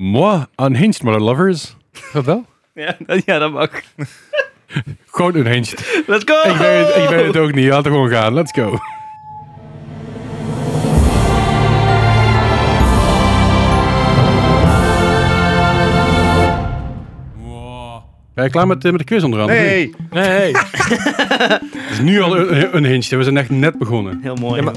Moi, unhinged, maar lovers. Dat wel? Ja, dat, ja, dat mag. Gewoon unhinged. Let's go! Ik weet, het, ik weet het ook niet. Laten we gewoon gaan. Let's go. Ben je klaar met, eh, met de quiz onderaan? of niet? Nee, Nee, Het is nu al een, een hinge. We zijn echt net begonnen. Heel mooi. Ja, maar-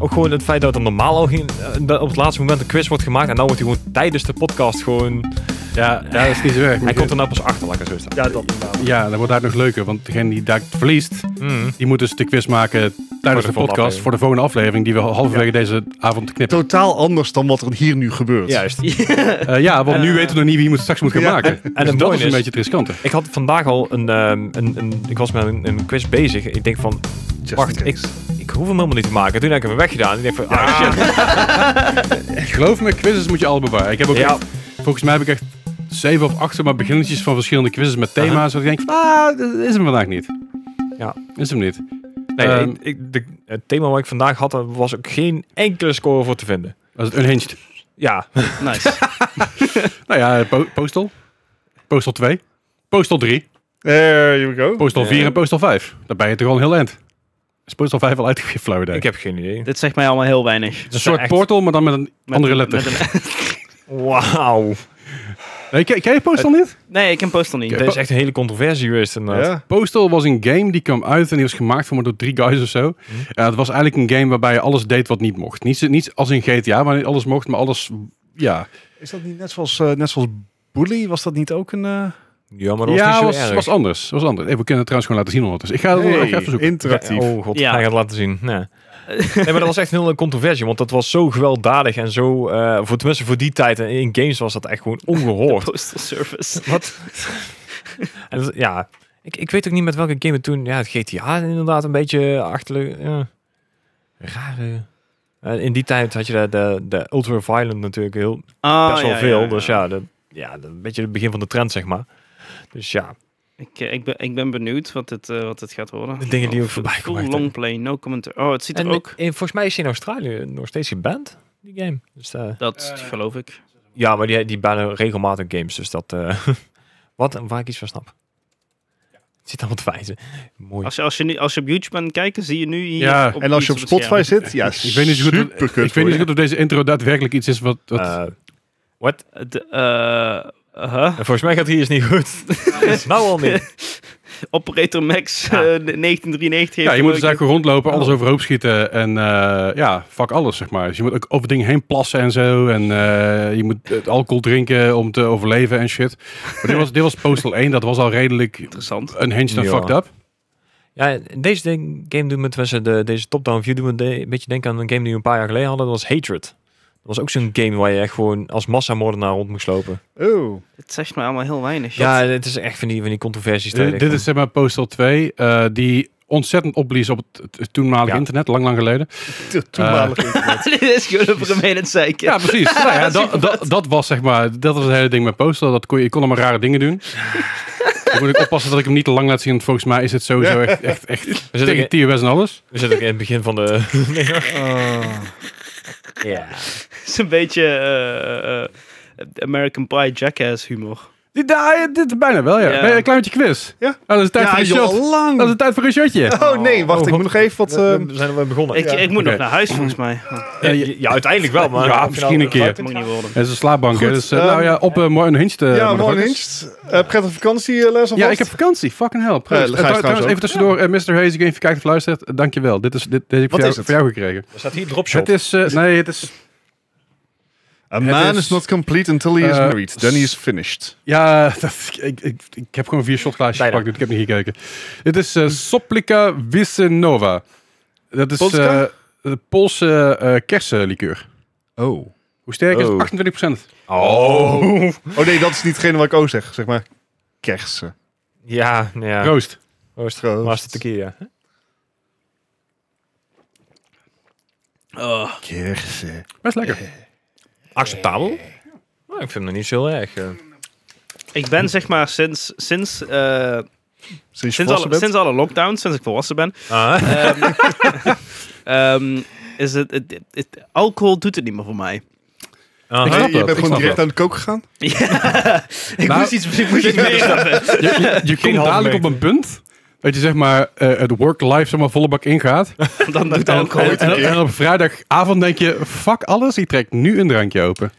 ook gewoon het feit dat er normaal al geen, eh, dat op het laatste moment een quiz wordt gemaakt en dan wordt hij gewoon tijdens de podcast gewoon... Ja, ja dat is niet zo erg. Hij maar- komt er nou pas achter, laat ik het zo staan. ja, dat inderdaad. Ja, dan wordt daar nog leuker. Want degene die daar verliest, Mm. die moet dus de quiz maken tijdens de, volgende podcast aflevering. voor de volgende aflevering die we halverwege deze avond knippen. Totaal anders dan wat er hier nu gebeurt. Juist. Eh, ja, want nu weten we nog niet wie we straks moeten gaan Ja. maken. En het dat mooie is een is- beetje het riskante. Ik had vandaag al een, ehm, een, een ik was met een, een quiz bezig. Ik denk van, Just wacht, in ik, case. ik hoef hem helemaal niet te maken. Toen heb ik hem weggedaan. Ik denk van, ah shit. Geloof me, quizzes moet je al bewaren. Ik heb ook Ja. echt- volgens mij heb ik echt zeven of acht zeg maar beginnetjes van verschillende quizzes met thema's. Aha. Dat ik denk, van, ah, dat is hem vandaag niet. Ja. Is hem niet. Nee, Ehm. ik- ik- de, het thema wat ik vandaag had, daar was ook geen enkele score voor te vinden. Dat is het unhinged. Ja, Nice. Nou ja, po- Postal. Postal 2. Postal 3. There you go. Postal 4 Ja. en Postal 5. Dan ben je toch al een heel eind. Is Postal 5 al uitgegeven? Flauw idee. ik heb geen idee. Dit zegt mij allemaal heel weinig. een soort echt- portal, maar dan met een Met- andere letter. met een- Wauw. Nee, ken, ken je Postal niet? nee, ik ken Postal niet. Oké. Dit is echt een hele controversie geweest. inderdaad. Ja. Postal was een game die kwam uit en die was gemaakt voor maar door drie guys of zo. Mhm. Ja, het was eigenlijk een game waarbij je alles deed wat niet mocht. Niet, zo- niet als in GTA, waar niet alles mocht, maar alles... Ja, Is dat niet net zoals, eh, net zoals Bully? Was dat niet ook een... eh, Ja, maar dat was ja niet zo was, erg. was anders. Was anders. Hey, we kunnen het trouwens gewoon laten zien ondertussen. Ik ga het hey, ik ga even zoeken. interactief. Oh god, Ja. hij gaat het laten zien. Nee. nee, maar dat was echt een hele controversie, want dat was zo gewelddadig en zo, eh, voor, tenminste voor die tijd en in games was dat echt gewoon ongehoord. Postal Service. Wat? En dat- ja, ik, ik weet ook niet met welke game het toen. Ja, het GTA inderdaad een beetje achterlijk. Ja. Rare. Eh, in die tijd had je de, de, de Ultra Violent natuurlijk heel, best Ah, wel ja, ja, veel. ja. Dus ja, dat- ja dat- een beetje het begin van de trend, zeg maar. Dus ja, Ik, eh, ik, ben, ik ben benieuwd wat het, eh, wat het gaat worden. De dingen die ook Of- voorbij komen, Full echt, long play, no commentaar. Oh, het ziet er en ook... eh, volgens mij is die in Australië nog steeds geband, die game. Dus, eh, Dat geloof ik. ja, maar die, die bannen regelmatig games, dus dat... eh, wat, waar ik iets van snap. Het zit allemaal te wijzen. Mooi. Als je, als, je nu, als je op YouTube bent kijken, zie je nu hier... Ja, En als je op het Spotify scherm. zit, ja, Ik weet niet zo goed, superkut, ik weet niet zo hoor. goed of deze intro daadwerkelijk iets is wat... wat Eh, De, eh, huh? En volgens mij gaat hier iets niet goed. nou al niet. Operator Max Ja. eh, 1993 heeft ja, je moet dus een- eigenlijk gewoon Oh. rondlopen, alles overhoop schieten en eh, ja, fuck alles, zeg maar. Dus je moet ook over dingen heen plassen en zo. En eh, je moet eh, alcohol drinken om te overleven en shit. Maar dit was, dit was Postal 1, dat was al redelijk Interessant. een hinge en Ja. fucked up. Ja, deze ding- game doet me tenminste, de, deze top-down view doet me de- een beetje denken aan een game die we een paar jaar geleden hadden. Dat was Hatred. Dat was ook zo'n game waar je echt gewoon als massamoordenaar rond moest lopen. Oh, Het zegt mij allemaal heel weinig. Ja, het is echt van die, van die controversies. daar Dit, echt dit van. is zeg maar Postal 2, eh, die ontzettend opblies op het, het toenmalige Ja. internet, lang, lang geleden. de Ah. toenmalige internet. Dit is gewoon een vermeden zeiken. Ja, precies. nou ja, dat, dat, dat was zeg maar, dat was het hele ding met Postal. Dat kon je, je kon allemaal rare dingen doen. Dan moet ik oppassen dat ik hem niet te lang laat zien, want volgens mij is het sowieso echt, echt, echt tegen zitten TOS en alles. We zitten ook in het begin van de... Ah. ja. Het is een beetje eh, eh, American Pie Jackass humor. Die, daar, ja, dit bijna wel, ja. Ja. Nee, Een klein beetje quiz. Ja. Oh, dat is het tijd Ja, voor een joh, shot. al Dat is lang. het tijd voor een shotje. Oh nee, wacht, Oh, ik wat- moet nog even wat... we, ehm, we zijn er weer begonnen. Ik, Ja. ik moet Oké. nog naar huis volgens mij. Oh, Ja, ja, uiteindelijk wel, maar... Ja, of je misschien een keer. Dat gebruikt moet het- niet worden. Het is een slaapbank, hè, Goed, dus eh, ehm, nou ja, op eh morgen een hintje. eh, ja, morgen motherfuckers. hinst. Eh, prettige vakantie, eh, Les Ja, alvast. ik heb vakantie. Fucking hell. Eh, ga Proost. je En trou- trouwens trouwens, ook? even tussendoor. eh, Mr. Hayes, ik even kijkt of luistert. eh, dankjewel. Dit is, dit, dit heb ik Wat voor jou, is het? voor jou gekregen. Er staat hier dropshot. Het is... eh, nee, het is... A man Het is- is not complete until he is Eh, married. Then he is finished. Ja, dat, ik, ik, ik heb gewoon vier shotglaasjes Bijna. gepakt. dus Ik heb niet gekeken. Dit is eh, Soplica Wisenova. Dat is eh, Polska? de Poolse eh kersenlikeur. Oh. Hoe sterk Oh. is het? 28%. Oh. Oh nee, dat is niet hetgene wat ik ook zeg, zeg maar. Kersen. Ja, ja. Proost. Proost. Proost. Master tequila. Oh, Kersen. Best lekker. Acceptabel? Nou, ik vind hem niet zo heel erg. eh. ik ben zeg maar sinds, sinds, eh, Sinds je sinds, alle, volwassen bent? sinds alle lockdowns, sinds ik volwassen ben, Ah. ehm, ehm, is het, het, het- het- alcohol doet het niet meer voor mij. Ik snap je bent dat, ik gewoon snap direct dat. aan de kook gegaan? Ja, ik Nou, moest iets, ik moest iets meer hebben. Je, je, je komt halve dadelijk op meter. een punt dat je zeg maar eh, het work-life zeg maar volle bak ingaat. Dan doet En, alcohol en- het een en- keer. en op vrijdagavond denk je, fuck alles, ik trek nu een drankje open.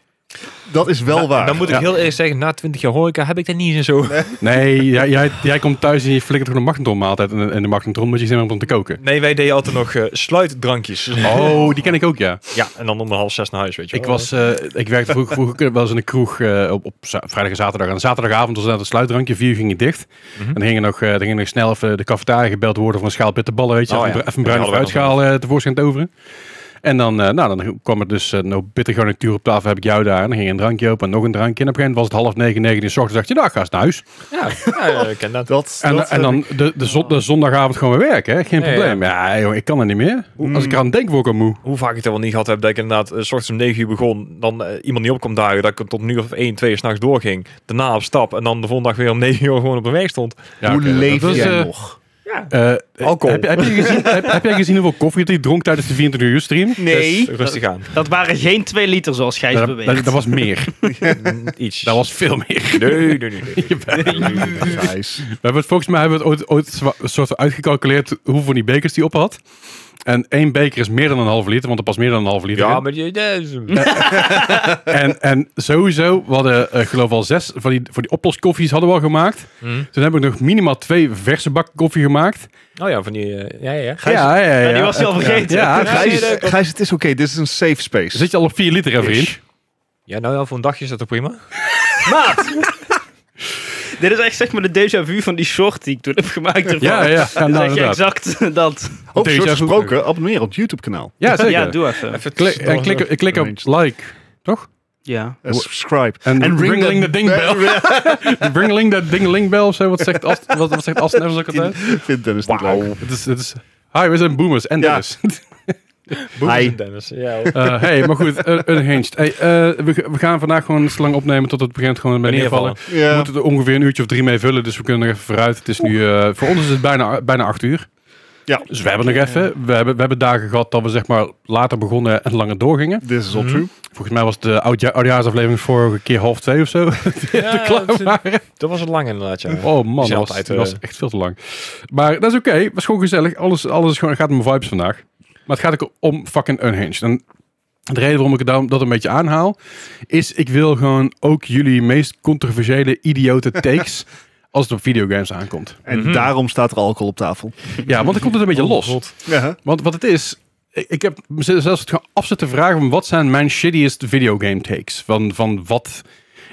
Dat is wel waar. Dan moet ik Ja. heel eerlijk zeggen, na 20 jaar horeca heb ik dat niet eens zo. Nee, Nee, jij, jij, jij komt thuis en je flikkert gewoon een magnetronmaaltijd. En, en de magnetron moet je zin hebben om te koken. wij deden altijd nog eh, sluitdrankjes. Oh, die ken ik ook, ja. Ja, en dan om de half zes naar huis, weet je Ik, was, eh, ik werkte vroeger, vroeger wel eens in een kroeg eh, op, op za- vrijdag en zaterdag. En zaterdagavond was het een sluitdrankje. Vier uur ging het dicht. Mhm. En dan gingen nog, eh, dan ging nog snel even de cafetaria gebeld worden voor een schaal bitterballen. Weet je, Oh, even, ja. een br- even een Ja, bruine die hadden we fruitschaal eh, tevoorschijn te overen. En dan, eh, nou, dan kwam er dus eh, nou bitter garnituur op tafel. Heb ik jou daar. En dan ging een drankje open en nog een drankje. En op een gegeven moment was het half negen, negen uur. in de ochtend dacht je, nou, ga eens naar huis. Ja, ja, ik ken dat. dat, En, dat eh, en dan de, de, zon- de zondagavond gewoon weer werken, hè? geen Ja, ja. probleem. Ja, joh, ik kan er niet meer. Als ik eraan denk, word ik al moe. Hoe vaak ik dat wel niet gehad heb, dat ik inderdaad eh, s ochtends om 9 uur begon, dan eh, iemand niet op kwam dagen, dat ik tot nu of 1, 2 uur s'nachts doorging, daarna op stap en dan de volgende dag weer om 9 uur gewoon op mijn werk stond. Ja, Hoe oké, dat- leef dat is, jij eh, nog? eh, Alcohol. Heb, je- heb, je gezien, heb, heb jij gezien hoeveel koffie die dronk tijdens de 24 uur stream? Dus Nee, rustig aan. dat waren geen 2 liter zoals Gijs Dat, dat, beweert. dat was meer. Iets. Dat was veel meer. Nee, nee, nee. nee. Gijs. We hebben het, volgens mij hebben we het ooit, ooit zwa- soort van uitgecalculeerd hoeveel van die bekers die op had. En één beker is meer dan een halve liter, want er past meer dan een halve liter Ja, in. maar je... En, en sowieso, we hadden eh, geloof ik al zes van die, van die oploskoffies hadden we al gemaakt. Hm. Toen heb ik nog minimaal twee verse bakken koffie gemaakt. Oh ja, van die... eh, ja, ja. ja, ja, ja, Ja, Nou, die was hij al vergeten. Ja, ja. Gijs, Gijs, het is oké. Dit is een safe space. Eh, Zit je al op 4 liter, hè, vriend? Ja, nou ja, voor een dagje is dat toch prima? Dit is echt zeg maar de déjà vu van die short die ik toen heb gemaakt. Ervan. Ja, ja, ja, Dit is nou, echt inderdaad. exact dat. Over Deze short is ook- Oh, gesproken, abonneer op het YouTube-kanaal. Ja, zeker. Ja, doe even. Klik, en klik, ik klik op like, toch? Ja. En subscribe. En ringling that the ding bell. Ringling, dat dingling bell of zo, wat zegt Ast, wat, wat zegt Aston Evans ook altijd? Vindt Dennis niet leuk. Het is, het is, hi, we zijn boomers en Ja. dus. Hi. Dennis. Ja, hoor. Eh, hey, maar goed, eh, unhinged. Hey, eh, we, we gaan vandaag gewoon zo lang opnemen tot het begint gewoon bij neervallen. We Ja. moeten er ongeveer een uurtje of drie mee vullen, dus we kunnen nog even vooruit. Het is nu, eh, voor ons is het bijna, bijna acht uur. Ja. Dus we hebben nog even, we hebben, we hebben dagen gehad dat we zeg maar later begonnen en langer doorgingen. This is all true. Volgens mij was de oudja- oudjaarsaflevering vorige keer half twee of zo. Ja, klaar dat, waren. dat was het lang inderdaad, ja. Oh man, Die dat was, altijd, dat was eh, echt veel te lang. Maar dat is oké, het was gewoon gezellig. Alles, alles is gewoon, gaat om vibes vandaag. Maar het gaat ook om fucking Unhinged. En de reden waarom ik daarom dat een beetje aanhaal, is ik wil gewoon ook jullie meest controversiële, idiote takes als het op videogames aankomt. En Mhm. daarom staat er alcohol op tafel. Ja, want dan komt het een beetje Oh, los. Ja. Want wat het is, ik, ik heb mezelf zelfs het gaan afzetten vragen van wat zijn mijn shittiest videogame takes? Van, van wat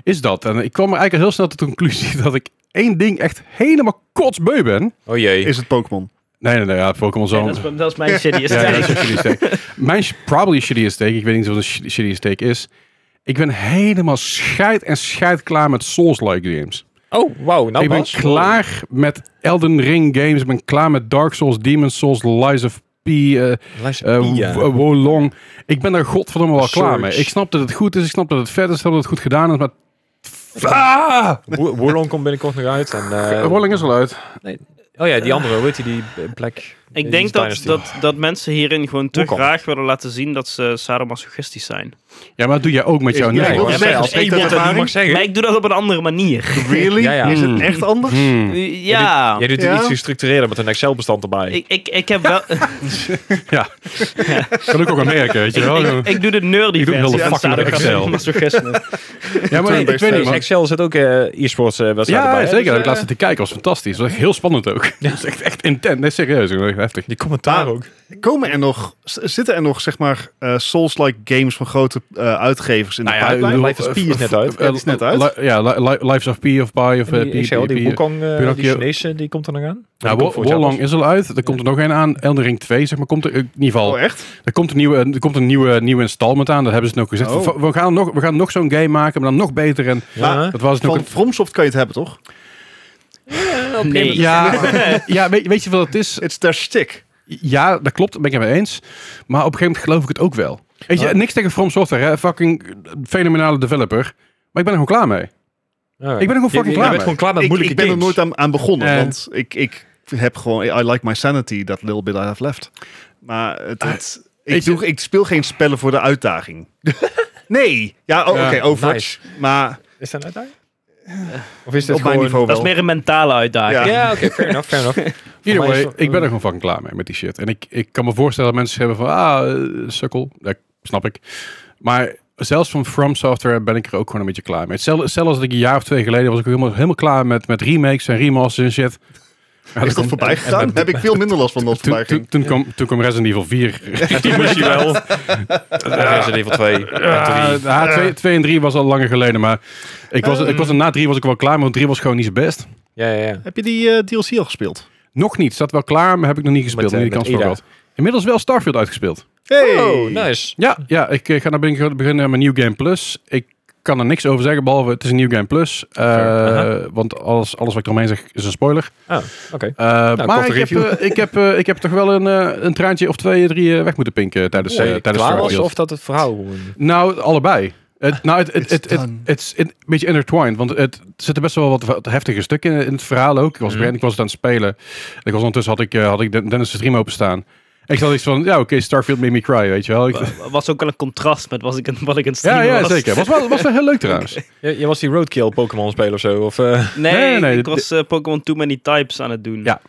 is dat? En ik kwam er eigenlijk al heel snel tot de conclusie dat ik één ding echt helemaal kotsbeu ben. Oh jee. Is het Pokémon? Nee, nee, nee, ja, Pokémon Nee, Zone. dat, is, dat is mijn shitty ja, ja, dat is een shitty take. Mijn sh- probably shittiest take, ik weet niet wat een sh- shittiest take is. Ik ben helemaal scheid en scheid klaar met Souls-like games. Oh, wauw. Nou ik ben Bas. klaar met Elden Ring games. Ik ben klaar met Dark Souls, Demon's Souls, Lies of P, eh, Luister, eh, ja. W- Wolong. Ik ben er godverdomme wel Surge. klaar mee. Ik snap dat het goed is. Ik snap dat het vet is. Ik snap dat het goed gedaan is. Maar ah! Wo- Wolong komt binnenkort nog uit. En, eh, Rolling is al uit. Oh ja, die andere, weet je, die eh, Black... Ik denk dat, Dynasty. dat, dat mensen hierin gewoon te Hoe kan? graag willen laten zien dat ze sadomasochistisch zijn. Ja, maar dat doe jij ook met jouw Ja, ik nek. wilde Ja, maar zeggen, dat als is ik één dat bot, dat ervaring- mag zeggen. Maar ik doe dat op een andere manier. Really? Ja, ja. Is het Mm. echt anders? Hmm. Ja. Jij doet het Ja. iets gestructureerder met een Excel-bestand erbij. Ik, ik, ik heb wel... Ja. Kan ik ook aan merken, weet je wel. ik, ik, ik doe de nerdy Ik doe heel versie de van fucking sadomasochisme. ja, maar ik, ik weet niet, man. Excel zit ook eh e-sports eh, wedstrijden Ja, bij. hè, zeker. dus, Ik eh, laatste te kijken was fantastisch. Dat was echt heel spannend ook. Dat is echt, echt intens. Nee, serieus. Dat was echt heftig. Die commentaar Maar- ook. Komen er nog, z- zitten er nog, zeg maar, eh, Souls-like games van grote eh, uitgevers in de ik pipeline? bedoel, Life of P is eh, net uit. eh, Ja, die is net uit. Li- Ja, Li- Li- Lives of P of Pi of eh, Die P. Excel, P- die P- Wukong, eh, Pinocchio. die Chinese, die komt er nog aan. Ja, Wo- Wolong is al uit. Er komt er nog een aan. Elden Ring 2, zeg maar. Komt er, in ieder geval, Oh, echt? er komt een nieuwe, er komt een nieuwe, nieuwe installment aan. Dat hebben ze nog gezegd. Oh. We, we gaan nog, we gaan nog zo'n game maken, maar dan nog beter. En Ja, dat was het nog Van een FromSoft kan je het hebben, toch? Nee. Ja, ja weet, weet je wat het is? It's their stick. Ja, dat klopt. Dat ben ik het mee eens. Maar op een gegeven moment geloof ik het ook wel. Weet je, Ah. niks tegen From Software, hè. Fucking fenomenale developer. Maar ik ben er gewoon klaar mee. Ik ben er gewoon fucking klaar Je mee. bent gewoon klaar met Ik, moeilijke ik ben er games. nooit aan, aan begonnen, Eh. want ik, ik heb gewoon... I like my sanity, that little bit I have left. Maar het... het- weet ik, je- doe, ik speel geen spellen voor de uitdaging. Nee. Ja, oh, Ja, oké, Overwatch. Maar Is dat een uitdaging? Of is dit op mijn gewoon... niveau Dat is wel. meer een mentale uitdaging. Ja, oké, fair enough, fair enough. Either Voor mij is way, dat- eh, ik ben er gewoon fucking klaar mee met die shit. En ik, ik kan me voorstellen dat mensen hebben van, ah, eh, sukkel. Ja, snap ik. Maar zelfs van From Software ben ik er ook gewoon een beetje klaar mee. Zelfs, zelfs als ik een jaar of twee geleden was ik helemaal, helemaal klaar met, met remakes en remasters en shit. Ja, is dat toen- voorbij en- gegaan? en- Heb ik veel minder last van dat het toen, voorbij toen, ging. toen, kwam, toen kwam Resident Evil eh, 4. die moest je wel. Resident Evil 2 en 3. Ja, ja, Ah, twee, twee en 3 was al langer geleden, maar ik was, ik was er na 3 was ik wel klaar, maar want 3 was gewoon niet zo best. Ja, ja, ja. Heb je die eh, DLC al gespeeld? Nog niet, staat wel klaar, maar heb ik nog niet gespeeld. Met, nog eh, niet de kans met Ida. voor gehad. Inmiddels wel Starfield uitgespeeld. Hey. Oh, nice. Ja, ja ik eh, ga naar begin- beginnen met New Game Plus. Ik kan er niks over zeggen, behalve het is een New Game Plus. Eh, Fair, Want alles, alles wat ik eromheen zeg is een spoiler. Ah, oké. Eh, maar korte ik heb, review. eh, ik, heb, eh, ik heb toch wel een, eh, een traantje of twee, drie eh, weg moeten pinken tijdens, eh, Oei, tijdens klaar was Starfield. of dat het verhaal gewoon... Nou, allebei. Het, nou, het, het, It's het, het, done. het is een beetje intertwined, want het zit er best wel wat, wat heftige stukken in, in het verhaal ook. Ik was, Mhm. begin- ik was het aan het spelen. Ik was ondertussen had ik, eh, had ik Den- Dennis' de stream openstaan. Ik zat iets van, ja oké, Starfield made me cry, weet je wel. Ik, Wa- Was ook wel een contrast met wat ik in, wat ik in het ja, streamen ja, was. zeker. Was wel, was wel heel leuk trouwens. Je, je was die roadkill Pokémon speler of zo, of... eh, Nee, Nee, nee, ik dit- was eh, Pokémon Too Many Types aan het doen. Ja.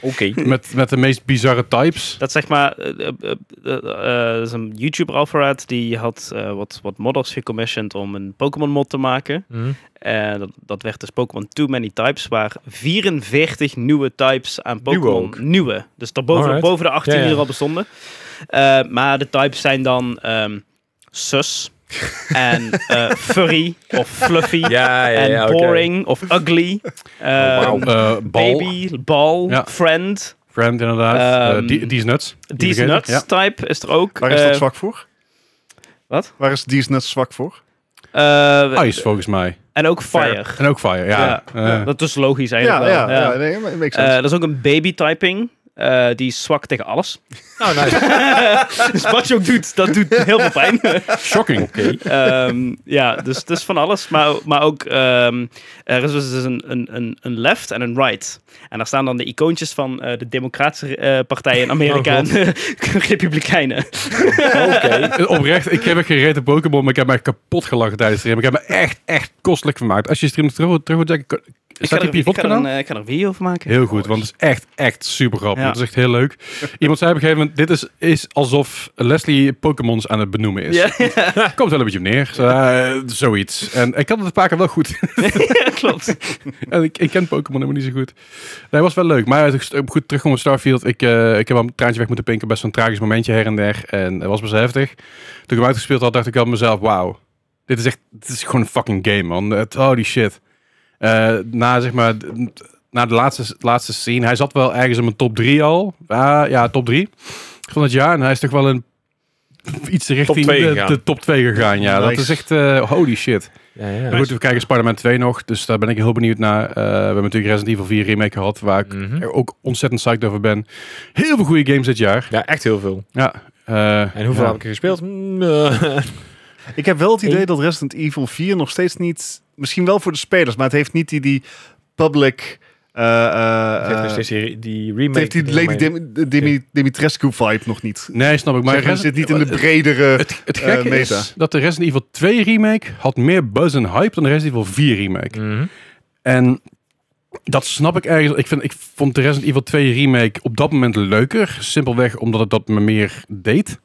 Oké. Met, met de meest bizarre types. Dat zeg maar, eh, eh, eh, eh, er is een YouTuber Alvarad die had eh, wat, wat modders gecommissioned om een Pokémon mod te maken. Mhm. En dat, dat werd dus Pokémon Too Many Types, waar 44 nieuwe types aan Nieuwe Pokémon, ook? nieuwe, dus daarboven, Alright. boven de 18 Ja, ja. die er al bestonden. Eh, maar de types zijn dan ehm sus en eh, furry of fluffy Ja, ja, en ja, oké. Oh, boring of ugly. wauw. ehm, Eh, bal, Baby, bal, Ja. friend, friend inderdaad. Ehm, Eh, die, die is nuts. die is vergeten, nuts ja. type is er ook. Waar is Eh, dat zwak voor? wat? Waar is die is net zwak voor? eh, Ice volgens mij. En ook fire. En ook fire, Oh, ja. Eh, Ja, Dat is logisch Ja, eigenlijk wel. ja, ja. ja. nee, maar it makes Eh, sense. dat is ook een baby typing. Eh, die is zwak tegen alles. Oh, Nou, nice. dus wat je ook doet, dat doet heel veel pijn. Shocking. Ehm, ja, dus het is van alles. Maar, maar ook, ehm, er is dus een, een, een, een left en een right. En daar staan dan de icoontjes van eh, de democratische eh, partijen in Amerika Oh, en de republikeinen. Oké. Eh, Oprecht, ik heb een gereden Pokémon, maar ik heb mij kapot gelachen tijdens de stream. Ik heb me echt, echt kostelijk vermaakt. Als je stream terug, terug wilt checken, staat die op je ik, ga er een, VOD-kanaal? eh, ik ga er een video van maken. Heel goed, want het is echt, echt super grappig. Ja. Het is echt heel leuk. Iemand zei op een gegeven moment, dit is, is alsof Leslie Pokémons aan het benoemen is. Ja, Komt wel een beetje op neer. Eh, zoiets. En ik had het een paar keer wel goed. klopt. En ik, ik ken Pokémon helemaal niet zo goed. Nee, was wel leuk. Maar het- om goed terugkomen op Starfield. Ik, eh, ik heb wel een traantje weg moeten pinken. Best wel een tragisch momentje her en der. En het was best wel heftig. Toen ik hem uitgespeeld had, dacht ik aan mezelf... Wauw, dit is echt... Dit is gewoon een fucking game, man. Het, holy shit. Eh, na, zeg maar... d- Na de laatste, laatste scene. Hij zat wel ergens in mijn top 3 al. Ah, ja, top 3 van het jaar. En hij is toch wel een... Iets richting twee de, gegaan. de top 2 gegaan. Ja, dat Nice. is echt... eh, holy shit. Ja, ja. Maar goed, we kijken Spider-Man 2 nog, dus daar ben ik heel benieuwd naar. Eh, we hebben natuurlijk Resident Evil 4 remake gehad, waar ik Mhm. er ook ontzettend psyched over ben. Heel veel goede games dit jaar. Ja, echt heel veel. Ja. eh, En hoeveel ja. heb ik er gespeeld? Mm, eh, Ik heb wel het idee dat Resident Evil 4 nog steeds niet... Misschien wel voor de spelers, maar het heeft niet die, die public... eh, eh, het heeft nog eh, steeds die, die remake. het heeft die Lady eromheen. Dim- Dimi- Dimitrescu vibe nog niet. Nee, snap ik. Maar Maar het Resi- zit niet in de bredere... het, het eh, gekke meta. is dat de Resident Evil 2 remake had meer buzz en hype dan de Resident Evil 4 remake. Mhm. En dat snap ik ergens. Ik, vind, ik vond de Resident Evil 2 remake op dat moment leuker. Simpelweg omdat het dat me meer deed.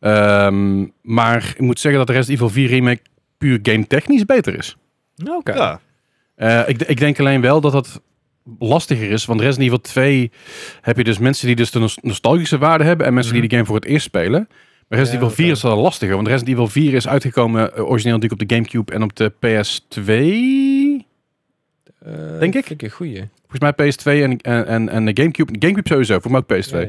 Ehm, maar ik moet zeggen dat de Resident Evil 4 remake puur game technisch beter is. Nou, Oké. Ja. Eh, ik, ik denk alleen wel dat dat lastiger is. Want Resident Evil 2 heb je dus mensen die dus de nos- nostalgische waarde hebben. En mensen die Mhm. die game voor het eerst spelen. Maar Resident Ja, Evil 4 oké. is al lastiger. Want Resident Evil 4 is uitgekomen eh, origineel natuurlijk op de Gamecube en op de PS2. Eh, Denk ik. vind Een goeie. Volgens mij PS2 en, en, en, en de Gamecube. De Gamecube sowieso, voor mij ook PS2. Ja, ja.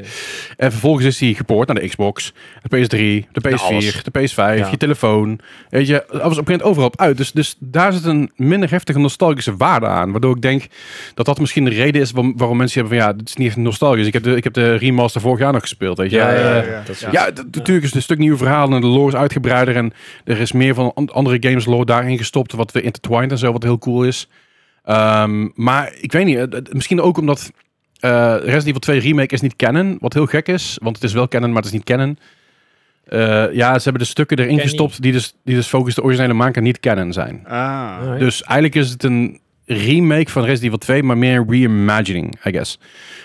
En vervolgens is die gepoord naar de Xbox, de PS3, de PS4, alles. de PS5, Ja. je telefoon. Weet je, alles op een gegeven moment overal op uit. Dus, dus daar zit een minder heftige nostalgische waarde aan. Waardoor ik denk dat dat misschien de reden is waarom, waarom mensen hebben van... Ja, dit is niet echt nostalgisch. Ik heb de, ik heb de remaster vorig jaar nog gespeeld, weet je. Ja, ja, Eh, ja. ja. Dat is- ja, d- natuurlijk is het een stuk nieuw verhaal en de lore is uitgebreider en er is meer van an- andere games lore daarin gestopt, wat we intertwined en zo, wat heel cool is. Ehm, maar ik weet niet, eh, d- misschien ook omdat eh Resident Evil 2 Remake is niet canon, wat heel gek is, want het is wel canon, maar het is niet canon. eh, ja, ze hebben de stukken erin Ken gestopt die dus, die dus focus de originele maker niet kennen zijn. Ah. Dus, Dus eigenlijk is het een remake van Resident Evil 2, maar meer reimagining, I guess.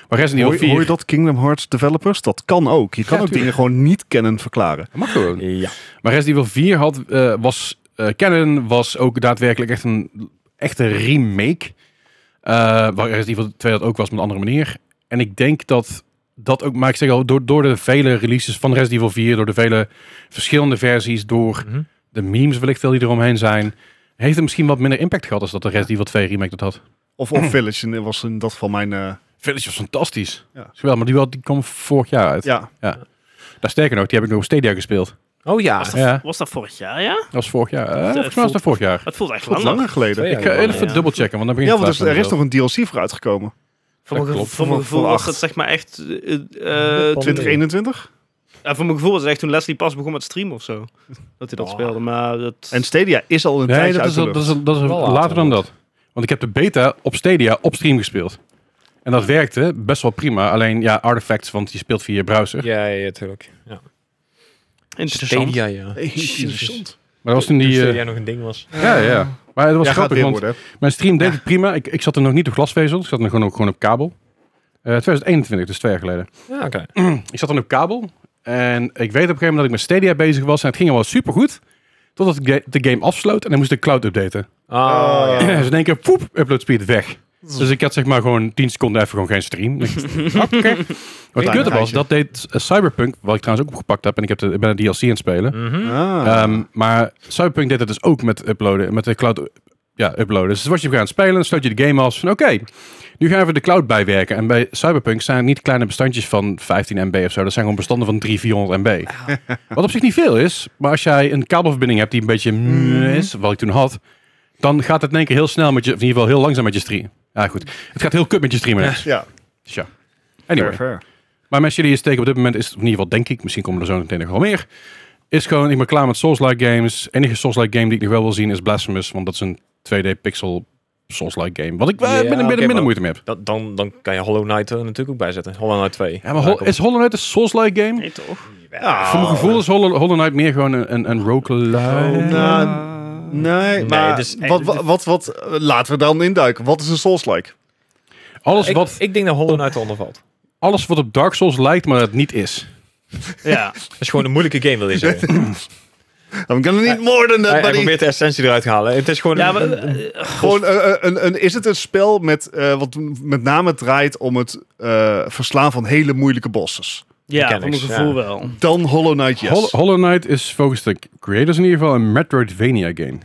Maar Resident Evil Hoor, 4... hoor je dat Kingdom Hearts developers? Dat kan ook. Je kan Ja, ook dingen gewoon niet kennen verklaren. Dat mag gewoon. ja. Maar Resident Evil 4 had, eh, was, eh Canon was ook daadwerkelijk echt een echte remake. Eh, waar Resident Evil 2 dat ook was, maar op een andere manier. En ik denk dat dat ook, maar ik zeg al, door, door de vele releases van Resident Evil 4, door de vele verschillende versies, door Mhm. de memes wellicht wel die eromheen zijn, heeft het misschien wat minder impact gehad als dat de Resident Evil 2 remake dat had. Of, of Village en was in dat van mijn... eh, Village was fantastisch. Ja. Ja. Geweldig, maar die, wel- die kwam vorig jaar uit. ja, Daar sterker nog, die heb ik nog op Stadia gespeeld. Oh ja. Was dat, Ja, was dat vorig jaar, ja? dat was vorig jaar. Eh, het volgens mij was dat vorig jaar. Het voelt echt wat lang. langer geleden. eh, Twee Ik jaar ga geleden. even dubbelchecken, want dan begin Ja, ik want te er, er is twijfelen toch een DLC voor uitgekomen? Voor Dat mijn, gevo- klopt. voor mijn Van- van gevoel was acht. dat zeg maar echt... eh, eh, Van- 2021? eh, voor mijn gevoel was het echt toen Leslie pas begon met streamen of zo. Dat hij dat Oh. speelde, maar dat... En Stadia is al een Nee, tijdje dat uit is, de dat lucht. is, dat is Wel later later dan dan dat. Want ik heb de beta op Stadia op stream gespeeld. En dat werkte best wel prima. Alleen ja, artifacts, want je speelt via je browser. Ja, ja, ja, tuurlijk. Ja. Interessant. Stadia, ja. Jezus. Interessant. Maar dat was toen Toen die... eh, Stadia nog een ding was. ja, ja. Maar dat was Ja, Dus, gaat grappig, weer want worden. hè? mijn stream deed het prima. Ik, ik zat er nog niet op glasvezel. Ik zat er gewoon, ook gewoon op kabel. Eh 2021, dus twee jaar geleden. Ja, oké. Ik zat dan op kabel. En ik weet op een gegeven moment dat ik met Stadia bezig was. En het ging wel supergoed. Totdat ik de- de game afsloot. En dan moest ik cloud updaten. Ah, ja. Dus in één keer, poep, upload speed weg. Dus ik had zeg maar gewoon 10 seconden even gewoon geen stream. Dus ik- Oké. Wat het kutte was, dat deed eh, Cyberpunk, wat ik trouwens ook opgepakt heb. En ik, heb de, ik ben een DLC aan het spelen. Mhm. Ah. Ehm, maar Cyberpunk deed het dus ook met uploaden, met de cloud ja, uploaden. Dus wat je gaat spelen, dan sluit je de game af. Van oké, nu gaan we de cloud bijwerken. En bij Cyberpunk zijn het niet kleine bestandjes van 15 MB of zo. Dat zijn gewoon bestanden van 300, 400 MB. Wat op zich niet veel is. Maar als jij een kabelverbinding hebt die een beetje Mhm. meh is, wat ik toen had. Dan gaat het in één keer heel snel met je, of in ieder geval heel langzaam met je stream. Ja goed, het gaat heel kut met je streamen. ja, Dus ja. fair, Anyway. fair. Maar mijn serious take op dit moment is, in ieder geval denk ik, misschien komen er zo meteen nog wel meer, is gewoon, ik ben klaar met Souls-like games. Enige Souls-like game die ik nog wel wil zien is Blasphemous, want dat is een 2D pixel Souls-like game. Wat ik wel Ja, binnen, binnen, oké, minder maar- moeite mee heb. Dat, dan, dan kan je Hollow Knight er natuurlijk ook bij zetten. Hollow Knight 2. Ja, maar Hol- is Hollow Knight een Souls-like game? Nee, toch? Ja, Voor mijn gevoel is Hollow, Hollow Knight meer gewoon een, een, een roguelike. Nou, nee, maar dus- wat, wat, wat, wat- eh, laten we dan induiken. Wat is een Souls-like? Alles Ik, wat, ik denk dat Hollow Knight eronder valt. alles wat op Dark Souls lijkt, maar dat het niet is. Ja. Dat is gewoon een moeilijke game, wil je zeggen. Hij- I'm gonna need more than Hij that, buddy. probeert de essentie eruit te halen. Het is gewoon... ja, een- maar, Gewoon, eh, eh, een, een, is het een spel met, eh, wat met name draait om het eh, verslaan van hele moeilijke bosses? ja, voor mijn Mechanics, gevoel ja. wel. Dan Hollow Knight, yes. Hol- Hollow Knight is volgens de creators in ieder geval een Metroidvania game.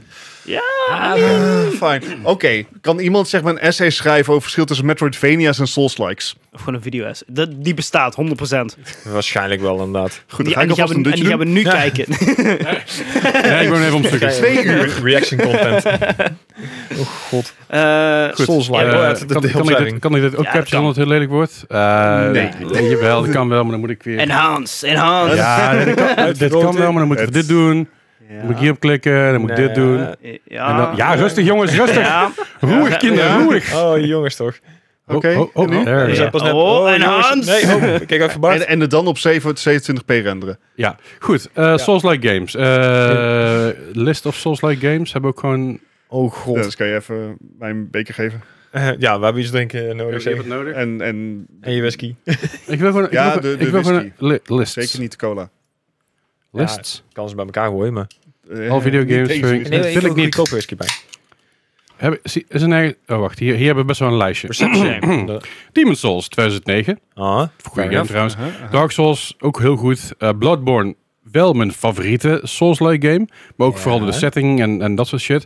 Ah, Eh, Fijn. Oké, kan iemand zeg maar een essay schrijven over verschil tussen Metroidvania's en Souls-likes? Of gewoon een video -ass. Dat, die bestaat, 100%. waarschijnlijk wel, inderdaad. Goed, dan Die, ga en ik die alvast gaan we, en een dutje die gaan we doen. nu Ja. kijken. Nee, ik ben even om stukjes. Twee uur. Reaction content. oh god. Eh, Goed. Souls-like. Eh, Oh, ja, het- kan, de- de kan ik dit, opleiding. kan ik dit ook Ja, dat capturen kan. zonder het heel lelijk wordt? Eh, Nee. Jawel, dat kan wel, maar dan moet ik weer... enhance, enhance. ja, dit kan, dit kan wel, maar dan moet ik dit doen. Dan moet ik hierop klikken, dan moet ik dit doen. En Ja. dan- ja, rustig jongens, rustig. Ah. Ja. Roerig kinderen, roerig. Oh, jongens toch. Oké, Oh, oh, oh, en nu? there. We zijn pas net- Oh, en jongens. Hans. Nee, oh, kijk even Bart. En, en het dan op 7 27p renderen. Ja, goed. eh, Souls-like games. Eh, list of Souls-like games hebben we ook gewoon... Oh god. Ja, dus kan je even mij een beker geven. Eh, ja, we hebben iets drinken nodig. zeg. nodig? En, en En je whisky. Ik wil gewoon, ik Ja, wil gewoon- de- de ik wil gewoon whisky. li- lists. zeker niet de cola. Lists. Kan ze bij elkaar gooien, maar... Eh, Al videogames niet voor- deze Nee, whisky. wil ik niet. goedkope whisky bij. Hebben, zie- is een eigen, oh, wacht. Hier, hier hebben we best wel een lijstje. Perception. Demon's Souls 2009. Ah, Goeie Fair game trouwens. Aha, aha. Dark Souls, ook heel goed. Eh, Bloodborne, wel mijn favoriete Souls-like game. Maar ook Ja. vooral door de setting en, en dat soort shit.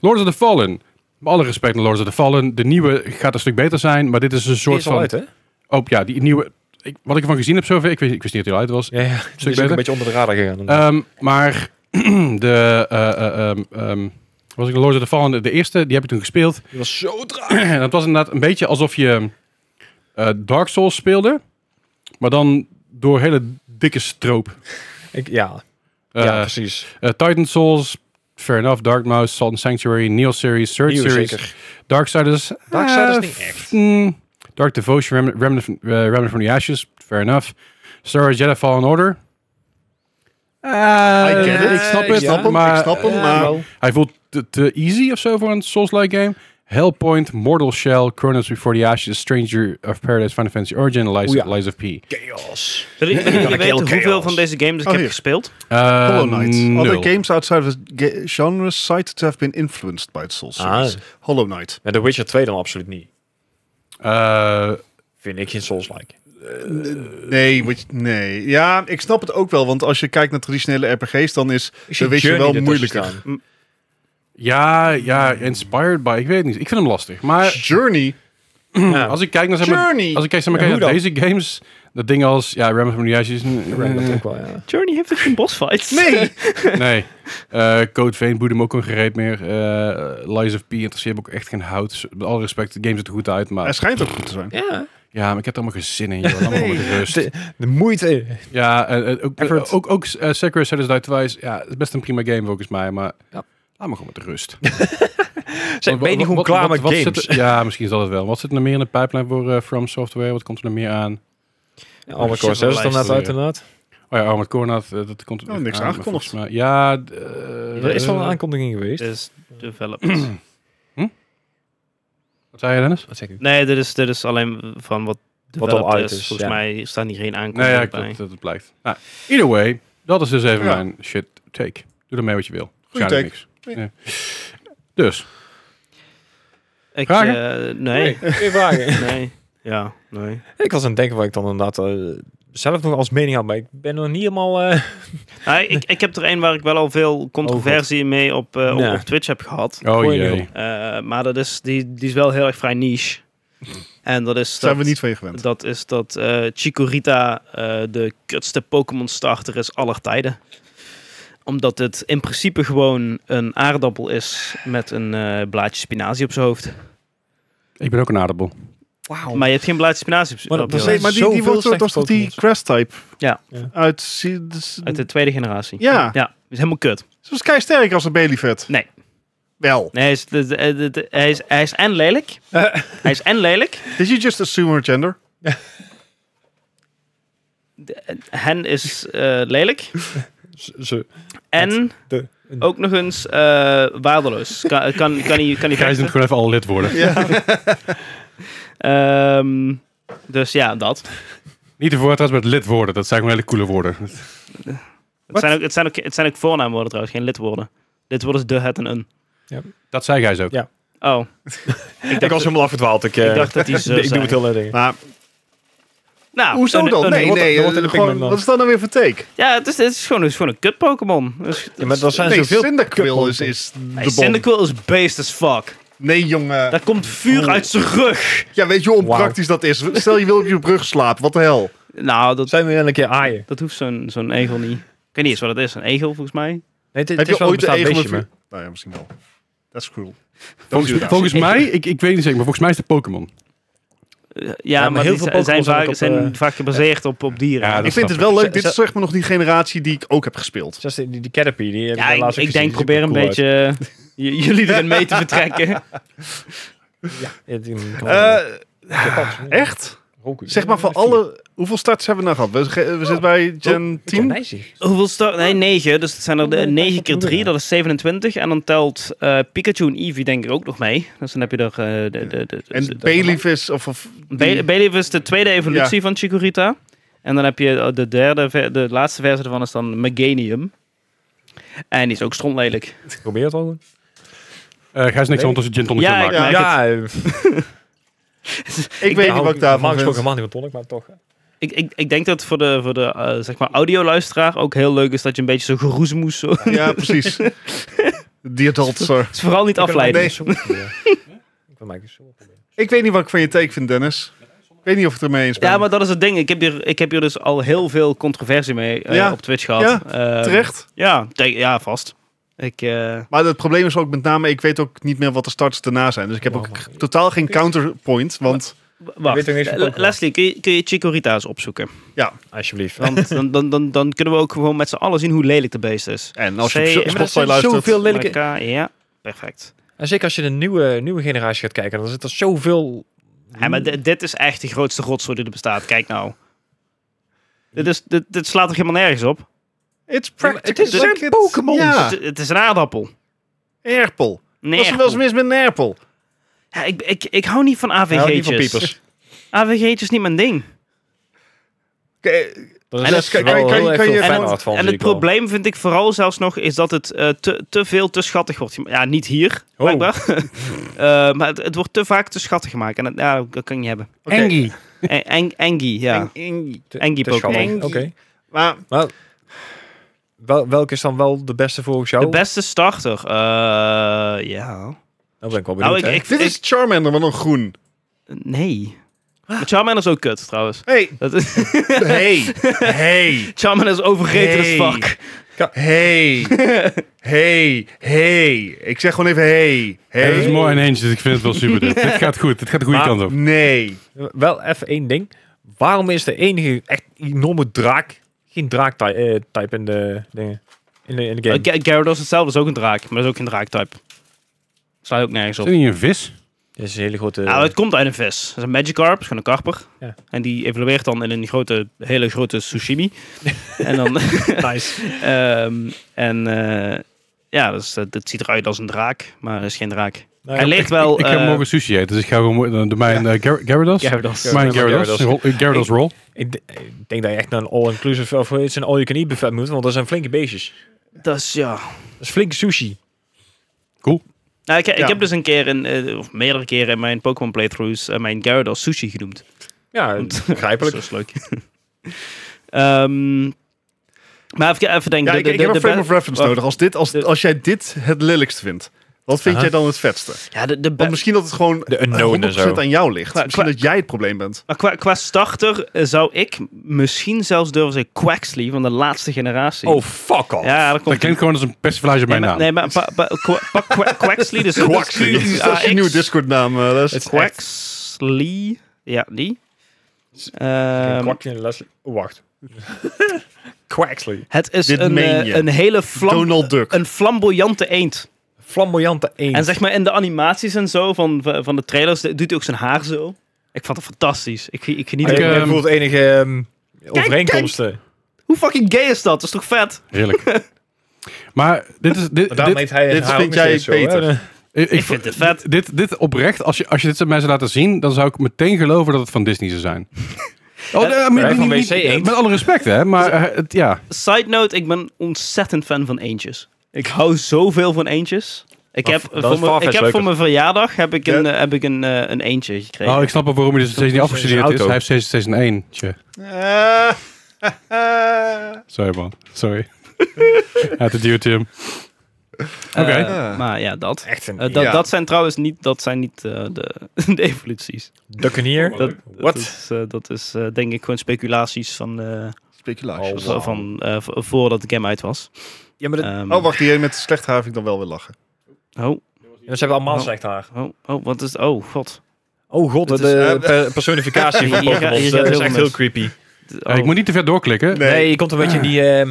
Lords of the Fallen. Met alle respect naar Lords of the Fallen. De nieuwe gaat een stuk beter zijn. Maar dit is een Die soort is al van... uit, hè? Oh ja, die nieuwe... Ik, wat ik ervan gezien heb zover, ik wist, ik wist niet dat hij al uit was. Ja, ja. Die is ook Eh, beter? een beetje onder de radar gegaan. Ehm, maar de... eh, eh, ehm, ehm, was ik Lords of the Fallen, de- de eerste, die heb ik toen gespeeld. Die was zo traag. En dat was inderdaad een beetje alsof je eh, Dark Souls speelde. Maar dan door hele dikke stroop. Ik, ja, Eh, ja, precies. Eh, Titan Souls, Fair Enough, Dark Mouse, Salt and Sanctuary, Neo Series, Surge Nieuwe Series, zeker. Darksiders. Darksiders eh, niet echt. mm, Dark Devotion, Remnant, Remnant, eh, Remnant from the Ashes, Fair Enough. Star Wars Jedi Fallen Order. Eh, I get it. Ik snap het, Ik snap hem, maar ik snap hem, eh, maar- wel. hij voelt te, te easy of zo voor een Souls-like game. Hellpoint, Mortal Shell, Chronos Before the Ashes, Stranger of Paradise, Final Fantasy Origin, Oh, Lies, Oeh, ja. Lies of P. Chaos. Wil je, wil Gotta je kill weten hoeveel chaos. van deze games ik Oh, heb hier. gespeeld? Eh, Hollow Knight. nul. Other games outside of the ga- genre cited to have been influenced by its Souls series. Ah. Hollow Knight. Ja, The Witcher 2 dan absoluut niet. Eh, Vind ik geen Souls-like. Nee, want je- nee. Ja, ik snap het ook wel. Want als je kijkt naar traditionele RPG's, dan is de je Witcher wel moeilijker. moeilijker. ja, ja, inspired by, ik weet het niet. Ik vind hem lastig. Maar Journey. Ja. als ik kijk naar, zeg maar, Journey. als ik kijk, zeg maar, Ja, kijk hoe naar deze games, dat ding als, ja, Remnant from the Ashes, Ja, dat eh, ook wel, ja. Journey heeft ook geen bossfights. Nee. nee. Eh, Code Vein boeit hem ook een gereed meer. Eh, Lies of P interesseert me ook echt geen hout. Dus Met alle respect, de game ziet er goed uit, maar Hij schijnt ook goed te zijn. Ja. ja, maar ik heb er allemaal geen zin in. Joh. Laat me maar met rust. De, de moeite. Ja, en, en ook, Effort. eh, ook, ook eh, Sekiro Shadows Die Twice. Ja, het is best een prima game volgens mij, maar Ja. laat me gewoon met rust. Zeg, Wat- ben je niet wat- gewoon wat- klaar wat- met wat zit games? er- ja, misschien is dat het wel. Wat zit er meer in de pipeline voor eh, From Software? Wat komt er nog meer aan? Allemaal shit, wat Core 6 dan lijst net er uit weer. inderdaad. Oh ja, Armored Core, inderdaad, eh, dat komt er Oh, even niks aan, maar aangekondigd. volgens mij- Ja, d- eh, Er is wel een eh, aankondiging geweest. Dit is developers. Wat zei je, Dennis? Wat zeg ik? nee, dit is, dit is alleen van wat Wat al developed uit is. is, Volgens ja. mij staan hier geen Nee, aankondiging ja, bij. klopt, dat het blijkt. Nou, either way, dat is dus even Ja. mijn shit take. Doe ermee wat je wil. Goeie Waarschijnlijk take. niks. Ja. Dus, Ik, Vragen? eh, nee, Geen vragen. nee. Ja, nee. Ik was aan het denken wat ik dan inderdaad eh, zelf nog als mening had, maar ik ben nog niet helemaal... eh, Ah, ik, ik heb er een waar ik wel al veel controversie mee op, eh, op, Ja. op Twitch heb gehad. oh Gooi jee. nul. Eh, maar dat is, die, die is wel heel erg vrij niche. En dat is Daar zijn we dat- niet van je gewend. Dat is dat eh Chikorita eh, de kutste Pokémon starter is aller tijden. Omdat het in principe gewoon een aardappel is met een eh, blaadje spinazie op zijn hoofd. Ik ben ook een aardappel. Maar je hebt geen blaadje spinazie op, Maar op je dat Nee, hoofd. is- maar die, die zoveel wordt, dat slechte is toch die Pokémon's. Crash-type? Ja. Ja. Uit, zie- dus- Uit de tweede generatie. ja, Ja, is helemaal kut. ze was kei sterk als een Belivet. Nee. Wel. Nee, hij, is, de- de- de- de- hij, is, hij is en lelijk. Eh. Hij is en lelijk. Did you just assume her gender? De- Hen is eh, lelijk. ze- ze- En de- ook nog eens eh, waardeloos. Kan, eh, kan, kan hij, kan hij Gijs vechten. moet gewoon even al lid worden. Ehm, dus ja, dat. Niet de voortras met lid worden. Dat zijn gewoon hele coole woorden. Het zijn, ook, het, zijn ook, het zijn ook voornaamwoorden trouwens, geen lidwoorden. Lidwoorden is de, het en een. Dat zei Gijs ook. Ja. Oh, Ik was helemaal afgedwaald. Ik, Eh. ik dacht dat die zo ik doe zijn. het heel erg. Maar Nou, hoezo een- dan? een- Ah, Nee, wordt- nee. dan wordt eh, het een gewoon- Pikmin dan. Wat is dat nou weer voor take? Ja, het is, het is gewoon, het is gewoon een kut Pokémon. Dus- Ja, maar dat zijn Nee, zoveel... Cyndaquil is, kutpunten. is Hey, de bom. Cyndaquil is beest as fuck. Nee, jongen. Daar komt vuur uit zijn rug. Ja, weet je hoe Wauw. onpraktisch dat is? Stel, je wil op je brug slapen. Wat de hel? Nou, dat, Zijn we weer een keer aaien? dat hoeft zo'n zo'n egel niet. Ik weet niet eens wat het is, een egel volgens mij. Eh, Nee, het, Heb het is je wel een ooit de bestaand egel met beestje, vuur? maar- Nou ja, misschien wel. Dat is cruel. Volgens, Inderdaad. volgens mij, ik, ik weet niet zeker, maar volgens mij is het Pokémon. Eh, Ja, maar maar, heel die veel zijn, zijn Pokémon zijn ook vaak, op, zijn eh, vaak gebaseerd op, op dieren. Ja, Ja, dat ik snap vind het wel leuk. Z- Dit is zeg maar nog die generatie die ik ook heb gespeeld. Zoals die, die, die Caterpie, die heb ik ik, laatst ook ik gezien, denk die ziet probeer er een cool uit. beetje eh, j- jullie erin mee te betrekken. Ja, die- Eh, Japans, ja. echt? Roku. Zeg maar van Vier. alle... Hoeveel starts hebben we nou gehad? We, ge- we zitten bij Oh, Gen Weet je, 10. Nijsig. Hoeveel start? Nee, 9. Dus het zijn er de, 9 keer 3, dat is 27. En dan telt eh, Pikachu en Eevee denk ik ook nog mee. Dus dan heb je er... eh, de, de, de, de- En de- Bailiff of... of Ba- Bailiff is de tweede evolutie van Chikorita. En dan heb je eh, de derde, ver- de laatste versie ervan is dan Meganium. En die is ook strontlelijk. Probeer het al goed. Eh Gijs niks Nee. aan tussen gin tonic Ja, aan maken. ik- merk eh, ik, ik weet ben- niet wat ik normaal daarvan gesproken vind. helemaal niet met tonic, maar toch. eh, Ik, ik, ik denk dat voor de, voor de eh, zeg maar audioluisteraar ook heel leuk is dat je een beetje zo geroezemoes... Zo. Het Ja, precies. Die adult star. is vooral niet Ik wil afleiding. een soep proberen. Ik wil maken soep proberen. Ik weet niet wat ik van je take vind, Dennis. Ik weet niet of ik het ermee eens ben. Ja, maar dat is het ding. Ik heb hier, ik heb hier dus al heel veel controversie mee eh, Ja. op Twitch gehad. Ja, Ehm, Terecht. Ja, te- ja vast. Ik, eh, Maar het probleem is ook met name... Ik weet ook niet meer wat de starts daarna zijn. Dus ik heb ook Wauw. totaal geen counterpoint. Want w- weet wacht. nog niet eens Eh, wat ook wel. Leslie, kun je, kun je Chikorita eens opzoeken? Alsjeblieft. Want dan, dan, dan, dan kunnen we ook gewoon met z'n allen zien hoe lelijk de beest is. En als je op Zee- Sp- Ja, maar dat Spotify zijn luistert... zoveel lelijke... Lekker, Ja, perfect. En zeker als je de nieuwe, nieuwe generatie gaat kijken, dan zit er zoveel... Ja, maar di- dit is echt de grootste rotzooi die er bestaat. Kijk nou. Dit, is, dit, dit slaat er helemaal nergens op. It's maar het practical. is- het zijn Pokémons. Ja, Het, het is een aardappel. Erpel. Nee, Was er wel eens mis met een erpel? ja, ik, ik, ik hou niet van Hij houdt niet AVG'tjes. van piepers. AVG'tjes is niet mijn ding. Oké, eh, Dat En is dat echt kan- kan- wel kan- heel kan veel je- fanart en het, van, en zie het ik wel. probleem vind ik vooral zelfs nog is dat het eh, te, te veel te schattig wordt gemaakt. Ja, niet hier, blijkbaar. Eh, maar het, het wordt te vaak te schattig gemaakt. En dat, ja, dat kan je niet hebben. Oké. Engie. En- Eng, Engie, ja. Eng- Te- Engie te schattig. Pokémon. Oké. Maar Maar wel, welke is dan wel de beste volgens Oh. jou? De beste starter. eh, ja. Nou ben ik wel Nou, benieuwd. ik, ik, dit ik- is Charmander, maar dan groen. Nee. Ah. Maar Charmander is ook kut, trouwens. Hey, Dat is, hey, hey, Charmander is overgeten Nee. as fuck. hey, hey, hey. Ik zeg gewoon even hey, hey. Het is mooi en eens, dus ik vind het wel super. dit. Dit gaat goed. Dit gaat de goede Maar- kant op. Nee. Wel even één ding. Waarom is de enige echt enorme draak geen draak-type in de dingen? In de, in de game. Eh, Ga- Gyarados hetzelfde is ook een draak, maar dat is ook geen draaktype. Slaat ook Is nergens op. dat niet een vis? Dat is een hele grote... Nou, het komt uit een vis. Dat is een Magikarp, dat is gewoon een karper. Ja. En die evolueert dan in een grote, hele grote sushimi. en dan... nice. ehm, en eh, ja, dus, dat, dat ziet eruit als een draak, maar het is geen draak. Nou, Hij ja, leert wel... Ik heb eh, morgen sushi eten, dus ik ga gewoon eh, door mijn eh, Gyar- Gyarados. Gyarados. Mijn Ja, maar Gyarados. Gyarados. Ro- eh, Gyarados roll. ik, d- ik denk dat je echt naar een all-inclusive of iets een all-you-can-eat buffet moet, want dat zijn flinke beestjes. Dat is, ja... Dat is flink sushi. Nou, ik, ik Ja. heb dus een keer, in, eh, of meerdere keren in mijn Pokémon playthroughs, eh, mijn Gyarados sushi genoemd. Ja, Want- Begrijpelijk. Dat is dus leuk. Ehm, maar even, even denken. Ja, de- ik, de- ik heb de- een de frame be- of reference Oh. wacht. nodig. Als, dit, als, De- als jij dit het lelijkst vindt, wat vind Aha. jij dan het vetste? Ja, de, de be- Want misschien dat het gewoon De unknown en 100% zo. aan jou ligt. Maar- Misschien dat jij het probleem bent. maar qua, qua starter eh, zou ik misschien zelfs durven zeggen Quaxley van de laatste generatie. Oh, fuck off. ja, dat Dat komt klinkt gewoon als een persiflage op mijn Nee, maar, naam. nee, maar pa, pa, Qua- pa- Qua- Quaxley, dus Quaxley. dus Dat is je Q-U-A-X. nieuwe eh, Discord naam. Het is echt- Quaxley. Ja, die. Ehm, Quaxley en Leslie. Oh, wacht. Quaxley. het is Dit een, meen eh, je. een hele flam, Donald Duck. een flamboyante eend. Flamboyante eend. En zeg maar in de animaties en zo van, van de trailers doet hij ook zijn haar zo. Ik vond het fantastisch. Ik, ik geniet Ik, Ik, er- eh, ik voel het enige ehm, overeenkomsten. overeenkomsten. Hoe fucking gay is dat? Dat is toch vet? Heerlijk. Maar dit is... Dit, Maar daarom dit- heeft hij dit haar vind ook nog jij steeds zo, beter. hè? ik, Ik vind het vet. Dit, dit oprecht, als je, als je dit aan mij zou laten zien, dan zou ik meteen geloven dat het van Disney zou zijn. Oh, nee, maar Van niet- niet- WC eend. met alle respect, hè. Maar eh, het, ja, Side note, ik ben ontzettend fan van eentjes. Ik hou zoveel van eentjes. Ik Maar heb, v- dat voor, is mijn, ik Farfetch heb voor leuker. mijn verjaardag heb ik Ja. een, eh, heb ik een, eh, een eentje gekregen. oh, ik snap wel waarom hij dus steeds niet afgestudeerd Zijn is. auto. Hij heeft steeds, steeds een eentje. Eh, eh, Sorry, man. Sorry. Uit de duwtje hem. Eh, oké. Ja. Maar ja, dat. Echt een Eh, dat, ja. dat zijn trouwens niet, dat zijn niet eh, de, de evoluties. Dukkenier. Dat, dat Oh, Wat? is, eh, dat is eh, denk ik gewoon speculaties van, eh, Speculatie. Oh, Zo Wauw. van eh, vo- voordat de game uit was. Ja, maar dat, Ehm, Oh, wacht. Die met slecht haar vind ik dan wel weer lachen. Oh, ze hebben allemaal Oh. slecht haar. oh, oh, wat is. Oh, god. Oh god, Dit de is, per- personificatie van Hier ga- Pokémon. hier Dat gaat is heel echt mis. heel creepy. D- Eh, ik oh. moet niet te ver doorklikken. Nee, je komt een beetje in die... ehm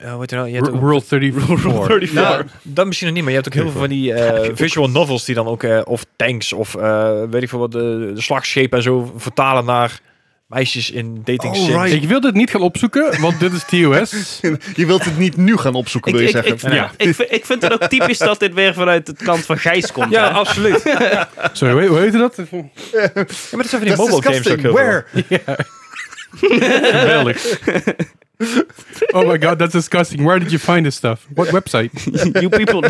eh, hoe heet het nou? Je hebt R- ook- World 34. Nou, dat misschien nog niet, maar je hebt ook heel veel van die eh, visual novels die dan ook, eh, of tanks of eh, weet ik veel wat, de, de slagschepen en zo vertalen naar meisjes in dating sims. Alright. Ik wil dit niet gaan opzoeken, want dit is TOS. Je wilt het niet nu gaan opzoeken, Ik, wil je ik, zeggen. ik, ja. ik, vind- ik vind het ook typisch dat dit weer vanuit de kant van Gijs komt. Ja, hè? absoluut. ja, Sorry, hoe- hoe heette dat? maar dat zijn van die That's mobile games ook disgusting. heel veel. Where? Geweldig. Oh my god, that's disgusting. Where did you find this stuff? What website? you people.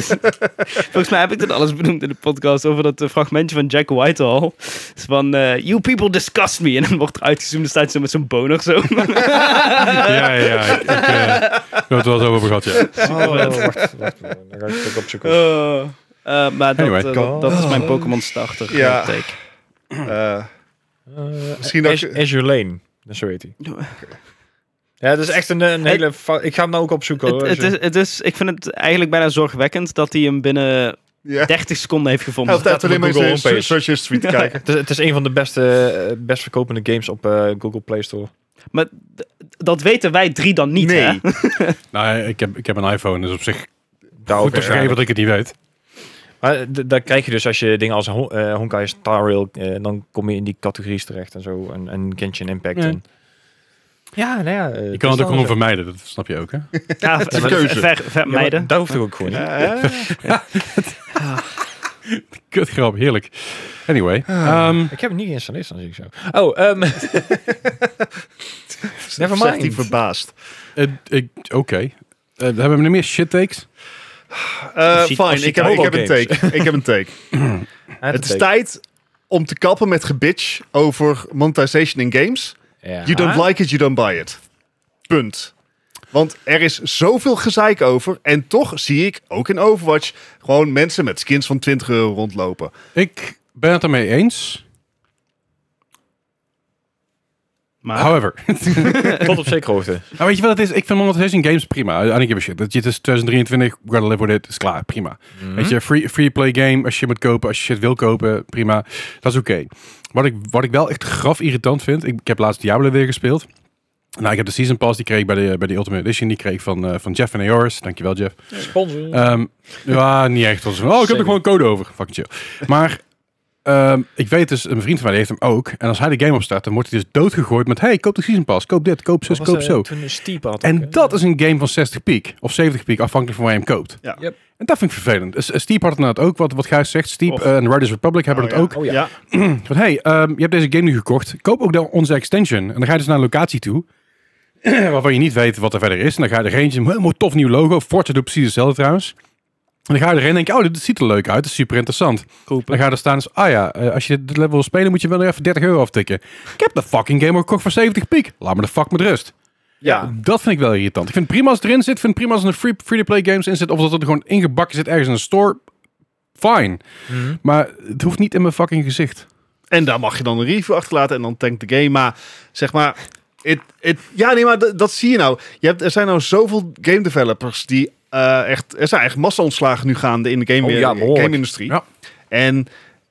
Volgens mij heb ik dit alles benoemd in de podcast over dat eh, fragmentje van Jack Whitehall. Is van eh, You people disgust me. En dan wordt er uitgezoomd, dan staat hij zo met zo'n boner zo. ja, ja, ja. Ik, eh, we hebben het wel zo over gehad, ja. wacht, wacht. Dan ga ik het ook opzoeken. Eh, eh, maar dat, Anyway. eh, dat, dat is mijn Pokémon starter. Ja. eh, take. Eh, Eh, Misschien dat Ash- je- Azure Lane, dat zo heet hij. Ja, dat is echt een, een hele... fa- Ik ga hem nou ook opzoeken. Het, hoor. het, is, het is, ik vind het eigenlijk bijna zorgwekkend dat hij hem binnen ja. 30 seconden heeft gevonden. Hij heeft alleen maar Google eens in homepage. search history te kijken. Het is, het is een van de beste, eh, best verkopende games op eh, Google Play Store. Maar d- dat weten wij drie dan niet, hè? Nee. Nou, ik heb, ik heb een iPhone, dus op zich Daar goed beschreven dat ik het niet weet. Maar d- daar krijg je dus als je dingen als Hon- eh, Honkai Star Rail, eh, dan kom je in die categorie's terecht en zo. En, en Genshin Impact. Ja. En, Ja, nou ja. Je kan het ook gewoon vermijden, dat snap je ook, hè? Ja, ver, een keuze. ver- ver- meiden. dat hoeft toch ook gewoon niet? Eh, Kutgrap, heerlijk. Anyway. ehm, Ik heb het niet geïnstalleerd, dan zie ik zo. Oh, ehm Never zegt hij mind. verbaasd. eh, ik- Oké. Eh, hebben we nog meer shit takes? Eh ziet- of fine, ziet ik heb, ik heb een Robogames. take. ik heb een take. Het is tijd om te kappen met gebitch over monetization in games. Ja. You don't like it, you don't buy it. Punt. Want er is zoveel gezeik over. En toch zie ik, ook in Overwatch, gewoon mensen met skins van 20 euro rondlopen. Ik ben het ermee eens. maar However. Tot op zekere hoogte. Maar Nou, weet je wat het is? Ik vind monetization games prima. I don't give a shit. Dat je het is 2023, we gotta live with it. Is klaar, prima. Weet je, free, free play game, als je moet kopen, als je shit wil kopen, prima. Dat is oké. Wat, ik, wat ik wel echt graf irritant vind, ik, ik heb laatst Diablo weer gespeeld. Nou, ik heb de Season Pass, die kreeg ik bij de, bij de Ultimate Edition, die kreeg ik van, eh, van Jeff van Aoris. Dankjewel, Jeff. Sponsor. Ehm, ja, niet echt. Dat is- Oh, ik heb er Zeker. gewoon code over. Fucking chill. Maar ehm, ik weet dus, een vriend van mij die heeft hem ook. En als hij de game opstart, dan wordt hij dus doodgegooid met... Hey, koop de Season Pass, koop dit, koop zus, koop zo. Toen een steep had. En dat is een game van 60 piek of 70 piek, afhankelijk van waar je hem koopt. Ja. Yep. En dat vind ik vervelend. Dus, eh, Steep had het inderdaad ook, wat, wat Gijs zegt. Steep Of- eh, en Riders Republic hebben Oh, het ja. ook. Oh ja. Ja, Van, hey, ehm, je hebt deze game nu gekocht. Koop ook dan onze extension. En dan ga je dus naar een locatie toe. waarvan je niet weet wat er verder is. En dan ga je er eentje. een Helemaal tof nieuw logo. Fortje doet precies hetzelfde trouwens. En dan ga je erin en denk je, oh, dit ziet er leuk uit. Dat is super interessant. Dan kopen. ga je er staan en ah ja, eh, als je dit level wil spelen, moet je wel nog even 30 euro aftikken. Ik heb de fucking game al gekocht voor 70 piek. Laat me de fuck met rust. Ja. Dat vind ik wel irritant. Ik vind het prima als het erin zit. Ik vind het prima als er een free- free-to-play games in zit. Of dat het er gewoon ingebakken zit ergens in een store. Fine. Maar het hoeft niet in mijn fucking gezicht. En daar mag je dan een review achterlaten en dan tankt de game. Maar zeg maar. It, it, ja, nee, maar d- dat zie je nou. Je hebt, er zijn nou zoveel game developers die eh, echt. Er zijn echt massa-ontslagen nu gaande in de game, eh, Oh ja, behoorlijk. game-industrie. Ja. En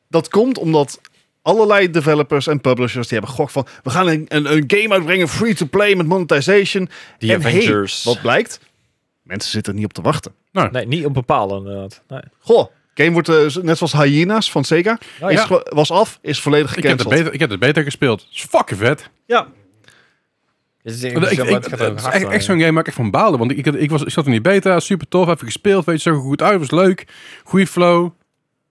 dat komt omdat allerlei developers en publishers die hebben gok van. We gaan een, een, een game uitbrengen free to play met monetization. Die en hey, Avengers. wat blijkt? Mensen zitten er niet op te wachten. Nee, niet op bepalen inderdaad. Nee. Goh, game wordt eh, net zoals Hyenas van Sega. Nou is, ja. ge- was af, is volledig Ik heb, het gecanceld. beter, ik heb het beter gespeeld. Het is fucking vet. Ja, Het is Ik, ik, het is echt, echt zo'n game waar ik echt van baalde. Want ik, ik, ik was, ik zat in die beta, super tof, even gespeeld. Weet je, zag er goed uit, was leuk. Goeie flow.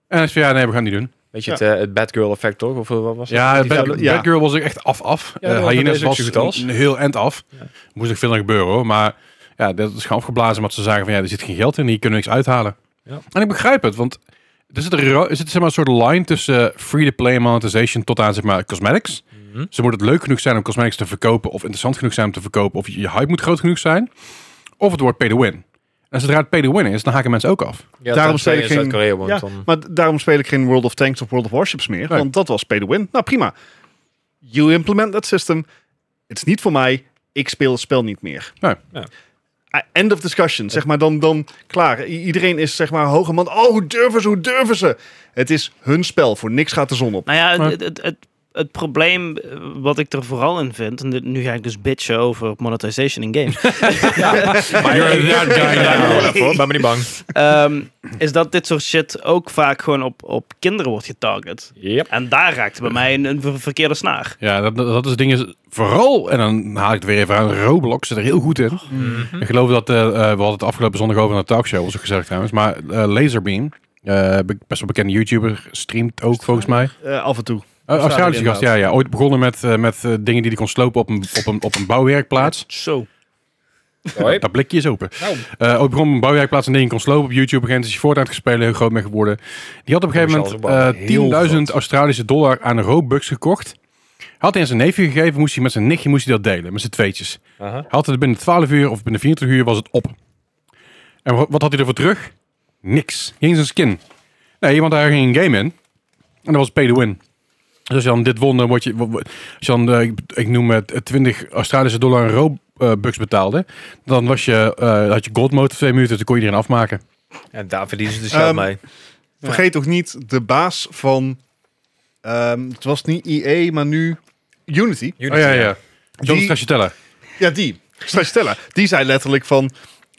En hij zei, ja, nee, we gaan het niet doen. Weet je, je het, het, bad girl effect toch? Of wat was Ja, Bad, film, ja. Bad Girl was ik echt af-af. Ja, Eh, dat was bij Hyenas deze ook zo was goed als. een heel end af. Ja. Moest nog veel aan gebeuren hoor. Maar ja, dat is gewoon afgeblazen. Omdat ze zagen van ja, er zit geen geld in. Hier kunnen we niks uithalen. Ja. En ik begrijp het. Want er zit, een ro- er zit zeg maar, een soort line tussen eh, free-to-play en monetization tot aan zeg maar cosmetics. Mhm. Ze moet het leuk genoeg zijn om cosmetics te verkopen. Of interessant genoeg zijn om te verkopen. Of je je hype moet groot genoeg zijn. Of het wordt pay-to-win. En zodra het pay-to-win is, dan haken mensen ook af. daarom speel ik geen- Zuid-Korea woont Ja, dan. maar d- daarom speel ik geen World of Tanks of World of Warships meer. Nee. Want dat was pay to win. Nou, prima. You implement that system. Het is niet voor mij. Ik speel het spel niet meer. Nee. Ja. Ah, End of discussion. Zeg maar dan, dan klaar. I- iedereen is zeg maar hoge man. Oh, hoe durven ze? Hoe durven ze? Het is hun spel. Voor niks gaat de zon op. Nou ja, Maar- het, het, het, het probleem eh, wat ik er vooral in vind, en dit- nu ga ik dus bitchen over monetization in games, Maar ben niet bang. ehm, is dat dit soort shit ook vaak gewoon op, op kinderen wordt getarget. Yep. En daar raakt bij mij een, een ver- verkeerde snaar. Ja, dat, dat dat is dingen vooral, en dan haal ik het weer even aan, Roblox zit er heel goed in. Ik geloof dat, eh, eh, we hadden het afgelopen zondag over een talkshow, was ook gezegd trouwens, maar eh, Laserbeam, eh, be- best wel bekende YouTuber, streamt ook volgens mij. Eh, af en toe. Eh, Australische gast, inderdaad. ja, ja. Ooit begonnen met, eh, met eh, dingen die hij kon slopen op een, op een, op een bouwwerkplaats. Zo. Dat blikje is open. Nou. Eh ook begon op een bouwwerkplaats en dingen kon slopen op YouTube. Op een gegeven moment is hij Fortnite gespeeld, heel groot mee geworden. Die had op Oh, een gegeven Charles Barkley, heel moment eh 10.000 Australische dollar aan Robux gekocht. Had hij aan zijn neefje gegeven, moest hij met zijn nichtje moest hij dat delen, met z'n tweetjes. Aha. Had het binnen 12 uur of binnen 24 uur was het op. En wa- wat had hij ervoor terug? Niks. Geen zijn skin. Nee, want daar ging een game in. En dat was pay to win. Dus als je dan dit won, dan word je... wo- wo- Als je dan, eh, ik, ik noem het, eh, 20 Australische dollar in Robux betaalde... dan was je, eh, had je gold mode voor twee minuten, dus dan kon je iedereen afmaken. En daar verdienen ze dus geld Ehm, mee. Vergeet ook niet de baas van... ehm, het was niet EA, maar nu Unity. Oh ja, ja. John Die- Stracciatella. Ja, die. Stracciatella. Die zei letterlijk van...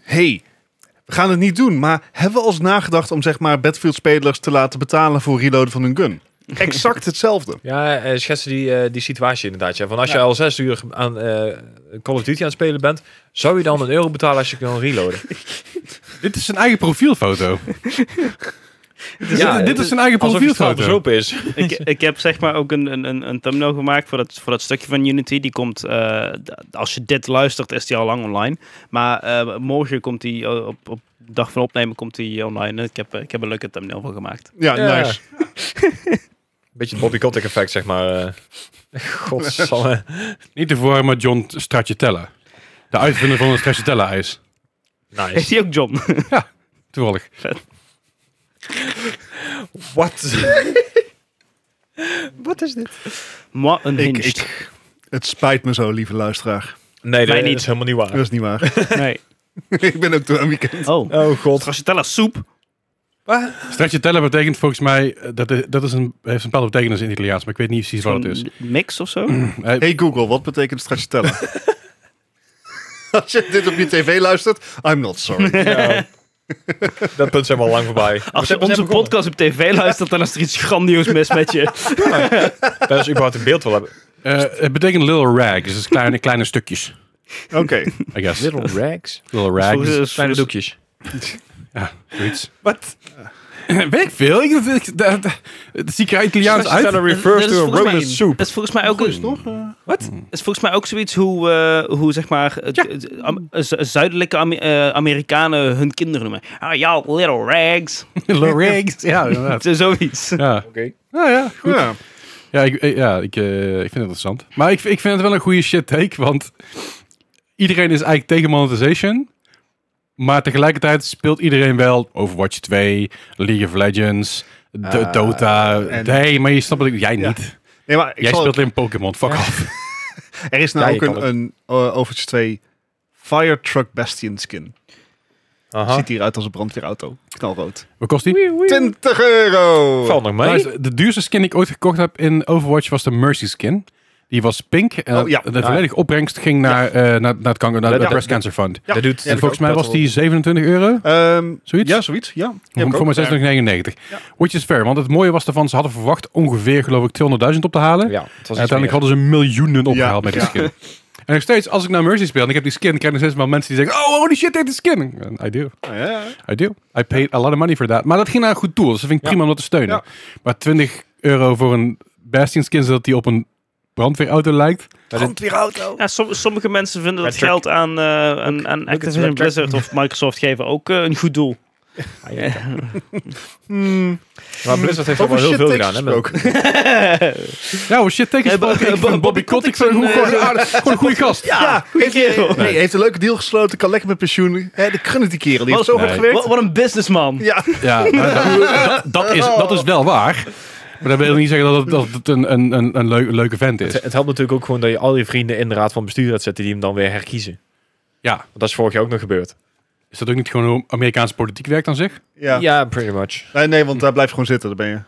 hey, we gaan het niet doen. Maar hebben we als nagedacht om zeg maar Battlefield-spelers te laten betalen voor reloaden van hun gun? exact hetzelfde. Ja, eh, schetsen die, eh, die situatie inderdaad. Ja. Van als je al zes uur aan eh, Call of Duty aan het spelen bent, zou je dan een euro betalen als je kan reloaden? Dit is zijn eigen profielfoto. Ja, dit, dit is zijn eigen Alsof je straat profielfoto. bezopen is. ik, ik heb zeg maar ook een, een, een, een thumbnail gemaakt voor dat, voor dat stukje van Unity. Die komt, eh, d- als je dit luistert, is die al lang online. Maar eh, morgen komt die, eh, op, op dag van opnemen, komt die online. Ik heb, eh, ik heb een leuke thumbnail van gemaakt. Ja, Ja. nice. Beetje het Bobby Kotick effect, zeg maar. eh. Godsamme. Niet te verwarren met John Stracciatella. De uitvinder van het Stracciatella-ijs. Is Nice. die ook John? Toevallig. Wat? Moi Ik, unhinged. ik, het spijt me zo, lieve luisteraar. Nee, Mij dat niet. is helemaal niet waar. Dat is niet waar. Nee. ik ben ook door een weekend. Oh. Oh god. Stracciatella soep. Stracciatella betekent volgens mij... eh, Dat is, dat is een, heeft een bepaalde betekenis in het Italiaans, maar ik weet niet precies wat het is. Eh, Zo'n Mix of zo? Hij- Hey Google, wat betekent straks tellen? Als je dit op je tv luistert, I'm not sorry. Ja. dat punt is helemaal lang voorbij. Als We zijn- je we onze zijn begonnen. podcast op tv luistert, dan is er iets grandioos mis met je. Dat is überhaupt een beeld wil hebben. eh, het betekent little rags, dus kleine, kleine stukjes, Oké, I guess. Little rags. Little Volgens- rags, volgens- Kleine doekjes. zoiets. Wat? Weet ik veel. Ik, ik, dat, dat, dat zie ik er Italiaans uit. Stracciatella refers Dat is to a volgens mij- roman soup. Dat is volgens mij ook een, Hmm. is volgens mij ook zoiets hoe, eh, hoe zeg maar, het- het- Am- zu- zuidelijke Ame- eh, Amerikanen hun kinderen noemen. Ah, y'all little rags. Little rags, ja, inderdaad. Zo- Zoiets. Ja, Oké. ja, ja goed. ja. Ja, ik, eh, ja ik, eh, ik vind het interessant. Maar ik, ik vind het wel een goede shit take, want iedereen is eigenlijk tegen monetization. Maar tegelijkertijd speelt iedereen wel Overwatch 2, League of Legends, de, Eh, Dota. en- Nee, maar je snapt wat ik... Jij Ja. niet. Nee, maar ik Jij zal- speelt alleen Pokémon, fuck Ja. off. er is Ja, nou je ook kan een, een eh, Overwatch 2 Firetruck Bastion skin. Aha. Ziet hieruit als een brandweerauto. Knalrood. Wat kost die? 20 euro! Valt nog mee. Luister, de duurste skin die ik ooit gekocht heb in Overwatch was de Mercy skin. Die was pink en Oh, ja. de volledige opbrengst ging naar, eh, naar, naar het kanker, naar Ja, de ja. Breast Cancer Fund. Ja, Dat doet en volgens mij was Battle- die 27 euro. Ehm, Zoiets? Ja, zoiets. Ja. Ja, voor mij 26,99. Ja. Which is fair, want het mooie was ervan, ze hadden verwacht ongeveer, geloof ik, 200.000 op te halen. Ja, het was Uiteindelijk hadden ze miljoenen opgehaald Ja. met die skin. En nog steeds, als ik naar Mercy speel en ik heb die skin, krijg ik nog steeds wel mensen die zeggen, oh, holy shit, dit is skin. En I do, Ah, ja. I do. I paid a lot of money for that. Maar dat ging naar een goed doel, dus dat vind ik Ja. prima om dat te steunen. Ja. Maar 20 euro voor een Bastion skin, zodat die op een brandweerauto lijkt. Brandweerauto! Ja, som- sommige mensen vinden dat Red Truck. geld aan, eh, aan, aan Activision Red Truck. Blizzard of Microsoft geven ook eh, een goed doel. Ah, Hmm. Maar Blizzard heeft al Over wel heel veel shit takes gedaan. hè, met- gesproken. Ja, oh shit, Eh, tegen Bo- eh, Bo- Bobby, Bobby Bobby Kotick, Kotick gewoon zijn, gewoon een aardig- gewoon een goede gast. Ja, heeft, kerel. nee, heeft een leuke deal gesloten, kan lekker met pensioen. Hè, de kunnen die kerel, die heeft zo Nee. hard gewerkt. Wat, wat een businessman. Ja, Ja, maar dat, dat, dat is, dat is wel waar. Maar dat wil niet zeggen dat het, dat het een, een, een, een leu- leuke vent is. Het, het helpt natuurlijk ook gewoon dat je al je vrienden in de raad van bestuur gaat zetten die hem dan weer herkiezen. Ja. Want dat is vorig jaar ook nog gebeurd. Is dat ook niet gewoon hoe Amerikaanse politiek werkt aan zich? ja. pretty much. Nee, nee, want daar blijf je gewoon zitten, daar ben je.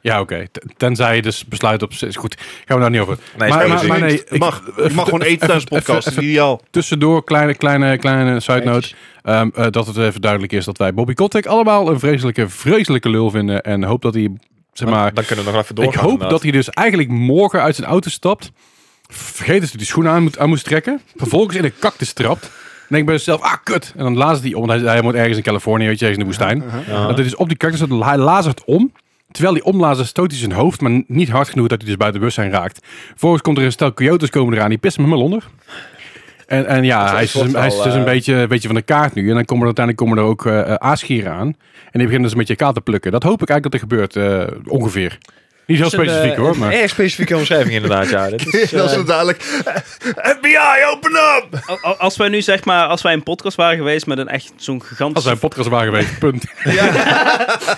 Ja, oké. T- Tenzij je dus besluit op... Is goed, gaan we daar niet over. Nee, Maar- maar, maar- maar- nee, ik, mag, ik- ik mag gewoon eten tijdens de podcast, dat is ideaal. Tussendoor, kleine, kleine, kleine side note. ehm, eh, dat het even duidelijk is dat wij Bobby Kotick allemaal een vreselijke, vreselijke lul vinden. En hoop dat hij, zeg maar... dan kunnen we nog even Ik doorgaan. hoop inderdaad. dat hij dus eigenlijk morgen uit zijn auto stapt. Vergeet dat hij die schoenen aan moet, aan moest trekken. Vervolgens in een cactus trapt. En denk bij zichzelf, ah kut. En dan lazert hij om. want Hij, hij moet ergens in Californië, weet je, ergens in de woestijn. Ja. Dat hij dus op die cactus, staat, hij lazert om. Terwijl hij omlazert, stoot hij zijn hoofd, maar niet hard genoeg dat hij dus buiten bewustzijn raakt. Vervolgens komt er een stel coyotes komen eraan, die pissen hem helemaal onder. En, en ja, Dus hij is, het dus, wordt hij is wel, dus een eh, beetje, een beetje van de kaart nu. En dan komen er uiteindelijk komen er ook eh eh, aasgieren aan. En die beginnen dus met je kaart te plukken. Dat hoop ik eigenlijk dat er gebeurt, eh, ongeveer. Niet heel Dat is een, specifiek eh, hoor, een maar... Erg specifieke omschrijving inderdaad, ja. Dat is, eh, Dat is dadelijk... FBI, open up! Al- al- Als wij nu zeg maar, als wij een podcast waren geweest met een echt zo'n Als gigantische zijn podcast waren geweest, punt.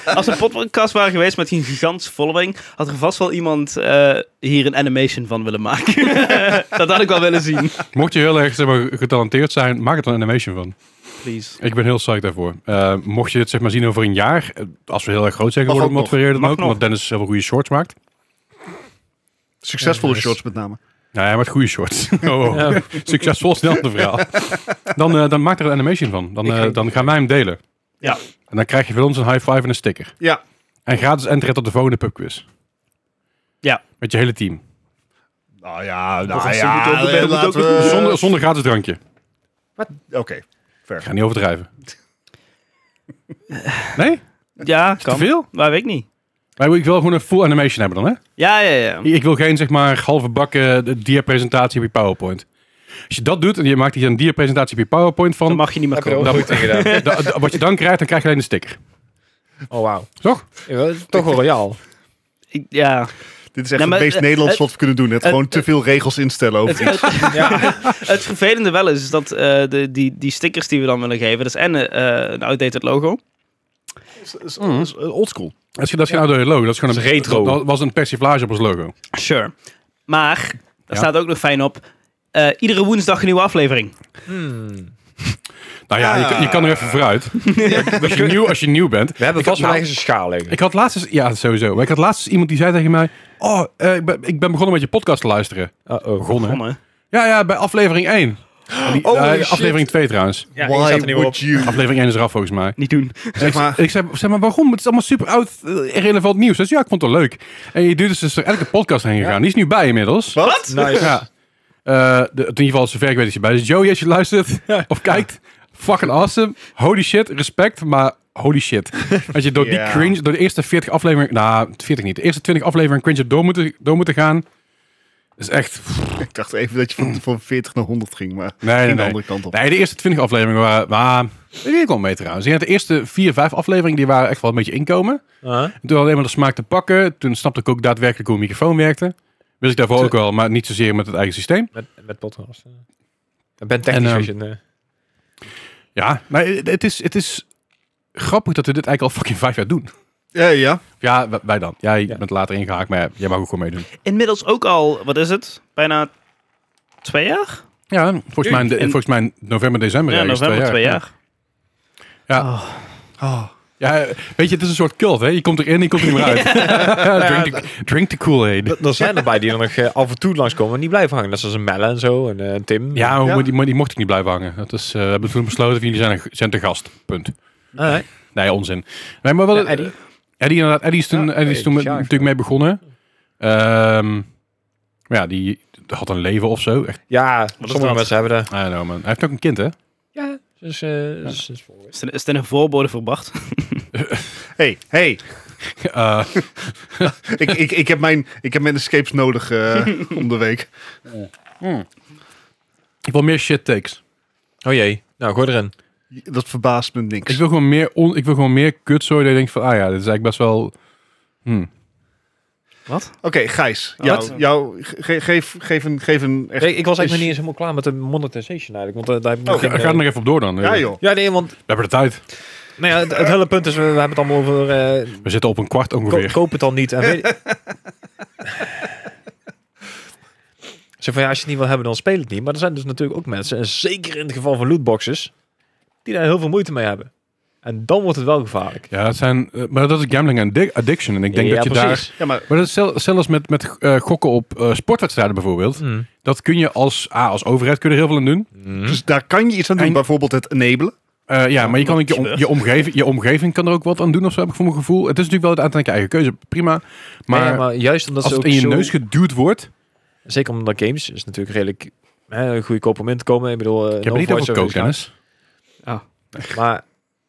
Als we een podcast waren geweest met een gigantische following, had er vast wel iemand eh, hier een animation van willen maken. dat had ik wel willen zien. Mocht je heel erg zeg maar, getalenteerd zijn, maak er een animation van. Please. Ik ben heel psyched daarvoor. Eh, mocht je het zeg maar zien over een jaar, eh, als we heel erg groot zijn Mag geworden, ook wat voor reden dan Mag ook, nog. want Dennis heel veel goede shorts maakt. Succesvolle shorts met name. Nou, hij maakt goede shorts. Oh, oh. Succesvol snel de verhaal. Dan, eh, dan maak er een animation van. Dan, eh, dan gaan wij hem delen. Ja. En dan krijg je van ons een high five en een sticker. Ja, En gratis entry tot de volgende pubquiz. Ja. Met je hele team. Nou ja, Dat nou is ja. natuurlijk ook- dat eh, moet laten ook- we- Zonder, zonder gratis drankje. Oké. Ik ga niet overdrijven. Nee? Ja, Te kan. veel? Maar weet ik niet. Maar ik wil gewoon een full animation hebben dan, hè? Ja, ja, ja. Ik wil geen, zeg maar, halve bak eh, dia-presentatie op je PowerPoint. Als je dat doet en je maakt hier een dia-presentatie op je PowerPoint Dan van... mag je niet meer Heb je er ook komen. Dat- goed in gedaan. da- da- wat je dan krijgt, dan krijg je alleen een sticker. Oh, wauw. Toch? Ja, toch wel royaal. Ik- Ja. Dit is echt Ja, maar, het meest eh, Nederlands eh, wat we kunnen doen. Het eh, gewoon te veel regels instellen over iets. Ja. Het vervelende wel is, is dat eh, de, die, die stickers die we dan willen geven, dat is en eh, een outdated logo. Oldschool. Dat is, dat is geen oude logo. Dat is gewoon een Dat is retro. Dat was een persiflage op ons logo. Sure. Maar, daar Ja. staat ook nog fijn op, eh, iedere woensdag een nieuwe aflevering. Hmm. Nou ja, Ah. je, kan- je kan er even vooruit. Als je nieuw, als je nieuw bent. We hebben Ik had vast wel nou- ergens een schaal liggen. Ik had laatst eens, ja sowieso, maar ik had laatst eens iemand die zei tegen mij, oh, eh, ik, ben, ik ben begonnen met je podcast te luisteren. Uh-oh. Begonnen? hè? Begonnen. Ja, ja, bij aflevering 1. Oh, holy Oh, shit. aflevering 2 trouwens. Ja, die Why staat er niet meer op. would you? Aflevering 1 is eraf volgens mij. Niet doen. Zeg maar, En ik zei, zeg maar, waarom? Het is allemaal super oud, eh, irrelevant nieuws. Dus ja, ik vond het wel leuk. En je duurt dus, dus er elke podcast heen gegaan. Die is nu bij inmiddels. wat? Nice. Ja. Eh, de, in ieder geval, zover ik weet dat je bij is. Joey, als je luistert of kijkt, fucking awesome. Holy shit, respect, maar holy shit. Dat je door Ja. die cringe, door de eerste 40 afleveringen, nou, 40 niet, de eerste 20 afleveringen cringe hebt door moeten, door moeten gaan. is echt... Ik dacht even dat je van, van 40 naar 100 ging, maar Nee, ging nee, de nee. andere kant op. Nee, de eerste 20 afleveringen waren... Maar, weet ik wel mee trouwens. Ik denk dat De eerste 4, 5 afleveringen die waren echt wel een beetje inkomen. Uh-huh. En toen alleen maar de smaak te pakken. Toen snapte ik ook daadwerkelijk hoe een microfoon werkte. Wist ik daarvoor ook wel, maar niet zozeer met het eigen systeem. Met, met podcast. Ik ben technisch En, als je ehm, een, eh, Ja, maar het is, het is grappig dat we dit eigenlijk al fucking vijf jaar doen. Ja, ja. Ja, w- wij dan. Jij Ja. bent later ingehaakt, maar ja, jij mag ook gewoon meedoen. Inmiddels ook al, wat is het? Bijna twee jaar? Ja, volgens mij, in de- En- volgens mij in november, december. Ja, ergens, november twee jaar. Ja. Ah. Ja, Ja, weet je, het is een soort cult, hè? Je komt erin en je komt er niet meer uit. drink, the, drink the Kool-Aid. Er zijn erbij die er nog eh, af en toe langskomen en die blijven hangen. Net zoals een Melle en zo en eh, Tim. Ja, Ja. maar Die, maar die mocht ik niet blijven hangen. Dat is, eh, we hebben toen besloten, van, jullie zijn, zijn te gast. Punt. Ah, hè? Nee, onzin. Nee, maar wat, Ja, Eddie. Eddie, inderdaad. Eddie is toen, Ja, Eddie is toen Eddie met- Schaaf, natuurlijk mee begonnen. Ehm, maar ja, die had een leven of zo. Echt, Ja, sommige dat? mensen hebben dat. I don't know, man. Hij heeft ook een kind, hè? Ja, dus... Is dit, is dit een voorbode voor Bart? Hey, hey. Eh, ik, ik, ik, heb mijn, ik heb mijn escapes nodig eh, om de week. ik wil meer shit takes. oh jee. Nou, gooi erin. Dat verbaast me niks. Ik wil gewoon meer, on, ik wil gewoon meer kutzooi dat je denkt van, ah ja, dit is eigenlijk best wel... hm. Oké, Gijs. Oh, Jou, wat? jou, ge- geef, geef een... Geef een echt, ik, ik was eigenlijk nog niet is- eens helemaal klaar met de monetization eigenlijk. Want eh, daar heb ik Oh, nog Ga, geen, ga er eh, nog even op door dan. Ja, joh. Ja, nee, want We hebben de tijd. nou ja, het, het hele punt is, we, we hebben het allemaal over... eh, We zitten op een kwart ko- ongeveer. koop het dan niet. En weet... Zo van, ja, als je het niet wil hebben, dan speel het niet. Maar er zijn dus natuurlijk ook mensen, en zeker in het geval van lootboxes, die daar heel veel moeite mee hebben. En dan wordt het wel gevaarlijk. Ja, dat zijn... eh, maar dat is gambling en addic- addiction. En ik denk Ja, dat je daar... precies. Ja, maar Maar dat is zel- zelfs met, met eh, gokken op eh, sportwedstrijden bijvoorbeeld. Mm. Dat kun je als, ah, als overheid kun je er heel veel aan doen. dus daar kan je iets aan doen. En- Bijvoorbeeld het enabelen. Eh, ja, maar je, kan ook je, om- gebeurt. je, omgeving, je omgeving kan er ook wat aan doen of zo, heb ik voor mijn gevoel. Het is natuurlijk wel de uiteindelijk je eigen keuze, prima. Maar, Maar, maar juist omdat als ze het ook in je zo- neus geduwd wordt... Zeker omdat games is natuurlijk redelijk hè, goedkoop om in te komen. Ik bedoel, eh, Ik heb het niet Overwatch over zo kook, Dennis. gedaan. Maar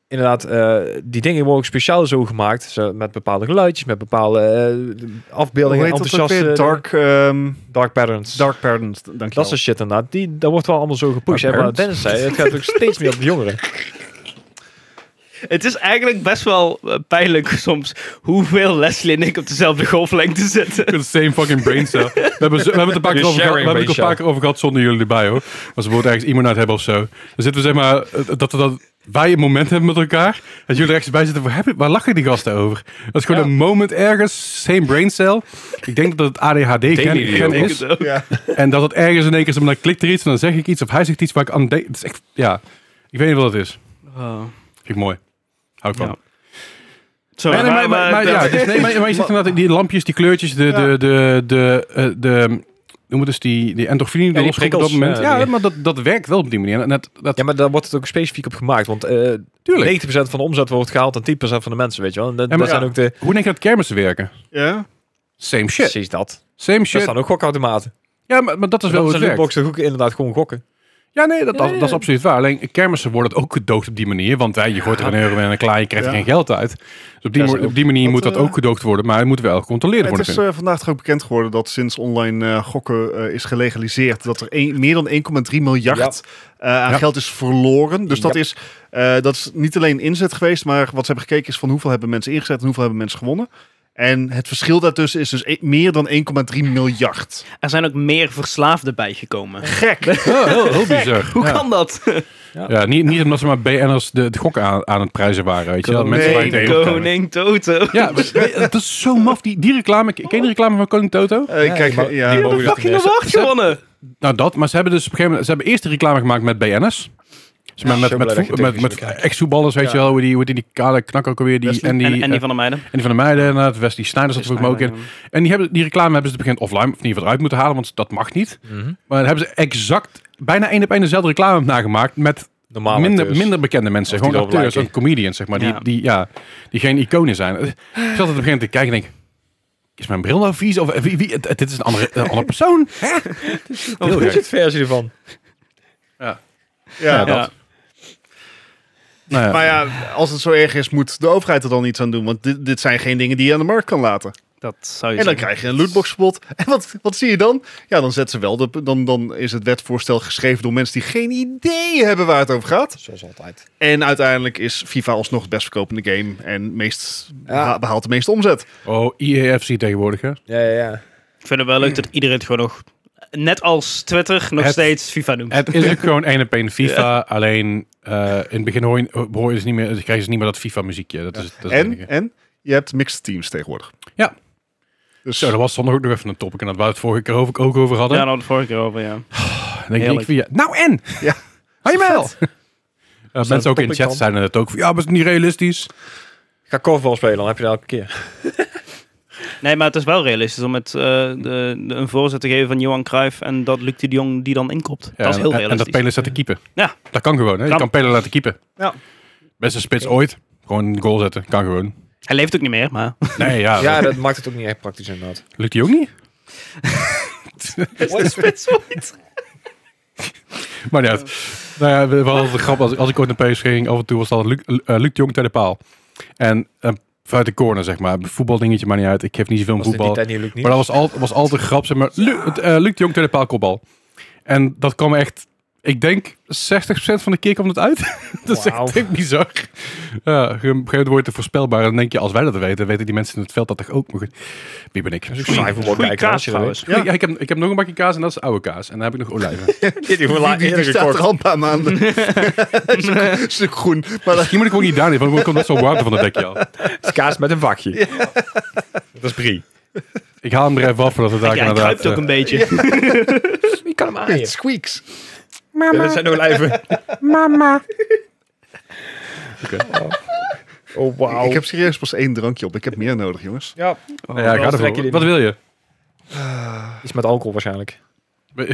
inderdaad, eh, die dingen worden ook speciaal zo gemaakt. Zo, met bepaalde geluidjes, met bepaalde eh, afbeeldingen, Hoe heet dat ook enthousiaste eh, weer? Dark, ehm dark patterns. dark Parents. Dank je eh, dat wel. soort shit inderdaad. Die, dat wordt wel allemaal zo gepusht. Dark En wat Dennis zei, het gaat ook steeds meer op de jongeren. Het is eigenlijk best wel eh, pijnlijk soms hoeveel Leslie en ik op dezelfde golflengte zitten. The same fucking brain cell. We hebben, zo- we hebben het een paar keer over You're gehad, we sharing hebben het ook een brain paar keer over gehad zonder jullie erbij, hoor. Als we bijvoorbeeld ergens iemand uit hebben of zo. Dan zitten we, zeg maar, eh, dat, we dat wij een moment hebben met elkaar. Dat jullie er ergens bij zitten, waar, heb je- waar lachen die gasten over? Dat is gewoon Ja. een moment ergens, same brain cell. Ik denk dat het ADHD-gen jullie ook. is. Ja. En dat het ergens in één keer zo, maar dan klikt er iets en dan zeg ik iets of hij zegt iets waar ik aan denk. Het is echt, ja, ik weet niet wat het is. Oh. Vind ik mooi. Hou ik van. Ja. Sorry, Nee, nee, maar, maar- maar- maar ja, dus nee, maar- maar je zegt inderdaad die lampjes, die kleurtjes, de, de, de, de, eh, de hoe moet dus die, die endorfine die die losgaan op dat prikkels, moment. ja, Ja, die- maar dat, dat werkt wel op die manier. En dat, dat, Ja, maar daar wordt het ook specifiek op gemaakt. Want eh 90% Tuurlijk. van de omzet wordt gehaald en 10% van de mensen, weet je wel. En dat, Ja, maar dat zijn ook de... Hoe denk je dat kermissen werken? Ja? Ze Same shit. Precies dat. Same Er shit. staan ook gokautomaten. Ja, maar, maar dat is Dus wel dat hoe is een het werkt. lootbox, dan gokken- inderdaad gewoon gokken. Ja, nee, dat, dat, dat is absoluut waar. Alleen kermissen worden ook gedoogd op die manier. Want hè, je gooit er een euro en een klaar, je krijgt er Ja. geen geld uit. Dus op die, Dat is mo- op ook- die manier dat, moet dat eh, ook gedoogd worden. Maar het moet wel gecontroleerd Het worden. is vind ik. eh, vandaag toch ook bekend geworden dat sinds online eh, gokken eh, is gelegaliseerd, dat er een- meer dan 1,3 miljard eh, aan Ja. geld is verloren. Dus dat, Ja. is, eh, dat is niet alleen inzet geweest, maar wat ze hebben gekeken is van hoeveel hebben mensen ingezet en hoeveel hebben mensen gewonnen. En het verschil daartussen is dus e- meer dan 1,3 miljard. Er zijn ook meer verslaafden bijgekomen. Gek! Ja, heel, heel bizar. Hoe ja. kan dat? Ja, niet, niet omdat ze maar BN'ers de, de gok aan, aan het prijzen waren. Weet je? wel. Dat mensen Koning, waar je tegen elkaar- Koning Toto. Ja, maar, nee, dat is zo maf. Die, die reclame, ken je die reclame van Koning Toto? Eh, Ja, kijk, die mo- ja. die Die hebben mogen- fucking award ze- gewonnen. Nou, dat. Maar ze hebben dus op een gegeven moment... Ze hebben eerst de reclame gemaakt met BN'ers. Dus met, zo met, blij met, dat je voet- met, televisie met bekijkt. ex-voetballers, weet Ja. je wel. Hoe die, hoe die, die kale knakker ook alweer. Die, Wesley. en die, En, en die eh, van de meiden. en die van de meiden, inderdaad. Wesley Snijders zat er volgens mij ook in. En die, hebben, die reclame hebben ze op het begin offline, of in ieder geval eruit moeten halen, want dat mag niet. Mhm. Maar dan hebben ze exact bijna één op één dezelfde reclame nagemaakt met Normaal dus. minder, acteurs. minder bekende mensen. Of die Gewoon erop acteurs en lijken. comedians, zeg maar, Ja. Die, die, ja, die geen iconen zijn. Ik zat op het begin te kijken en denk, is mijn bril nou vies? Of wie, wie, het- dit is een andere, een andere persoon. Een Heel gek. budget versie ervan. Ja. Ja. Nou ja. Maar ja, als het zo erg is, moet de overheid er dan iets aan doen. Want dit, dit zijn geen dingen die je aan de markt kan laten. Dat zou je En dan zeggen. krijg je een lootbox verbod. En wat, wat zie je dan? Ja, dan zetten ze wel. De, dan, dan is het wetvoorstel geschreven door mensen die geen idee hebben waar het over gaat. Zoals altijd. En uiteindelijk is FIFA alsnog het best verkopende game. En meest, Ja. beha- behaalt de meeste omzet. Oh, IEFC tegenwoordig, hè? Ja, ja, ja. Ik vind het wel leuk dat iedereen het gewoon nog, net als Twitter, nog Het- steeds FIFA noemt. Het is ook gewoon één op één FIFA, alleen eh, in het begin hoor je, hoor je dus niet meer, krijg je dus niet meer dat FIFA-muziekje. Dat is, dat is het enige. En, en je hebt mixed teams tegenwoordig. Ja. Dus Zo, dat was zondag ook nog even een topic. En dat waar we het vorige keer over- ook over hadden. Ja, nou, de vorige keer over, ja. Dan denk ik heerlijk. via, nou en? Ja. Hou je wel? Eh, dat mensen ook in topic chat dan? zijn het ook van, ja, maar is het niet realistisch? Ga korfbal spelen, dan heb je dat elke keer. Nee, maar het is wel realistisch om het, eh, de, de- een voorzet te geven van Johan Cruijff en dat Luc de Jong die dan inkopt. Ja, dat is heel en, en dat realistisch. Pele laten keeper. Ja. Dat kan gewoon, hè? Je Kan. kan Pele laten keeper. Ja. Beste spits ooit. Gewoon een goal zetten. Kan gewoon. Hij leeft ook niet meer, maar... Nee, ja. Ja, dat maakt het ook niet echt praktisch inderdaad. Lukt die ook niet? Maar niet uit. Nou ja, we we hadden de grap, als, als ik ooit naar PSV ging, af en toe was dat Luc, eh, Luc de Jong tegen de paal. En eh, vanuit de corner, zeg maar. Voetbaldingetje maar niet uit. Ik geef niet zoveel om Was dit voetbal. die tijd niet lukt niet? Maar dat was, al, was altijd een grap. Zeg maar, Lu, het, eh, Luc de Jong tegen de paal kopbal. En dat kwam echt... Ik denk 60% van de keer kwam het uit. dat is Wauw. echt, echt bizar. Ja, op een gegeven moment wordt het voorspelbaar. En dan denk je, als wij dat weten, weten die mensen in het veld dat toch ook. Maar goed, wie ben ik? Dat is ook saai Dus voetbal Goeie kijken, kaas als je dat weet. trouwens. Ja. ik, heb, ik heb nog een bakje kaas en dat is oude kaas. En dan heb ik nog olijven. Dit is gewoon die, die eerder staat er gekocht. al een paar maanden. Is een stuk groen. Maar dat- Misschien moet ik ook niet daarin, want ik kom net zo warmte van dat dekje al. Het is kaas met een vakje. Dat is Brie. Ik haal hem er even af voordat het daar Ja, hij inderdaad... eh, kruipt ook een beetje. Wie kan hem aan? squeaks. Dat zijn nou olijven. Mama. Oh, wauw. Ik heb serieus pas één drankje op. Ik heb meer nodig, jongens. Ja, eh, ja, ga Anders trek ervoor. je dit Wat niet. wil je? iets met alcohol waarschijnlijk. Wil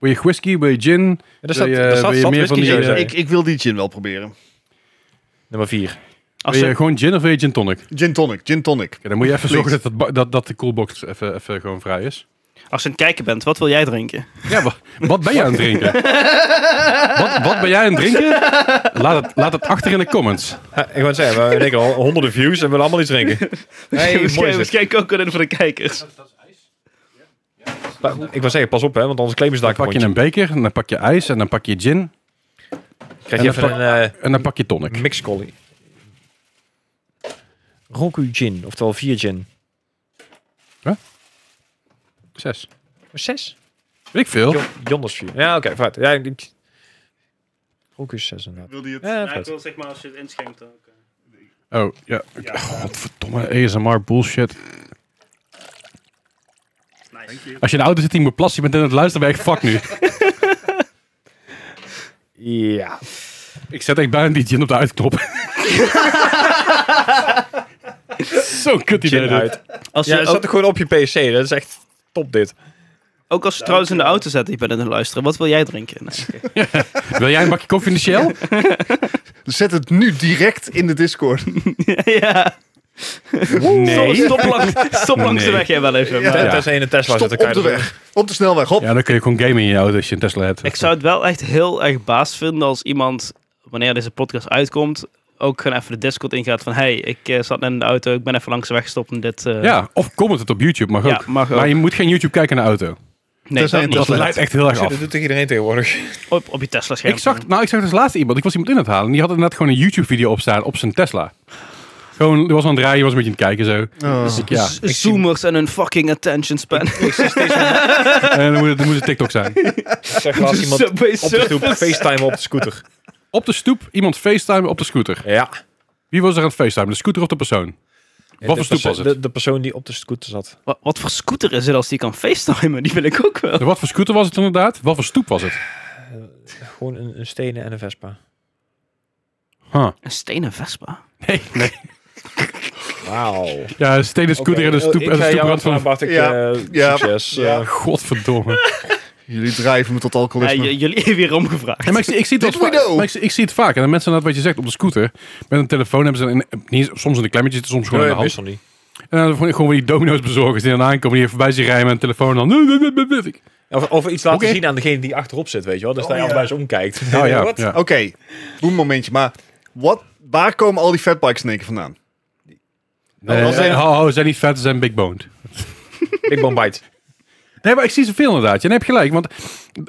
je whisky? Wil je gin? Er Wil staat, je- er staat wil je zat meer van whisky die, zo eh, zijn. Ik, ik wil die gin wel proberen. Nummer 4. Als wil ze- je gewoon gin of wil je gin tonic? Oké, Gin tonic, gin tonic. dan moet je even Please. zorgen dat, dat, ba- dat, dat de coolbox even, even gewoon vrij is. Als je aan het kijken bent, wat wil jij drinken? Ja, wa- wat ben jij aan het drinken? wat, wat ben jij aan het drinken? Laat het, laat het achter in de comments. ik wou zeggen, we denken al honderden views en we willen allemaal iets drinken. Hey, mooi misschien, is het. misschien ook een voor de kijkers. Maar Ik wou zeggen, pas op hè, want anders claimen ze daar Dan pak je een beker, en dan pak je ijs, en dan pak je gin, Krijg je en even dan een en dan pak je tonic. eh mix collie. Roku gin, oftewel 4 gin. Zes. 6? Weet ik veel. Jonders 4. Ja, oké, vooruit. Ja, ik denk... Roku 6 inderdaad. Wil die het? Ja, vooruit. zeg maar als je het inschenkt ook. eh. Oh, ja. Godverdomme, ASMR bullshit. Als je in de auto zit en je moet plassen, je bent aan het luisteren, ben je echt fuck nu. Ja. Ik zet echt bijna die gin op de uitknop. Zo kut idee. Gin dit. oh. uit. Als je Ja, dat ook, staat gewoon op je PC. Dat is echt top dit. ook als je trouwens in de auto zit, ik ben aan het luisteren, wat wil jij drinken? Nou, Wil jij een bakje koffie in de Shell? Dus Zet het nu direct in de Discord. ja. Nee. Stop, lang, stop langs de Nee. weg jij wel even. Ja. maar- Ja. Tenzij je in een Tesla Stop zit. op dan kan de je dat weg. Op de snelweg, hop. Ja, dan kun je gewoon gamen in je auto als je een Tesla hebt. Ik zou het wel echt heel erg baas vinden als iemand, wanneer deze podcast uitkomt, ook gewoon even de Discord ingaat van hey, ik eh, zat net in de auto, ik ben even langs de weg gestopt en dit... eh, ja, of comment het op YouTube, mag ja, ook. mag Maar ook. je moet geen YouTube kijken naar de auto. Nee, Tenzij dat je niet. Dat Tesla leidt echt heel erg doen. af. Dat doet toch iedereen tegenwoordig? Op, op je Tesla scherm. Ik zag, nou, ik zag dus laatst iemand, ik was iemand in het halen, en die had inderdaad gewoon een YouTube-video opstaan op zijn Tesla. Gewoon, die was aan het rijden, was een beetje aan het kijken zo. Oh. Dus ik, ja. Z- Zoomers en hun fucking attention span. en dan moet, het, dan moet het TikTok zijn. Ik zag laatst iemand op Subway de stoep FaceTime op de scooter. Op de stoep, iemand FaceTime op de scooter. Ja. Wie was er aan het FaceTime? De scooter of de persoon? Wat De voor stoep was perso- het? De, de persoon die op de scooter zat. Wa- Wat voor scooter is het als die kan facetimen? Die wil ik ook wel. En Wat voor scooter was het inderdaad? Wat voor stoep was het? Gewoon een, een stenen en een Vespa. Huh. Een stenen Vespa. Nee, nee. Wauw. Ja, een stenen scooter en eh, een stoep, en een stoeprand van... Bart, ik, Ja. eh, Ja. succes. Ja. eh. Godverdomme. Jullie drijven me tot alcoholisme. Ja, j- jullie hebben weer omgevraagd. Ja, maar ik, zie- ik, zie het wel Dit we vaak- know. maar ik, zie- ik zie het vaak. En de mensen, inderdaad, wat je zegt, op de scooter. Met een telefoon hebben ze een, niet, eens- soms in de klemmetje zitten, soms gewoon Nee, in de hand. meestal niet. En dan gewoon, gewoon weer die domino's bezorgers die dan aankomen, die even voorbij zien rijden met een telefoon. En dan... Of, of iets laten Oké. zien aan degene die achterop zit, weet je wel. Dus Oh, dat je ja. altijd bij ze omkijkt. Oh En, eh, ja, wat? ja. Oké, boem momentje. Maar wat, waar komen al die fatbikes in één keer vandaan? Nee, als een- eh, ho, ho, ze zijn niet vet, ze zijn big boned. Big Bang Bite. Nee, maar ik zie ze veel inderdaad. Je hebt gelijk, want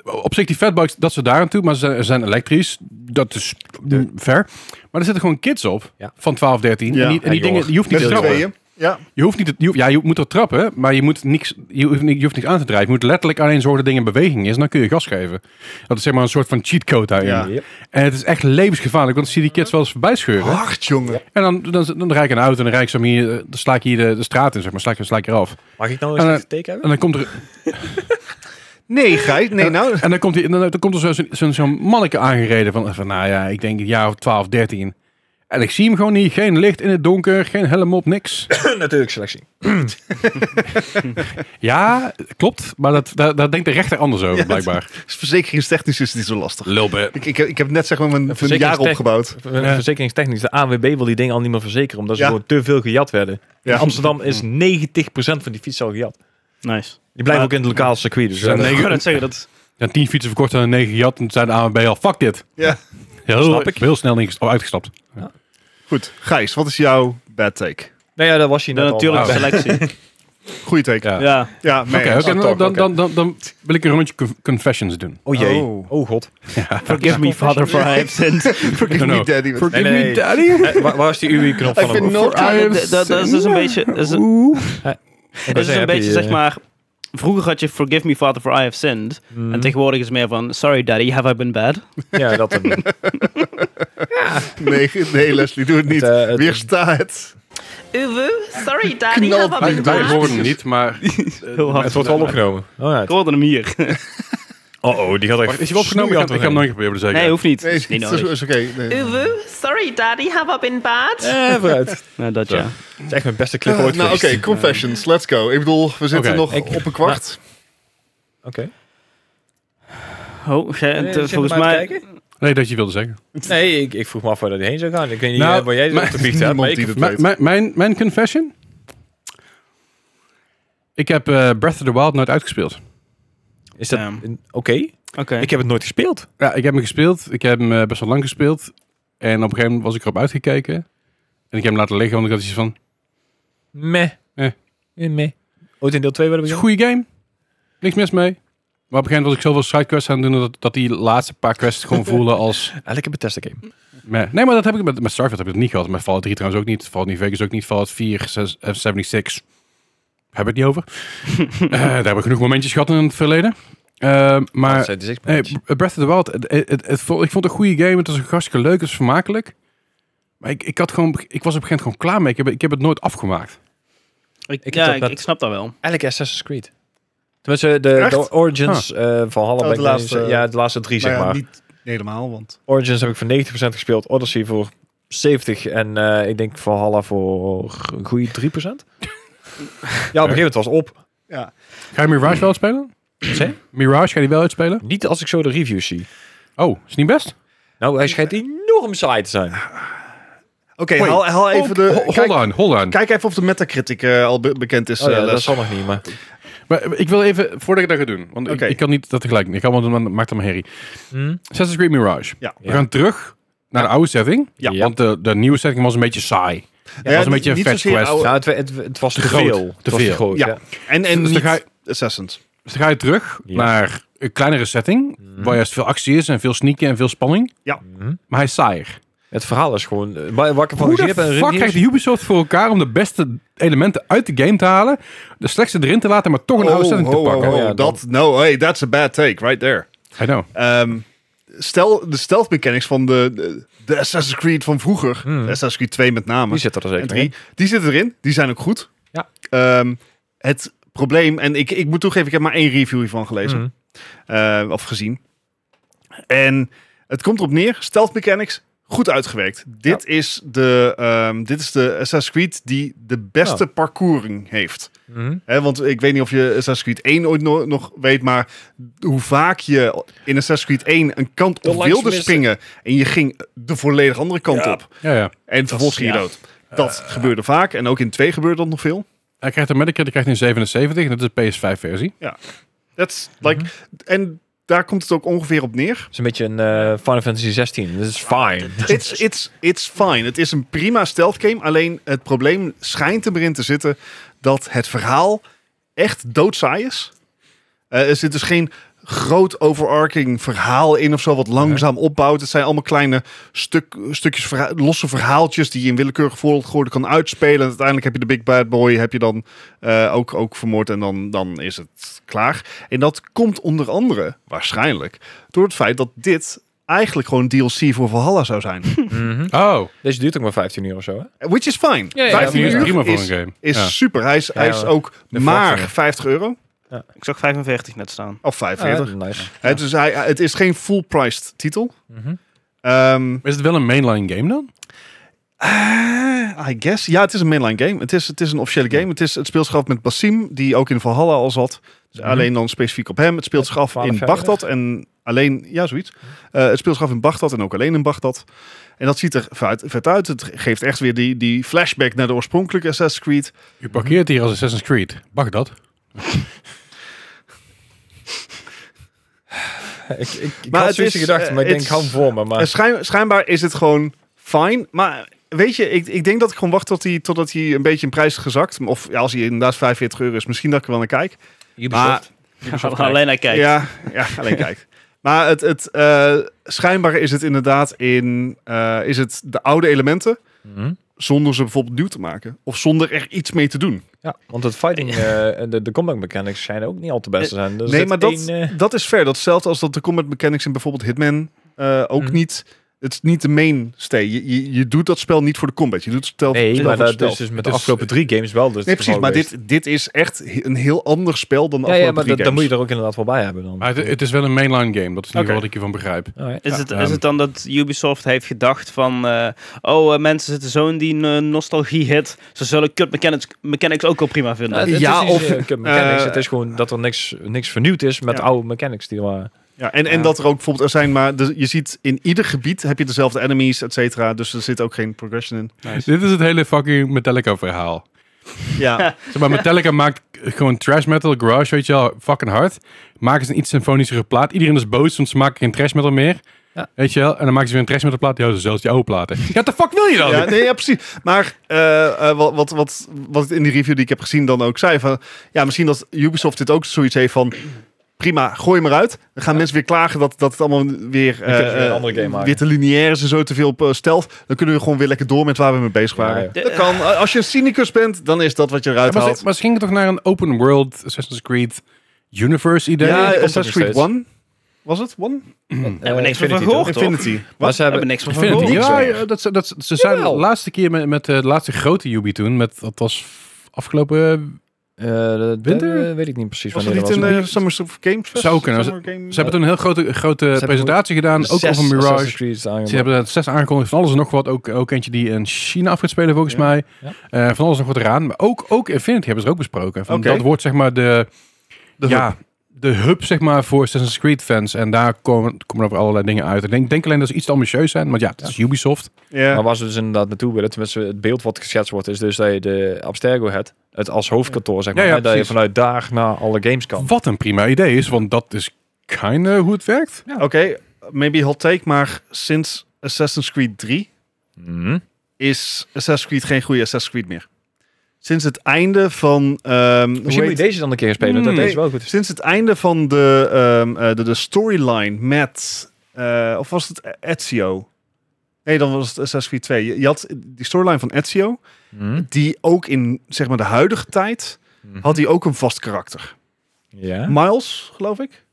op zich die fatbikes, dat ze daar aan toe, maar ze zijn, ze zijn elektrisch. Dat is mm, ver. Maar er zitten gewoon kids op Ja. van 12, 13. Ja. En die, en die Ja, dingen, joh. je hoeft niet Met te z'n trappen. tweeën? Ja. Je hoeft niet, te- je hoeft- ja, je moet er trappen, maar je, moet niks, je, hoeft, ni- je hoeft niks aan te drijven. Je moet letterlijk alleen zorgen dat dingen in beweging is en dan kun je gas geven. Dat is zeg maar een soort van cheatcode daarin. Ja. Yep. En het is echt levensgevaarlijk, want ik zie die kids wel eens voorbij scheuren. Hard, jongen. En dan, dan, dan rijd ik een auto en dan, rijd ik zo hier, eh, dan sla ik hier de, de straat in, zeg maar. Sla ik, sla ik eraf. Mag ik nou En, eens eh, een teken En hebben? dan komt er, Nee, Gijs. Nee, nou. en dan komt, die, en dan, dan komt er zo'n zo, zo'n- zo'n manneke aangereden van, van, nou ja, ik denk een jaar of 12, 13. En ik zie hem gewoon niet. Geen licht in het donker, geen helm op, niks. Natuurlijk selectie. Ja, klopt, maar dat, daar, daar denkt de rechter anders over, Ja, blijkbaar. Verzekeringstechnisch is het niet zo lastig. Lul bit. Ik, ik, heb- ik heb net zeg maar mijn, mijn verzekeringstech- jaar opgebouwd. Ja. Verzekeringstechnisch, de ANWB wil die dingen al niet meer verzekeren, omdat ze Ja. gewoon te veel gejat werden. Ja. In Amsterdam is 90% van die fietsen al gejat. Nice. Die blijven Maar- ook in het lokale circuit. Dus Ze zijn ja, negen- Ik kan het zeggen, dat Ja, tien fietsen verkocht en negen gejat. En toen zei de ANWB al, fuck dit. Ja. Heel, Snap ik. heel snel ingestapt- uitgestapt. Goed, Gijs, wat is jouw bad take? nou ja, dat was je de net al. Ah. natuurlijke Oh. selectie. Goeie take. Ja, Ja. ja. nee. Oké, oké, snap dan, toch, dan, oké. dan, dan, dan wil ik een rondje con- confessions doen. Oh jee. Oh. Oh, god. Forgive me, father, for I have sinned. Forgive No, me, no. daddy. Forgive Nee, nee. me, daddy. Eh, waar, waar is die UI-knop van? I hem? can no I Ja, have dat- dat- dat is dus een beetje... Dat is een, En dat is heb een je, beetje, eh, zeg maar... Vroeger had je Forgive me, Father, for I have sinned. Hmm. En tegenwoordig is het meer van... Sorry, Daddy, have I been bad? Ja, dat een, het, Nee, nee, Leslie, doe het niet. eh, het- Weersta het. Sorry, Daddy. Knal- have I been Wij bad? horen niet, maar... Heel hard. het wordt wel opgenomen. Oh, ja. Ik hoorde hem hier. oh, die gaat echt Is je wel opgenomen? Ik ga- Ik ga hem nooit proberen te zeggen. Nee, hoeft niet. Nee, is het niet is, nodig. is oké. nee. Uwu, sorry, Daddy. Have I been bad? Eh, vooruit. Eh, Het Nou, dat ja. is echt mijn beste clip ooit nou, oké, geweest. confessions, let's go. Ik bedoel, we zitten Oké. nog Ik- op een kwart. Oké. Oh, jij- Nee, te- zit volgens er maar mij... te kijken. Nee, dat je wilde zeggen. Nee, ik, ik vroeg me af waar dat heen zou gaan. Ik weet niet Nou, eh, waar jij op maar- de biecht hebt, maar Niemand ik die dat Mijn- weet. mijn- Mijn mijn confession? Ik heb eh, Breath of the Wild nooit uitgespeeld. Is dat Damn. een- oké? Oké. Ik heb het nooit gespeeld. Ja, ik heb hem gespeeld. Ik heb hem eh, best wel lang gespeeld. En op een gegeven moment was ik erop uitgekeken. En ik heb hem laten liggen, want ik had iets van... Meh. Eh. Eh, Meh. Ooit in deel 2 werden Het we is een goede game. Niks mis mee. Maar op een gegeven moment was ik zoveel sidequests aan het doen... dat, dat die laatste paar quests gewoon voelen als... gedaan? Eigenlijk een Bethesda game. meh. Nee, maar dat heb ik met, met Starfield heb ik dat niet gehad. Met Fallout 3 trouwens ook niet. Fallout New Vegas ook niet. Fallout 4, 6, eh, 76. Heb ik het niet over. Eh, daar hebben we genoeg momentjes gehad in het verleden. Eh, maar Dat is echt Nee, match. Breath of the Wild, het, het, het, het vond- ik vond het een goede game. Het was een hartstikke leuk, het was vermakelijk. Maar ik, ik, had gewoon, ik was op een gegeven moment gewoon klaar mee. Ik heb, ik heb het nooit afgemaakt. Ik- Ik heb ja, dat ik, met- ik snap dat wel. Eigenlijk Assassin's Creed. Tenminste, de, Echt? de Origins eh, van Halla de ben ik laatste- ineens- Ja, de laatste drie, Maar zeg Nou ja, maar. niet helemaal, want... Origins heb ik voor 90% gespeeld. Odyssey voor 70%. En eh, ik denk van Halla voor een goede 3%. ja, op een gegeven moment was op. Ja. Ga je Mirage wel uitspelen? Mirage, ga je die wel uitspelen? Niet als ik zo de reviews zie. Oh, is niet best? Nou, hij schijnt enorm saai te zijn. Oh, Oké, Oké, Hoi. haal, haal even de... Ho- kijk, Hold on, hold on. kijk even of de Metacritic eh, al be- bekend is. Oh ja, eh, dat Les. zal nog niet, maar... Maar eh, ik wil even, voordat ik dat ga doen, want ik- Oké. ik, kan niet dat tegelijk. Ik kan wel doen, maar dat maakt allemaal herrie. Hm? Assassin's Creed Mirage. Ja. We gaan terug naar de oude setting. Ja. Want de, de nieuwe setting was een beetje saai. Ja, was een beetje niet een fast zozeer quest. oude- Nou, het, het, het was te, groot. veel. Te Het was veel. groot, Ja. ja. En, en Dus dan niet ga je- Assassins. Dus dan ga je terug Ja. naar een kleinere setting, waar juist veel actie is en veel sneaken en veel spanning. Oh, Mhm. Maar hij is saaier. Het verhaal is gewoon... eh, Waar waar ik ervan Hoe gezien de heb... en fuck hier krijgt is- Ubisoft voor elkaar om de beste elementen uit de game te halen, de slechtste erin te laten, maar toch een Oh, oude setting te pakken? ho. Ja, dan- dat, no, hey, that's a bad take right there. I know. Ehm, stel, de stealth mechanics van de, de, de Assassin's Creed van vroeger, Hmm. de Assassin's Creed 2 met name, Die zit er en zeker in. 3, die zitten erin. Die zijn ook goed. Ja. Ehm, het probleem, en ik, ik moet toegeven, ik heb maar één review hiervan gelezen. Mhm. eh, of gezien. En het komt erop neer, stealth mechanics, goed uitgewerkt. Dit, is, de, ehm, dit is de Assassin's Creed die de beste Oh. parcouring heeft. Mhm. Hè, want ik weet niet of je Assassin's Creed 1 ooit no- nog weet, maar hoe vaak je in Assassin's Creed 1 een kant op langs wilde missen. springen en je ging de volledig andere kant op. Ja, ja. Eh, En vervolgens ging je dood. Dat gebeurde vaak en ook in 2 gebeurde dat nog veel. Hij krijgt een Metacritic krijgt een 77 en dat is de PS5 versie. That's like, Mhm. En daar komt het ook ongeveer op neer. Het is een beetje een eh, Final Fantasy 16. Dat is fine. It's, it's, it's fine. Het is een prima stealth game. Alleen het probleem schijnt er maar in te zitten dat het verhaal echt doodsaai is. Eh, er zit dus geen groot overarching verhaal in of zo wat langzaam opbouwt. Het zijn allemaal kleine stuk, stukjes verha- losse verhaaltjes die je in willekeurig volgorde kan uitspelen. En uiteindelijk heb je de Big Bad Boy heb je dan eh, ook, ook vermoord en dan, dan is het klaar. En dat komt onder andere waarschijnlijk door het feit dat dit eigenlijk gewoon DLC voor Valhalla zou zijn. Mhm. Oh, Deze duurt ook maar 15 uur of zo, hè? Which is fine. Ja, ja, 15 die is uur prima voor is, een game. is Ja. super. Hij is, hij is hoor. ook maar verwachtingen. 50 euro. Ik zag 45 net staan. Of Ja, 45. Ah, nice. het, is, dus hij, het is geen full-priced titel. Mhm. Ehm, Is het wel een mainline game dan? eh, I guess. Ja, het is een mainline game. Het is, het is een officiële game. Het is het speelt zich af met Basim, die ook in Valhalla al zat. Dus Mhm. alleen dan specifiek op hem. Het speelt zich af 12 in jaar Mhm. Bagdad en alleen, ja, zoiets. Eh, het speelt zich af in Bagdad en ook alleen in Bagdad. En dat ziet er vet, vet uit. Het geeft echt weer die, die flashback naar de oorspronkelijke Assassin's Creed. U parkeert hier als Assassin's Creed. Bagdad. Ik, ik, ik Maar had het zoiets is, gedacht, eh, maar ik denk, it's- hou hem voor me. En Maar Eh, schijn- schijnbaar is het gewoon fijn. Maar weet je, ik, ik denk dat ik gewoon wacht tot hij, totdat hij een beetje in prijs is gezakt. Of ja, als hij inderdaad 45 euro is, misschien dat ik er wel naar kijk. Maar- Alleen naar kijken. Ja, ja alleen kijk. Maar het, het, eh, schijnbaar is het inderdaad in eh, is het de oude elementen. Mhm. Zonder ze bijvoorbeeld nieuw te maken. Of zonder er iets mee te doen. Ja, want het fighting, eh, en de, de combat mechanics zijn ook niet al te best te zijn. Er nee, zit maar dat, één, eh, dat is ver. Datzelfde als dat de combat mechanics in bijvoorbeeld Hitman eh, ook Mhm. niet. Het is niet de mainstay. Je, je, je doet dat spel niet voor de combat. Je doet het spel nee, spel maar voor het dat is spel. dus met Het de is- afgelopen drie games wel. Dus Nee, het precies. geval Maar geweest. dit, dit is echt he- een heel ander spel dan Ja, de ja, afgelopen maar drie dat, dan moet je games. er ook inderdaad wel bij hebben dan. Maar het, het is wel een mainline game. Dat is in ieder geval wat ik hiervan begrijp. Alright. Is, Ah, Ja, het, is ehm. het dan dat Ubisoft heeft gedacht van... eh, oh, eh, mensen zitten zo in die eh, nostalgie-hit. Ze zullen kut mechanics, mechanics ook wel prima vinden. Nou, het- het Ja, is niet of, zozeer kut mechanics. eh, het is gewoon dat er niks, niks vernieuwd is met Ja. oude mechanics die er waren. Ja, en, en Ja. dat er ook bijvoorbeeld er zijn, maar de- je ziet in ieder gebied heb je dezelfde enemies, et cetera. Dus er zit ook geen progression in. Dit is het hele fucking Metallica verhaal. Ja, Zeg maar, Metallica maakt gewoon trash metal, garage, weet je wel, fucking hard. Maken ze een iets symfonischere plaat. Iedereen is boos, want ze maken geen trash metal meer. Ja. Weet je wel? En dan maken ze weer een trash metal plaat. Die houden ze zelfs die oude platen. Ja, what the fuck wil je dan? ja, nee, ja precies. Maar eh, eh, wat, wat, wat, wat ik in die review die ik heb gezien dan ook zei, van, ja, misschien dat Ubisoft dit ook zoiets heeft van... Prima, gooi maar uit. Dan gaan mensen weer klagen dat, dat het allemaal weer, kunnen ze eh, weer een eh, andere game maken. weer te lineair is en zo te veel op eh, stealth. Dan kunnen we gewoon weer lekker door met waar we mee bezig Ja, waren. ja. Dat kan. Als je een cynicus bent, dan is dat wat je eruit maar, haalt. ze, maar ze gingen toch naar een open world Assassin's Creed universe idee? Ja, eh, die komt Assassin's ook Creed nog 1. Was het? One? We hebben niks meer van gehoord, toch? Infinity. Eh, Maar We ze hebben hebben niks van Infinity, gehoord. Oh, ja, ja, dat, ze- dat, ze- ze zijn Jawel. de laatste keer met, met de laatste grote Yubi toen. Met, dat was afgelopen... eh, Eh, dat- Winter? eh, weet ik niet precies Was het wanneer niet eh, dat in was. de Summer of Games? Fest? Zou kunnen. Summer Game- Ze hebben toen een heel grote, grote hebben presentatie gedaan. Ook Zes over Mirage. Assassin's Creed's aangemaakt. Ze hebben er zes aangekondigd, van alles en nog wat. Ook, ook eentje die in China af gaat spelen, volgens Ja. mij. Ja. Eh, van alles en nog wat eraan. Maar ook, ook Infinity hebben ze er ook besproken. Van Oké. Dat wordt zeg maar de... De ja, de hub, zeg maar, voor Assassin's Creed fans. En daar komen, komen over allerlei dingen uit. Ik denk, denk alleen dat ze iets te ambitieus zijn. Want ja, het is Ubisoft. Ja. Maar waar ze dus inderdaad naartoe willen, tenminste het beeld wat geschetst wordt, is dus dat je de Abstergo hebt, het als hoofdkantoor zeg maar, Ja, ja, hè, dat je precies. vanuit daar naar alle games kan. Wat een prima idee is, want dat is kinda hoe het werkt. Oké, maybe hot take, maar sinds Assassin's Creed 3 Hmm. Mhm. is Assassin's Creed geen goede Assassin's Creed meer. Sinds het einde van... ehm, hoe Misschien moet heet- je deze dan een keer spelen, Hmm. dat deze wel goed is. Sinds het einde van de, ehm, eh, de, de storyline met... eh, of was het Ezio? Nee, dan was het Assassin's Creed 2. Je, je had die storyline van Ezio, Mhm. die ook in zeg maar, de huidige tijd... had hij ook een vast karakter. Ja. Miles, geloof ik.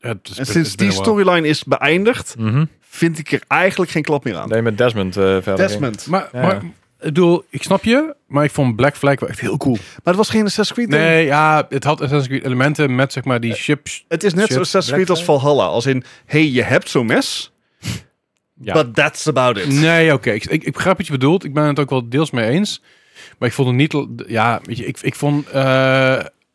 Ja, het is- En het sinds is been die a while. storyline is beëindigd... Mhm. vind ik er eigenlijk geen klap meer aan. Dat je met Desmond eh, verder ging. Desmond. Maar, Ja. maar ik bedoel, ik snap je, maar ik vond Black Flag wel echt heel cool. Maar het was geen Assassin's Creed. ding. Nee, ja, het had Assassin's Creed elementen met zeg maar die chips. Het is net Shit, zo Assassin's Creed als Valhalla. Als in, hey, je hebt zo'n mes. Ja. But that's about it. Nee, oké, ik, ik, ik begrijp wat je bedoelt. Ik ben het ook wel deels mee eens. Maar ik vond het niet, ja, weet je, ik, ik vond eh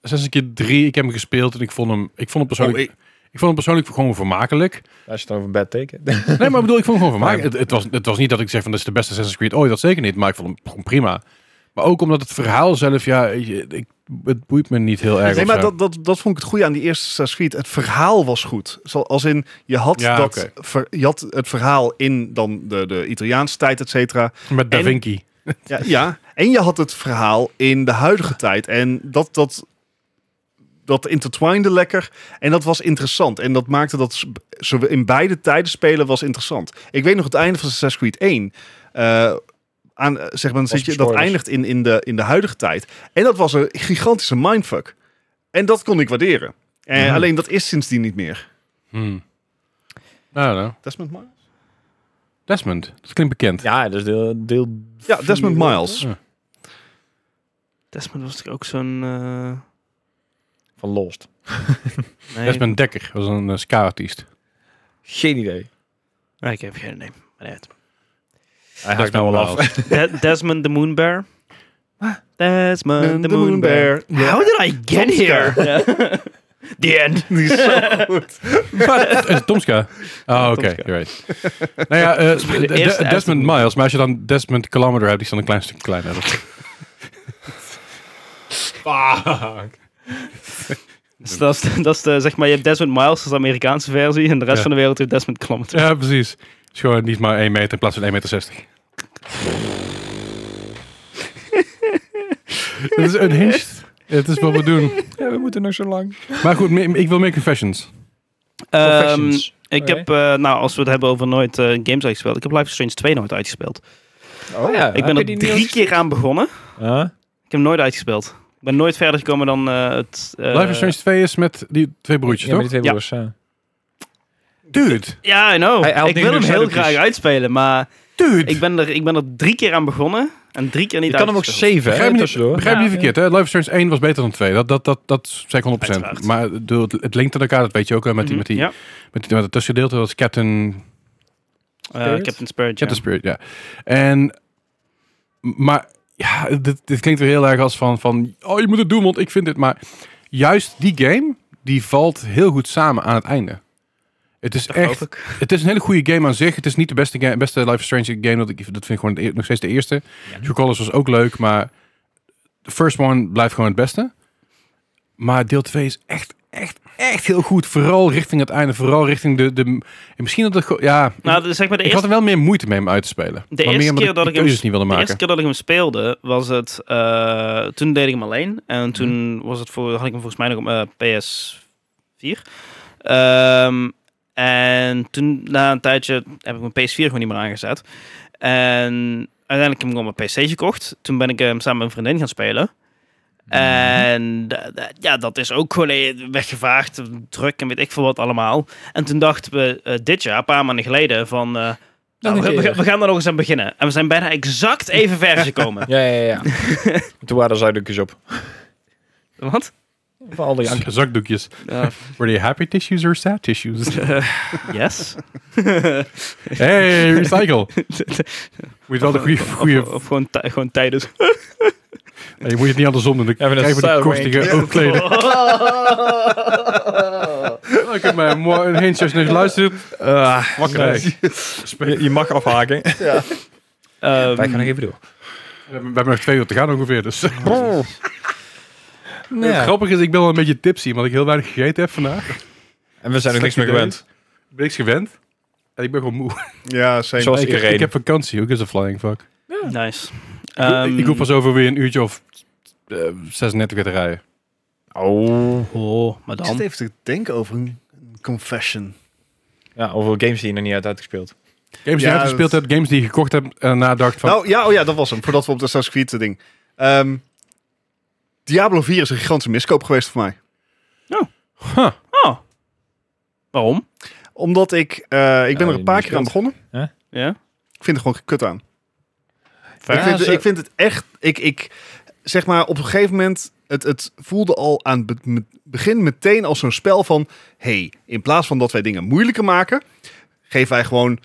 Assassin's Creed 3, ik heb hem gespeeld en ik vond hem, ik vond hem persoonlijk... Oh, ik... vond hem persoonlijk gewoon vermakelijk. Als je het over een bad teken. Nee, maar ik bedoel, ik vond hem gewoon vermakelijk. Het, het, was, het was niet dat ik zeg van, dit is de beste Assassin's Creed ooit. Dat zeker niet, maar ik vond hem gewoon prima. Maar ook omdat het verhaal zelf, ja, je- ik, het boeit me niet heel erg. Nee, of maar zo. dat, dat, dat vond ik het goede aan die eerste Assassin's Creed. Het verhaal was goed. Zo- Als in, je had, Ja, dat oké. ver- je had het verhaal in dan de, de Italiaanse tijd, et cetera. Met Da en- Vinci. Ja, ja, en je had het verhaal in de huidige tijd. En dat, dat, dat intertwinde lekker. En dat was interessant. En dat maakte dat ze- ze in beide tijden spelen was interessant. Ik weet nog het einde van Assassin's Creed 1. eh, aan, eh, zeg maar, dan zit je, dat spoilers. eindigt in, in, de, in de huidige tijd. En dat was een gigantische mindfuck. En dat kon ik waarderen. En Mhm. Alleen dat is sindsdien niet meer. Hmm. Nou, nou. Desmond Miles? Desmond, dat klinkt bekend. Ja, dus deel... deel Ja, Desmond vier. Miles. Desmond was natuurlijk ook zo'n... eh, Van Lost. nee. Desmond Dekker was een eh, ska-artiest. Geen idee. Nee, Ah, ik heb geen idee. Maar nee. Hij haakt nou wel af. De- Desmond the Moon Bear. Desmond the, De Moon Bear. Moonbear. Ja. How did I get here? Ja. The end. Die is zo goed. Is het Tomska? Oh, oké. Tomska. you're right. nou ja, eh, de De- eerste De- Desmond uitzending. Miles. Maar als je dan Desmond Kilometer hebt, die is dan een klein stukje kleiner. Dat- Dus dat is, dat is de, zeg maar, je hebt Desmond Miles, dat is de Amerikaanse versie. En de rest Ja. van de wereld heeft Desmond Kilometer. ja, precies. Het is gewoon niet maar 1 meter in plaats van 1,60 meter. Het is unhinged. Het is wat we doen. Ja, we moeten nog zo lang. Maar goed, me- ik wil meer confessions. Ehm, Confessions. ik Oké. heb, eh, nou, als we het hebben over nooit eh, games uitgespeeld. Ik heb Life is Strange 2 nooit uitgespeeld. Oh ja. ik ben er drie keer aan begonnen. Ik heb hem nooit uitgespeeld. Ik ben nooit verder gekomen dan eh, het... eh, Life is Strange 2 is met die twee broertjes, Ja, met toch? die twee Ja. broers. ja. Dude, Ja, I know. Hij- hij had ik wil dingen hem dus heel scherpjes. graag uitspelen, maar dude. ik ben, er, ik ben er drie keer aan begonnen en drie keer niet Je kan hem ook uitgespeeld. zeven, Begrijp hè, me niet- tussendoor. Begrijp me niet Ja. verkeerd, hè? Life is Strange 1 was beter dan 2. Dat, dat, dat, dat zei ik 100%. Uiteraard. Mhm, Maar ik bedoel, het, het linkt aan elkaar, dat weet je ook hè, met, die, met, die, Ja, met, die, met het tussendeelte. Dat is Captain, eh, Spirit? Captain Spirit, Captain ja. Spirit, ja. En, maar ja, dit, dit klinkt weer heel erg als van, van, oh je moet het doen, want ik vind dit. Maar juist die game, die valt heel goed samen aan het einde. Het is echt, geloof ik. het is een hele goede game aan zich. Het is niet de beste, game, beste Life is Strange game. Dat, ik, dat vind ik gewoon de eer- nog steeds de eerste. True Colors was ook leuk, maar de first one blijft gewoon het beste. Maar deel 2 is echt, echt, echt heel goed. Vooral richting het einde. Vooral richting de... de en misschien dat het... gewoon- Ja, Nou, dus zeg maar de ik had eerste, er wel meer moeite mee om uit te spelen. maar eerste meer omdat keer dat de ik hem- keuzes niet wilde de maken. eerste keer dat ik hem speelde, was het... eh, toen deed ik hem alleen en toen was het voor, had ik hem volgens mij nog op eh, PS4. Ehm, en toen, na een tijdje, heb ik mijn PS4 gewoon niet meer aangezet. En uiteindelijk heb ik hem op mijn PC gekocht. Toen ben ik hem samen met een vriendin gaan spelen. En da- da- ja, dat is ook gewoon eh, weggevaagd, druk en weet ik veel wat allemaal. En toen dachten we eh, dit jaar, een paar maanden geleden, van... eh, nou, een we, we- keer. we gaan er nog eens aan beginnen. En we zijn bijna exact even ver gekomen. Ja, ja, ja. Toen waren er zuidelijkjes op. Wat? Van al die Z- Zakdoekjes. Were they happy tissues or sad tissues? yes? hey, Oh. recycle. Moet je wel de goede... Of, of gewoon, tij- gewoon tijdens. je moet het niet andersom doen. Dan Ja, maar dat krijg je is die Sour kostige oogleden. Oh. Ik heb mij mooi een hintje als je niet luistert. Ah, Wakker. nee. Je, je mag afhaken. Ehm, Wij gaan nog even door. We hebben we hebben nog twee uur te gaan ongeveer. Dus. Het grappige is, ik ben wel een beetje tipsy, omdat ik heel weinig gegeten heb vandaag. Ik En we zijn er niks meer idee. gewend. ben niks gewend. En ik ben gewoon moe. Ja, same. Zoals ik, iedereen. ik heb vakantie. Who gives a flying fuck? Nice. ik, Ehm, ik hoef pas over weer een uurtje of eh, 36 weer te rijden. Oh. Oh, maar Ik zit dan. even te denken over een een confession. Ja, over games die je nog niet uit hebt gespeeld. Games die je Ja, hebt gespeeld dat- hebt, games die je gekocht hebt en nadacht van... Nou ja, oh ja, dat was hem. Voordat we op de Assassin's Creed ding. Ehm, Diablo 4 is een gigantische miskoop geweest voor mij. Oh. Waarom? Omdat ik, eh, ik ben Ja, er een paar die keer aan begonnen. Ja? Ik vind er gewoon gekut aan. Ja, ik, vind, ze- ik vind het echt. Ik, ik zeg maar op een gegeven moment. Het, het voelde al aan het be- me- begin meteen als zo'n spel van. hey, in plaats van dat wij dingen moeilijker maken. geven wij gewoon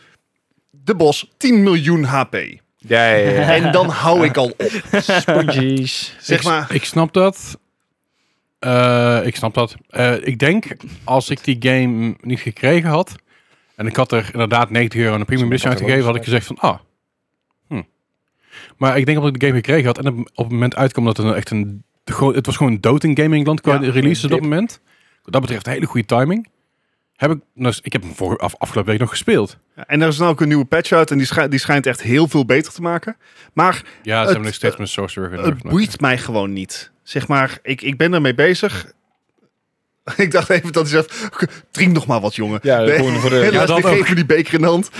de bos 10 miljoen HP. Ja, ja, ja. En dan hou ik al op. Spongies. Zeg maar. Ik snap dat. Eh, ik snap dat. Eh, ik denk, als ik die game niet gekregen had... en ik had er inderdaad 90 euro aan een premium edition uitgegeven... had ik gezegd van, ah... hm. Maar ik denk dat ik de game gekregen had... en op op het moment uitkwam dat het een- echt een... gewoon- Het was gewoon dood in gamingland qua Ja, release op dat dip. moment. Wat dat betreft een hele goede timing. Heb ik, dus, ik heb hem voor, af, afgelopen week nog gespeeld. En er is nou ook een nieuwe patch uit. En die, schij- die schijnt echt heel veel beter te maken. Maar Ja, ze Het- eh, hebben nog steeds mijn Sorcerer gedaan. Het boeit mij gewoon niet. Zeg maar, ik, ik ben ermee bezig. Ik dacht even dat hij zegt, drink nog maar wat, jongen. Ja, Nee, gewoon voor de- helaas, Ja, dat die ook. geven die beker in de hand.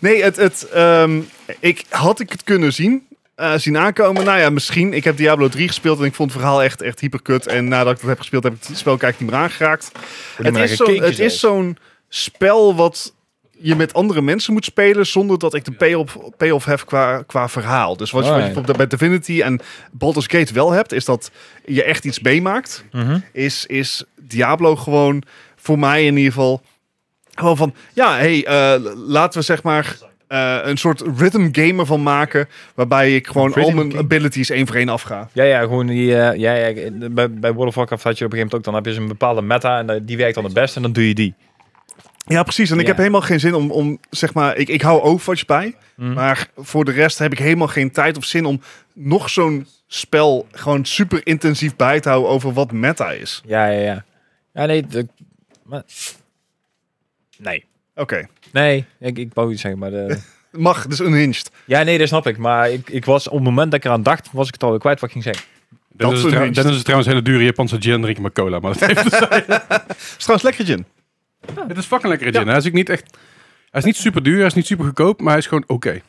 nee, het, het, ehm, ik, had ik het kunnen zien, eh, zien aankomen? Nou ja, misschien. Ik heb Diablo 3 gespeeld en ik vond het verhaal echt, echt hyperkut. En nadat ik dat heb gespeeld, heb ik het spel eigenlijk niet meer aangeraakt. Het is, zo'n- het is zo'n spel wat je met andere mensen moet spelen zonder dat ik de payoff, payoff heb qua, qua verhaal. Dus wat, je- wat je Alright. bijvoorbeeld bij Divinity en Baldur's Gate wel hebt, is dat je echt iets meemaakt. Mhm. Is, is Diablo gewoon voor mij in ieder geval gewoon van, ja, hey, eh, laten we zeg maar eh, een soort rhythm gamer van maken, waarbij ik gewoon al Rhythm mijn game. abilities één voor één afga. Ja, ja, gewoon die, eh, ja, ja, bij, bij World of Warcraft had je op een gegeven moment ook, dan heb je zo'n bepaalde meta en eh, die werkt dan het beste en dan doe je die. Ja, precies. En ik Ja. heb helemaal geen zin om, om zeg maar, ik, ik hou Overwatch bij. Mhm. Maar voor de rest heb ik helemaal geen tijd of zin om nog zo'n spel gewoon super intensief bij te houden over wat meta is. Ja, ja, ja. Ja, nee, de- maar- nee. Oké, Nee, ik, ik wou iets zeggen, maar... De, mag, dus unhinged. ja, nee, dat snap ik, maar ik, ik was, op het moment dat ik eraan dacht, was ik het alweer kwijt wat ik ging zeggen. Dan Dat is, is het trou- winst. dan is het trouwens hele dure Japanse gin, drink je maar cola. Maar dat heeft, Is trouwens lekker, Jin. het is fucking lekker gin. Hij is ook niet echt... Hij is niet super duur, hij is niet super goedkoop, maar hij is gewoon oké.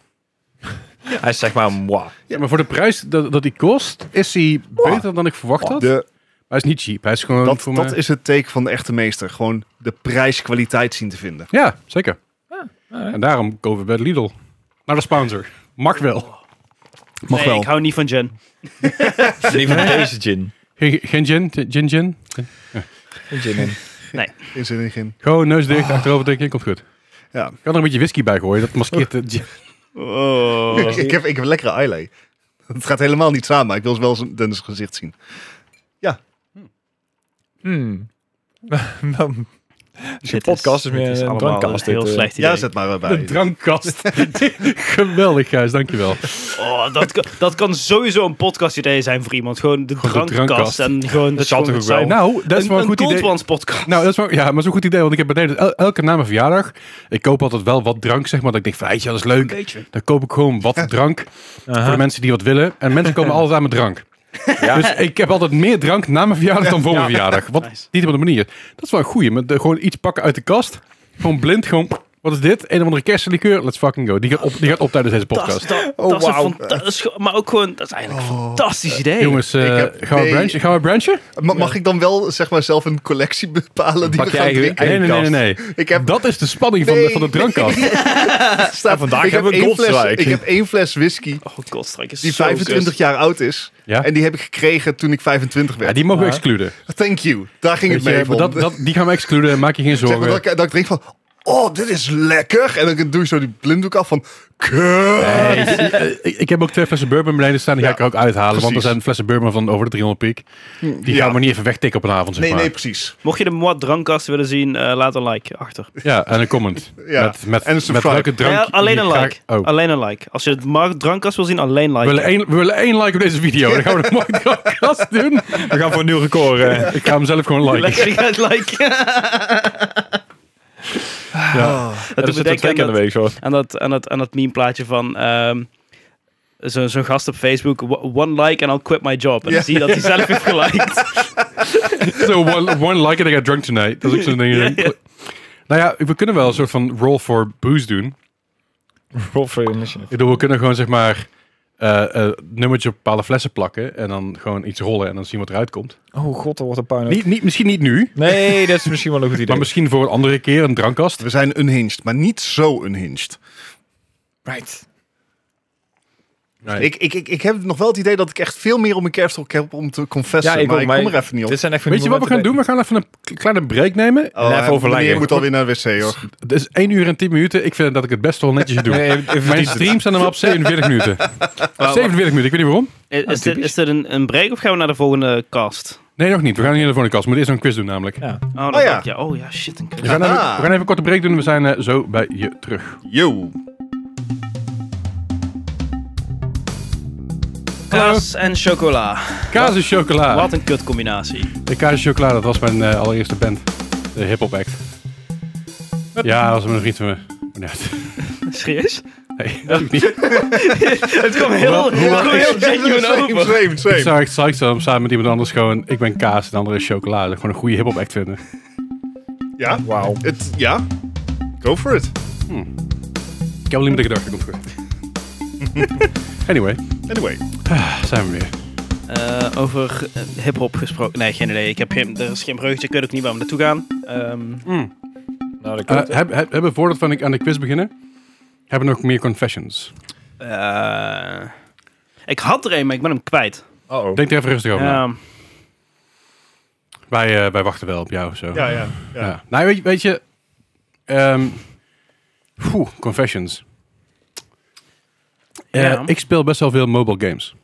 Hij is zeg maar, mwah. Ja, maar voor de prijs dat, dat hij kost, is hij beter dan ik verwacht had. De, Hij is niet cheap, hij is gewoon dat voor dat mij- is het teken van de echte meester. Gewoon de prijs-kwaliteit zien te vinden. Ja, zeker. En daarom kopen we bij de Lidl. Ah, Naar de sponsor. Mag wel. Mag nee, wel. ik hou niet van Jen. Die van deze gin. Geen, geen gin, t- gin, gin. Een gin in. Inzinnig in. Gewoon neus dicht, achterover denken, komt goed. Ja. Ik kan er een beetje whisky bij gooien, dat maskeert de gin. Oh. ik, ik heb, ik heb een lekkere eyelay. Het gaat helemaal niet samen, maar ik wil wel zijn Dennis gezicht zien. Hmm. Een podcast is meer dit is een allemaal drankkast. een heel dit, eh. slecht idee. Ja, zet maar weer bij. De drankkast. Geweldig, Gijs, dankjewel. Oh, dat, kan, dat kan sowieso een podcast-idee zijn voor iemand. Gewoon de Gewoon de drankkast. drankkast. En gewoon dat zal gewoon toch ook het wel. Nou, dat is een, wel een een goed Cold idee. Ones podcast. Nou, dat is wel, ja, maar zo'n goed idee. Want ik heb beneden el- elke na mijn verjaardag. Ik koop altijd wel wat drank, zeg maar. Dat ik denk, van, "Hey, dat is leuk. beetje. Dan koop ik gewoon wat drank voor de mensen die wat willen. En mensen komen altijd aan mijn drank. Ja. Dus ik heb altijd meer drank na mijn verjaardag dan voor mijn verjaardag. Wat Nice. niet op de manier. Dat is wel een goeie. Met, eh, gewoon iets pakken uit de kast. Gewoon blind, gewoon... Wat is dit? Een of andere kersenlikeur? Let's fucking go. Die gaat op, die gaat op tijdens deze Dat, podcast. is- dat, Oh, dat is een wauw. fanta- dat is ge- Maar ook gewoon, dat is eigenlijk een fantastisch idee. Jongens, eh, Ik heb- gaan, we nee. branchen? gaan we branchen? Ma- mag ik dan wel zeg maar zelf een collectie bepalen die Pak we je gaan eigen- drinken? Nee, nee, nee, nee. nee. Ik heb Dat is de spanning van, de, Nee. van de drankkast. staat, vandaag ik hebben we heb één fles, Goldstrike. Ik heb één fles whisky Oh, Goldstrike is die zo 25 kut. jaar oud is. Ja? En die heb ik gekregen toen ik 25 Ja, werd. die mogen we Ja. excluden. Thank you. Daar ging Weet het je, mee maar om. dat, dat, die gaan we excluden, maak je geen Zeg maar zorgen. dat, ik, dat ik denk van, oh, dit is lekker. En dan doe je zo die blinddoek af van, kut. ik, ik heb ook twee flessen bourbon beneden staan. Die ga Ja, ik er ook uithalen. Want er precies. Hm. zijn flessen bourbon van over de 300 piek. Die Ja. gaan we niet even wegtikken op een avond, zeg Nee, maar. nee, precies. Mocht je de Moat drankkast willen zien, eh, laat een like achter. Ja, en een comment. Ja. Met, met, En een met subscribe. welke drank... Ja, alleen je een graag- like. Oh. Alleen een like. Als je de Moat drankkast wil zien, alleen like. We willen, één, we willen één like op deze video. Dan gaan we de mooie drankkast doen. We gaan voor een nieuw record. eh. Ik ga hem zelf gewoon liken. Lekker die gaat liken. Ja. Dat er doet me zitten denken twee aan keer in de dat, week zo. aan dat, aan dat, aan dat meme plaatje van... ehm, zo- Zo'n gast op Facebook, "Wa- one like and I'll quit my job. En Ja. dan zie je dat hij zelf heeft geliked. So one, one like and I got drunk tonight. Dat is ook zo'n ding. Nou ja, we kunnen wel een soort van roll for booze doen. Ik bedoel, we kunnen gewoon zeg maar eh, eh, nummertje op bepaalde flessen plakken en dan gewoon iets rollen en dan zien wat eruit komt. Oh god, dat wordt een puinhoop. Niet, niet, misschien niet nu, Nee, dat is misschien wel een goed idee. maar misschien voor een andere keer een drankkast. We zijn unhinged, maar niet zo unhinged. Right. Nee. Ik, ik, ik, ik heb nog wel het idee dat ik echt veel meer op mijn kerfstok heb om te confessen. Ja, ik maar ook, ik maar kom er even niet op. Dit zijn echt van die Weet je wat we gaan momenten doen? We gaan even een k- kleine break nemen. Oh, even ja, overleggen. meneer moet alweer naar de wc, hoor. Het is 1 uur en 10 minuten. Ik vind dat ik het best wel netjes doe. dat- Nee, even- Mijn streams staan er maar op 47 minuten. 47 minuten, ik weet niet waarom. Is, is dit, is dit een, een break of gaan we naar de volgende cast? Nee, nog niet. We gaan hier naar de volgende kast. We moeten eerst nog een quiz doen namelijk. Ja. Oh, dat Oh ja. dacht ik, ja. Oh ja, shit. Een We quiz. gaan, even, Aha. we gaan even een korte break doen en we zijn eh, zo bij je terug. Yo. Kaas en chocola. Kaas en chocola. Wat een kutcombinatie. De Kaas en Chocola, dat was mijn eh, allereerste band. De hip-hop act. Ja, dat was een vriend van me. Maar nee, Serieus? Nee, dat ook niet. Het kwam heel, het kwam heel genuine Same, over. same, Ik same. zou echt psyched zijn om samen met iemand anders gewoon... Ik ben Kaas en de andere is Chocola. Dat ik gewoon een goede hip-hop act vinden. Ja, Wauw. het, ja. Go for it. Ik heb alleen maar de gedachte, komt goed. anyway, Anyway. daar zijn we weer. Eh, over eh, hiphop gesproken. Nee, geen idee. Ik heb geen, er is geen bruggetje. Ik weet ook niet waar we naartoe gaan. Ehm, Nou, dat Eh, klopt. heb- heb- hebben we voordat we aan de- aan de quiz beginnen... Hebben we nog meer confessions? eh, ik had er een, maar ik ben hem kwijt. Ehm, Uh-oh. Denk er even rustig over na. Ja. Wij, eh, wij wachten wel op jou. Zo. Ja, ja. Ja. Nou, weet je... Weet je ehm, poeh, confessions. Eh, Ja. ik speel best wel veel mobile games.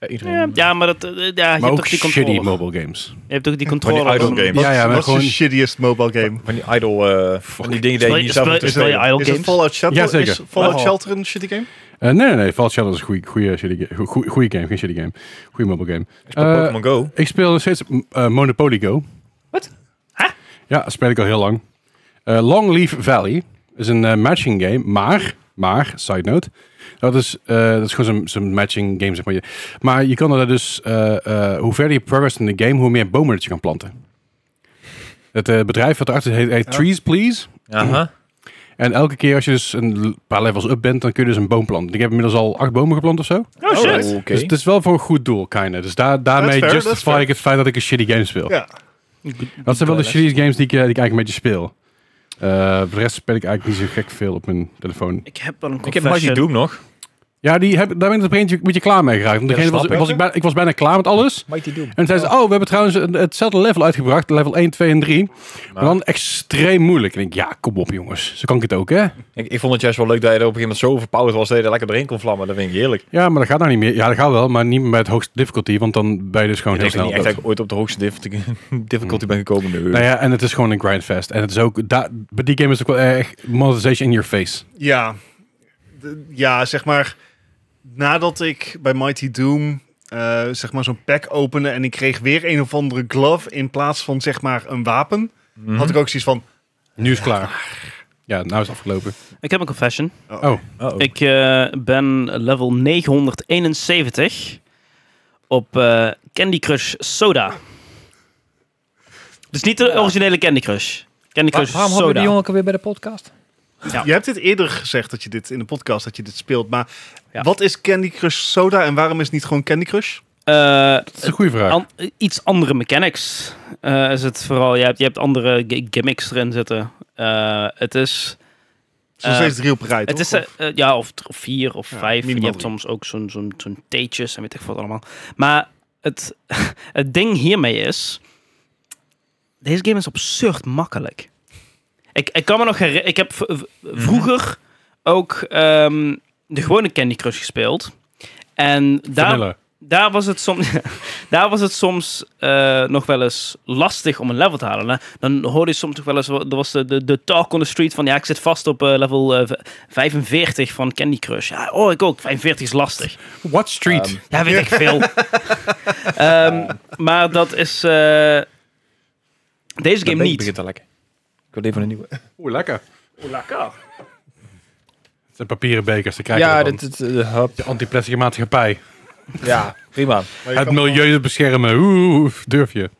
Ja, iedereen. Ja, ja, maar dat, eh, ja, je Maar hebt ook toch die shitty controle. mobile games. Je hebt ook die controle. idle van- games. Wat, Ja, ja, maar wat gewoon- is de shittiest mobile game? Van die idol, eh van die dingen Speel die je je- niet zelf speel- moet speel je spelen. idle Is het games? Fallout Shelter? Jazeker. Is Fallout Oh. Shelter een shitty game? Eh, nee, nee, nee. Fallout Shelter is een goede, goede, shitty game, goede, goede game. Geen shitty game. Goede mobile game. Ik speel Eh, Pokémon Go. ik speel nog steeds mm, eh, Monopoly Go. Wat? Huh? Ja, dat speel ik al heel lang. Eh, Longleaf Valley is een eh, matching game, maar, maar, side note, dat is, eh, dat is gewoon zo'n- zo'n matching game, zeg maar. Je- Maar je kan er dus, eh, eh, hoe verder je progress in de game, hoe meer bomen dat je kan planten. Het eh, bedrijf wat erachter zit heet, heet Trees Please. Aha. En elke keer als je dus een l- paar levels up bent, dan kun je dus een boom planten. Ik heb inmiddels al acht bomen geplant of zo. Oh shit. Oké. Dus het is wel voor een goed doel, kinda. Dus daar, daarmee fair, that's justify ik fair. het feit dat ik een shitty game speel. Ja. Dat zijn wel de shitty games die ik, eh, die ik eigenlijk een beetje speel. Eh, voor de rest speel ik eigenlijk niet zo gek veel op mijn telefoon. Ik heb wel een Ik heb Magic confession. Doom nog. Ja, die heb, daar ben ik op een gegeven moment een beetje klaar mee geraakt. Want Ja, degene was, snap ik, was, ik, bijna, ik was bijna klaar met alles. Mighty Doom. En toen zei ze, oh, we hebben trouwens een- hetzelfde level uitgebracht. Level 1, 2 en 3. Maar, dan extreem moeilijk. En ik denk, ja, kom op jongens. Zo kan ik het ook, hè? Ik, ik vond het juist wel leuk dat je er op een gegeven moment zo overpowered was dat je er lekker doorheen kon vlammen. Dat vind ik heerlijk. Ja, maar dat gaat nou niet meer. Ja, dat gaat wel, maar niet meer bij het hoogste difficulty. Want dan ben je dus gewoon Ik heel denk snel niet dood. echt dat ik ooit op de hoogste difficulty, difficulty ben gekomen nu. Nou ja, en het is gewoon een grindfest. En het is ook, da- bij die game is ook wel echt monetization in your face. Ja. De- ja, zeg maar. Nadat ik bij Mighty Doom. eh, zeg maar zo'n pack opende en ik kreeg weer een of andere glove in plaats van zeg maar een wapen. Mhm. Had ik ook zoiets van. Nu is het klaar. Ja, nou is het afgelopen. Ik heb een confession. Oh, Uh-oh. Ik eh, ben level 971 op eh, Candy Crush Soda. Dus niet de originele Candy Crush. Candy Wa- Crush Soda. ook alweer bij de podcast? Ja. Je hebt dit eerder gezegd dat je dit in de podcast dat je dit speelt, maar Ja. wat is Candy Crush Soda en waarom is het niet gewoon Candy Crush? Eh, dat is een goede vraag. an- iets andere mechanics eh, is het vooral. Je hebt, je hebt andere g- gimmicks erin zitten. Eh, het is... Het is nog Eh, steeds drie op een rij, Het toch? is, eh, eh, ja, of, of vier of Ja, vijf. En je minimaal hebt soms ook zo'n zo'n zo'n theetjes en weet ik wat allemaal. Maar het, het ding hiermee is... Deze game is absurd makkelijk. Ik, ik kan me nog herinneren, ik heb v- v- Mhm. vroeger ook ehm, de gewone Candy Crush gespeeld. En daar, Vanilla. daar was het soms, daar was het soms eh, nog wel eens lastig om een level te halen. hè. Dan hoorde je soms nog wel eens, wa- er was de, de, de talk on the street van, ja, ik zit vast op eh, level eh, v- 45 van Candy Crush. Ja, oh, ik ook, 45 is lastig. What street? Ja, weet ik veel. Ehm, maar dat is eh, deze game Beek niet. begint al lekker. Ik wil even een nieuwe. Oeh, lekker. Het zijn papieren bekers, daar krijg je ja, ja, dit, dit, eh, hop. De anti-plastic maatschappij. ja, prima. Het milieu beschermen. Oeh, durf je.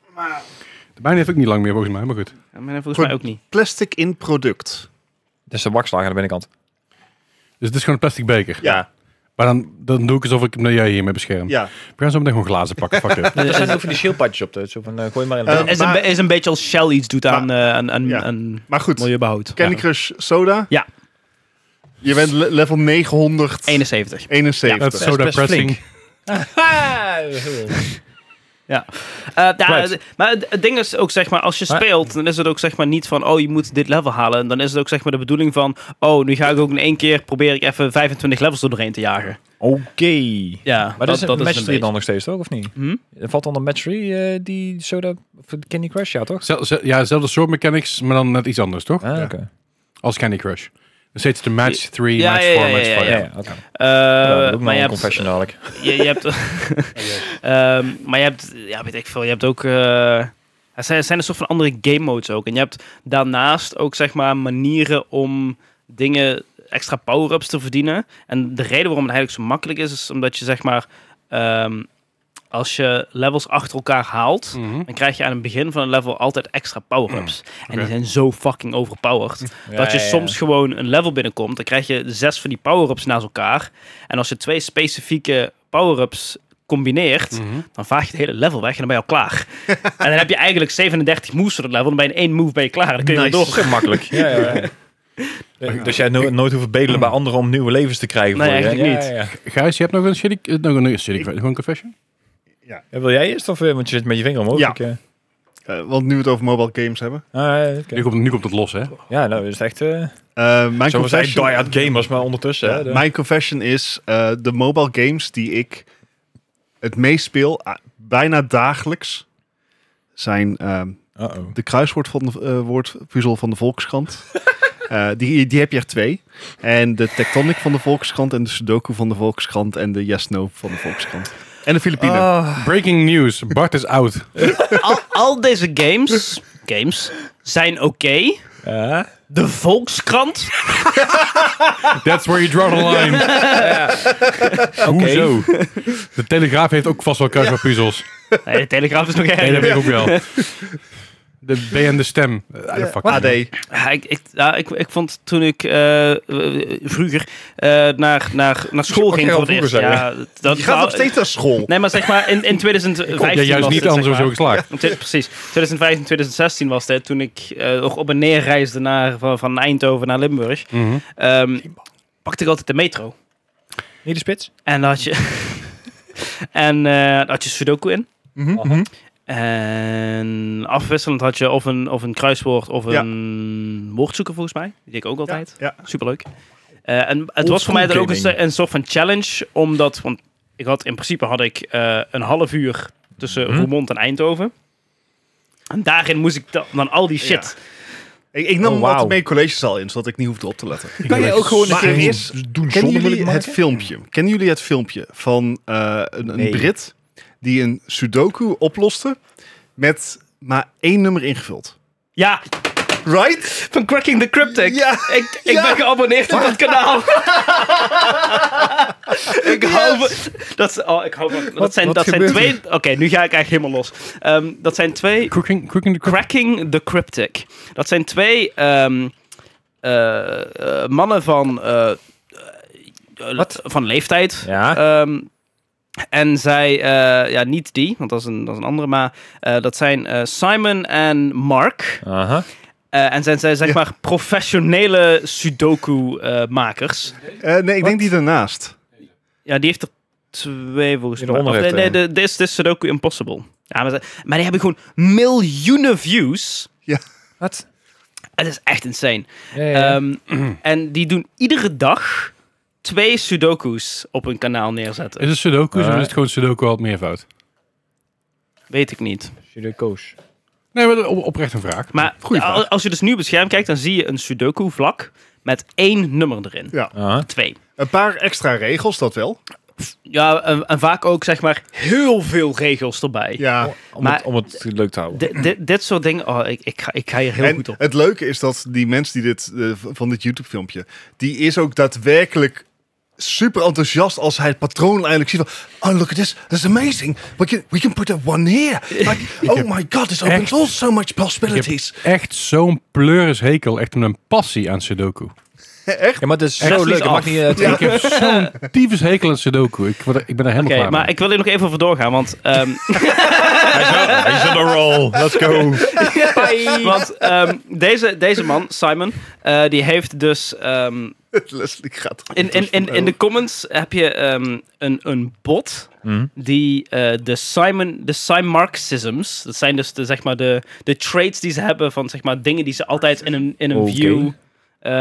De mijne heeft ook niet lang meer, volgens mij. Maar goed. Ja, maar volgens Goed. mij ook niet. Plastic in product. Dit is de bakslag aan de binnenkant. Dus het is gewoon een plastic beker. Ja, Maar dan, dan doe ik alsof ik hem jij hiermee bescherm. ja. We gaan zo meteen gewoon glazen pakken. Fuck it. Er zijn ook van die schildpadjes op. De, zo van, eh, gooi maar in de Eh, bak. is, maar- een, be- is een beetje als Shell iets doet aan, eh aan, aan, Ja. aan Maar goed, milieubehoud. Candy Ja. Crush Soda. Ja. Je bent le- level 971. 71. Dat is best- zo best depressing. Eh, Eh, ja, Right. eh, Maar het het ding is ook, zeg maar, als je Maar- speelt, dan is het ook zeg maar niet van, oh, je moet dit level halen. En dan is het ook zeg maar de bedoeling van, oh, nu ga ik ook in één keer probeer ik even 25 levels er doorheen te jagen. Oké. Ja, Maar dat, is een match een 3 beetje. dan nog steeds, toch? Of niet? Hm? Valt dan de match 3 eh, die soda... Of Candy Crush, ja, toch? Zel- zel- ja, dezelfde soort mechanics, maar dan net iets anders, toch? Ah, Ja. oké. Als Candy Crush. Dan steeds de match 3, Ja, match ja, 4, ja, match ja, 5. ja, Ja, ja. ja, oké. Eh, Ja, doe ik maar maar je een hebt, confession dadelijk. je, je hebt, Ehm, maar je hebt, ja, weet ik veel, je hebt ook, eh, er zijn, er zijn een soort van andere game modes ook. En je hebt daarnaast ook, zeg maar, manieren om dingen, extra power-ups te verdienen. En de reden waarom het eigenlijk zo makkelijk is, is omdat je, zeg maar, ehm, als je levels achter elkaar haalt, Mhm. dan krijg je aan het begin van een level altijd extra power-ups. En die Oké. zijn zo fucking overpowered. dat je Mm. ja, ja. soms gewoon een level binnenkomt. Dan krijg je zes van die power-ups naast elkaar. En als je twee specifieke power-ups combineert, Mhm. dan vaag je het hele level weg en dan ben je al klaar. en dan heb je eigenlijk 37 moves voor dat level. Dan ben je in één move ben je klaar. Dan kun je weer door. Zo makkelijk. Ja, ja, Hmm. ja. Eh, Dus jij no- nooit hoeft bedelen bij anderen om nieuwe levens te krijgen Nee, voor je, hè? eigenlijk Ja, niet. ja, ja. Gijs, je hebt nog een shitty... eh, Nog een shitty gewoon een confession? Ja, wil jij eerst of... eh, Want je zit met je vinger omhoog. Ja. Ik, eh, Eh, want nu we het over mobile games hebben. ah, oké. Nu, komt, nu komt het los, hè? Ja, nou, is het echt... eh Eh, mijn, zo was hij confession, die-hard gamers, maar ondertussen... Ja, hè, de- mijn confession is eh, de mobile games die ik het meest speel, ah, bijna dagelijks, zijn ehm, Uh-oh. de kruiswoord van de, eh, woordpuzzel van de Volkskrant. Eh, die, die heb je er twee. En de Tectonic van de Volkskrant en de Sudoku van de Volkskrant en de Yes No van de Volkskrant. En de Filipino. Ah. Breaking news. Bart is out. Al, al deze games, games zijn oké. Ja. De Volkskrant That's where you draw the line. Hoezo? De Telegraaf heeft ook vast wel kruiswoordpuzzels. Nee, de Telegraaf is nog Nee, dat erger. weet ik ook wel. De B en de stem. Eh, I don't fucking Ah, AD. know. Ja, ik, ik, ja, ik, ik vond toen ik eh, eh, vroeger eh, naar, naar, naar school mag ging je voor al het eerst. vroeger Ja, dat Je gaat nou, nog steeds naar school. Nee, maar zeg maar in, in 2015 Ja, juist was niet, dit, anders was zeg je maar. ook geslaagd. Twi- Precies. 2015, 2016 was dit, toen ik eh, nog op en neer reisde naar, van, van Eindhoven naar Limburg. Mhm. ehm, pakte ik altijd de metro. Niet de spits? En dan had je, en, eh, dan had je Sudoku in. Mhm. En afwisselend had je of een, of een kruiswoord of Ja. een woordzoeker volgens mij. Die deed ik ook altijd. Ja, ja. Superleuk. Eh, en het was voor mij dan ook een, gaming. een soort van challenge, omdat want ik had, in principe had ik eh, een half uur tussen Mhm. Roermond en Eindhoven. En daarin moest ik da- dan al die shit. Ik, ik nam Oh, hem wauw. altijd mee collegezaal in, zodat ik niet hoefde op te letten. Kan je ook gewoon Maar er is- doen Kennen jullie moeilijk het maken? filmpje? Kennen jullie het filmpje van eh, een, een Nee. Brit die een Sudoku oploste met maar één nummer ingevuld? Ja, Right? van Cracking the Cryptic. Ja. Ik, ik Ja. ben geabonneerd op dat kanaal. ik hou van- dat, is- oh, ik hou van- dat zijn, wat dat zijn gebeurt twee... Oké, nu ga ik eigenlijk helemaal los. Ehm, dat zijn twee... Cooking, cooking the crap. Cracking the Cryptic. Dat zijn twee ehm, eh, eh, mannen van, eh, eh, Wat? van leeftijd. Ja. Ehm, en zij, eh, ja, niet die, want dat is een, dat is een andere, maar eh, dat zijn eh, Simon en Mark. Aha. Eh, en zijn zij, zeg maar, professionele Sudoku-makers. Eh, nee, ik denk die daarnaast. ja, die heeft er twee volgens Die mij. eronder Of nee, heeft, nee, eh. de- dit is dit is Sudoku Impossible. Ja, maar, ze- maar die hebben gewoon miljoenen views. Wat? Eh, Het is echt insane. Ja, ja. Ehm, en die doen iedere dag twee sudoku's op hun kanaal neerzetten. Is het Sudoku of Eh. is het gewoon Sudoku al meer fout? Weet ik niet. Sudoku's. Nee, maar op, oprecht een vraag. Maar Goeie al- vraag. als je dus nu op het scherm kijkt, dan zie je een sudoku-vlak met één nummer erin. Ja. Ah. Twee. Een paar extra regels, dat wel. Ja, en, en vaak ook zeg maar heel veel regels erbij. Ja. Om, Maar- het, om het leuk te houden. Di- di- dit soort dingen, oh, ik, ik, ga, ik ga hier heel en goed op. het leuke is dat die mens die dit, eh, v- van dit YouTube-filmpje, die is ook daadwerkelijk super enthousiast als hij het patroon eindelijk ziet van, oh look at this, this is amazing. We can, we can put that one here. Like, oh my god, this opens echt- all so much possibilities. Echt zo'n pleurishekel. Echt met een passie aan Sudoku. Echt? Ja, maar het is zo Wrestling's leuk. Het af. mag niet uit. Ik heb zo'n tyfus hekel aan Sudoku. Ik, word er- ik ben er Oké, helemaal klaar maar ik wil hier nog even over doorgaan, want... ehm, He's on a roll. Let's go. want ehm, deze, deze man, Simon, eh, die heeft dus... ehm, Leslie gaat er in, in, in, in de comments heb je ehm, een, een bot die eh, de Simon, de Simarxisms, dat zijn dus de, zeg maar de, de traits die ze hebben van zeg maar dingen die ze altijd in een, in een Oké. view... eh,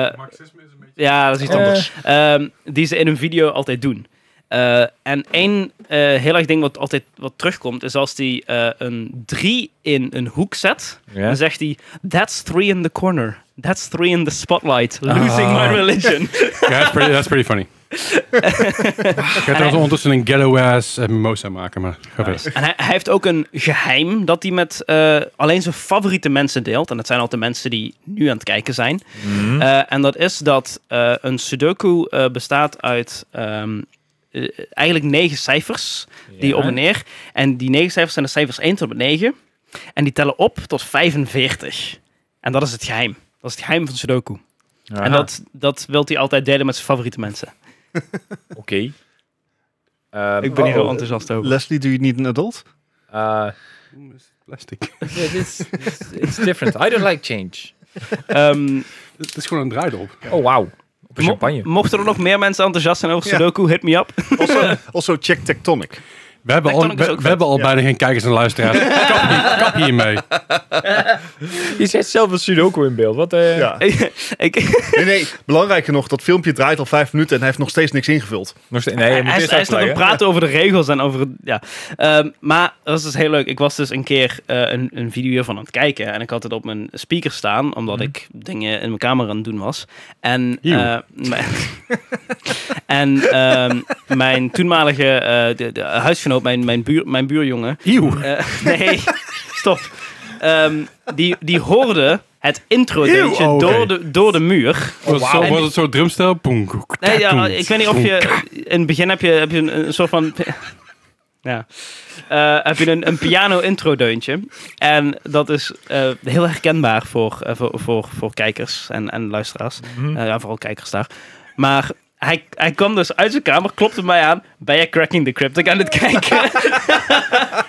ja, dat is iets Eh. anders. Ehm, die ze in een video altijd doen. Eh, en één eh, heel erg ding wat altijd wat terugkomt, is als die eh, een 3 in een hoek zet, dan zegt hij: That's three in the corner. That's three in the spotlight. Losing Ah. my religion. Ja, that's pretty, that's pretty funny. ik ga trouwens ondertussen een ghetto-ass eh, mimosa maken, maar ga verder. En hij, hij heeft ook een geheim dat hij met eh, alleen zijn favoriete mensen deelt. En dat zijn altijd mensen die nu aan het kijken zijn. Eh, en dat is dat eh, een Sudoku eh, bestaat uit ehm, eh, eigenlijk negen cijfers. Die op en neer. En die negen cijfers zijn de cijfers 1 tot en met 9. En die tellen op tot 45. En dat is het geheim. Dat is het geheim van Sudoku. En dat, dat wil hij altijd delen met zijn favoriete mensen. Oké. Ehm, Ik ben hier heel oh, enthousiast over. Leslie, doe je niet een adult? eh, Plastic. yeah, this- it's, it's different. I don't like change. Ehm, Het is gewoon een draaidop. Oh, wauw. Op een mo- champagne. mochten er nog meer mensen enthousiast zijn over Ja. Sudoku, hit me up. Also, also check Tectonic. We hebben al, Tectonic is we, dus we ook vet. hebben al Ja. bijna geen kijkers en luisteraars. kap, hier- kap hiermee. Je zet zelf een Sudoku in beeld. Wat, eh, Ja. ik, Nee, nee, belangrijker nog, dat filmpje draait al vijf minuten en hij heeft nog steeds niks ingevuld. nog steeds- nee, je moet hij, eerst hij is nog aan het uitleggen. praten over de regels en over... Ja. Ehm, maar dat was dus heel leuk. Ik was dus een keer eh, een, een video hiervan aan het kijken. En ik had het op mijn speaker staan, omdat ik dingen in mijn camera aan het doen was. En, eh, mijn, en ehm, mijn toenmalige eh, de, de huisgenoot, mijn, mijn, buur, mijn buurjongen... Eeuw. eh, nee, stop. Ehm, die, die hoorde het intro-deuntje Eeuw, oh, oké. door, de, door de muur. Was het zo, was het zo drumstel? Poen, koek, Nee, ja, takoen, ik weet niet of je... In het begin heb je, heb je een, een soort van... Ja. Eh, heb je een, een piano-intro-deuntje. En dat is eh, heel herkenbaar voor, eh, voor, voor, voor kijkers en, en luisteraars. Mhm. Eh, ja, vooral kijkers daar. Maar hij, hij kwam dus uit zijn kamer, klopte mij aan. Ben je Cracking the Cryptic aan het kijken?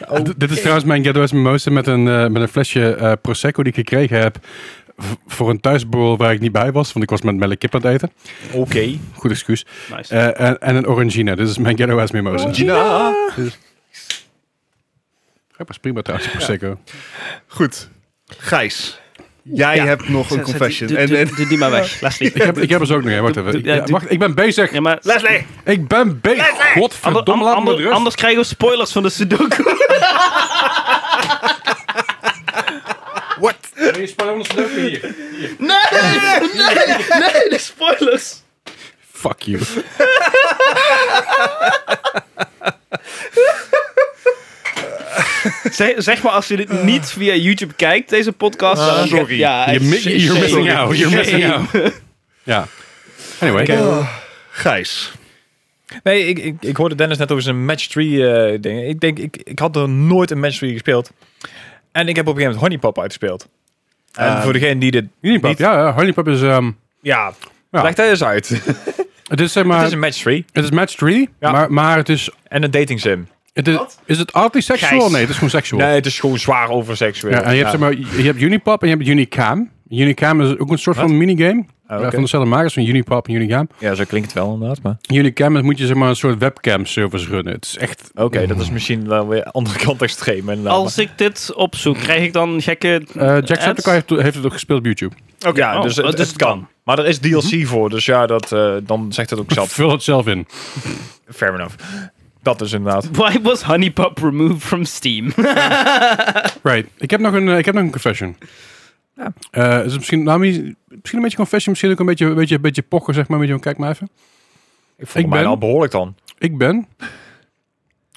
Oh. D- Dit is trouwens mijn Ghetto Ass Mimosa met een, eh, met een flesje eh, Prosecco die ik gekregen heb. v- Voor een thuisborrel waar ik niet bij was, want ik was met Melle kip aan het eten. Oké. Goed excuus. nice. Eh, en, en een Orangina. Dit is mijn Ghetto Ass Mimosa. Ja. Dat was prima trouwens, Prosecco. Goed. Gijs, jij Ja. hebt nog Zet- een zet die- confession. Doe, en, doe- en, doe die maar weg. Leslie. Ik heb, ik heb er zo ook nog een. Wacht Doe- even. doe- ja, Ja, doe- wacht, ik ben bezig. Ja, maar... Leslie! Ik ben bezig. Ander- Godverdomme, ander- laat me met ander- rust. anders krijgen we spoilers van de Sudoku. What? Je spijt ons hier. nee, de spoilers. Fuck you. Zeg, zeg maar als je Eh. dit niet via YouTube kijkt, deze podcast. dan- sorry. Ja, You're, Eh, mi- shame. you're missing out. You're missing Shame. out. Ja. Anyway. Gijs. Nee, ik, ik, ik hoorde Dennis net over zijn match 3 dingen. Ik denk, ik, ik had er nooit een match 3 gespeeld. En ik heb op een gegeven moment Honeypop uitgespeeld. en Eh, voor degene die dit... Honeypop. Niet- Ja, ja, Honeypop is... ehm, Ja, Ja. leg dat eens uit. het is zeg maar... het is een match 3 Het is match 3, Ja. maar, maar het is... en een dating sim. Het is, is het altijd seksueel? Gijs. Nee, het is gewoon seksueel. Nee, het is gewoon zwaar over seksueel. Ja, en je hebt, Ja. zeg maar, je hebt Unipop en je hebt Unicam. Unicam is ook een soort van minigame. Oh, Ja, oké. Van dezelfde makers van Unipop en Unicam. Ja, zo klinkt het wel inderdaad, maar... Unicam dat moet je zeg maar een soort webcam service runnen. Het is echt Oh. Oké, dat is misschien wel weer andere kant extreem. inderdaad, Als ik dit opzoek, krijg ik dan gekke... Eh Jacksepticeye heeft, heeft het ook gespeeld op YouTube. maar- ja, oh, dus, oh, het, dus het kan. Maar er is DLC Mhm. voor, dus ja, dat, eh, dan zegt het ook zelf. Vul het zelf in. Fair enough. Dat is inderdaad. Why was Honey Pop removed from Steam? Right. Ik heb nog een, eh, ik heb nog een confession. Ja. Eh, is het misschien, nou, misschien een beetje confession, misschien ook een beetje, een beetje, een beetje pochen, zeg maar. Met je, kijk maar even. Ik vond Ik mij ben- al behoorlijk dan. Ik ben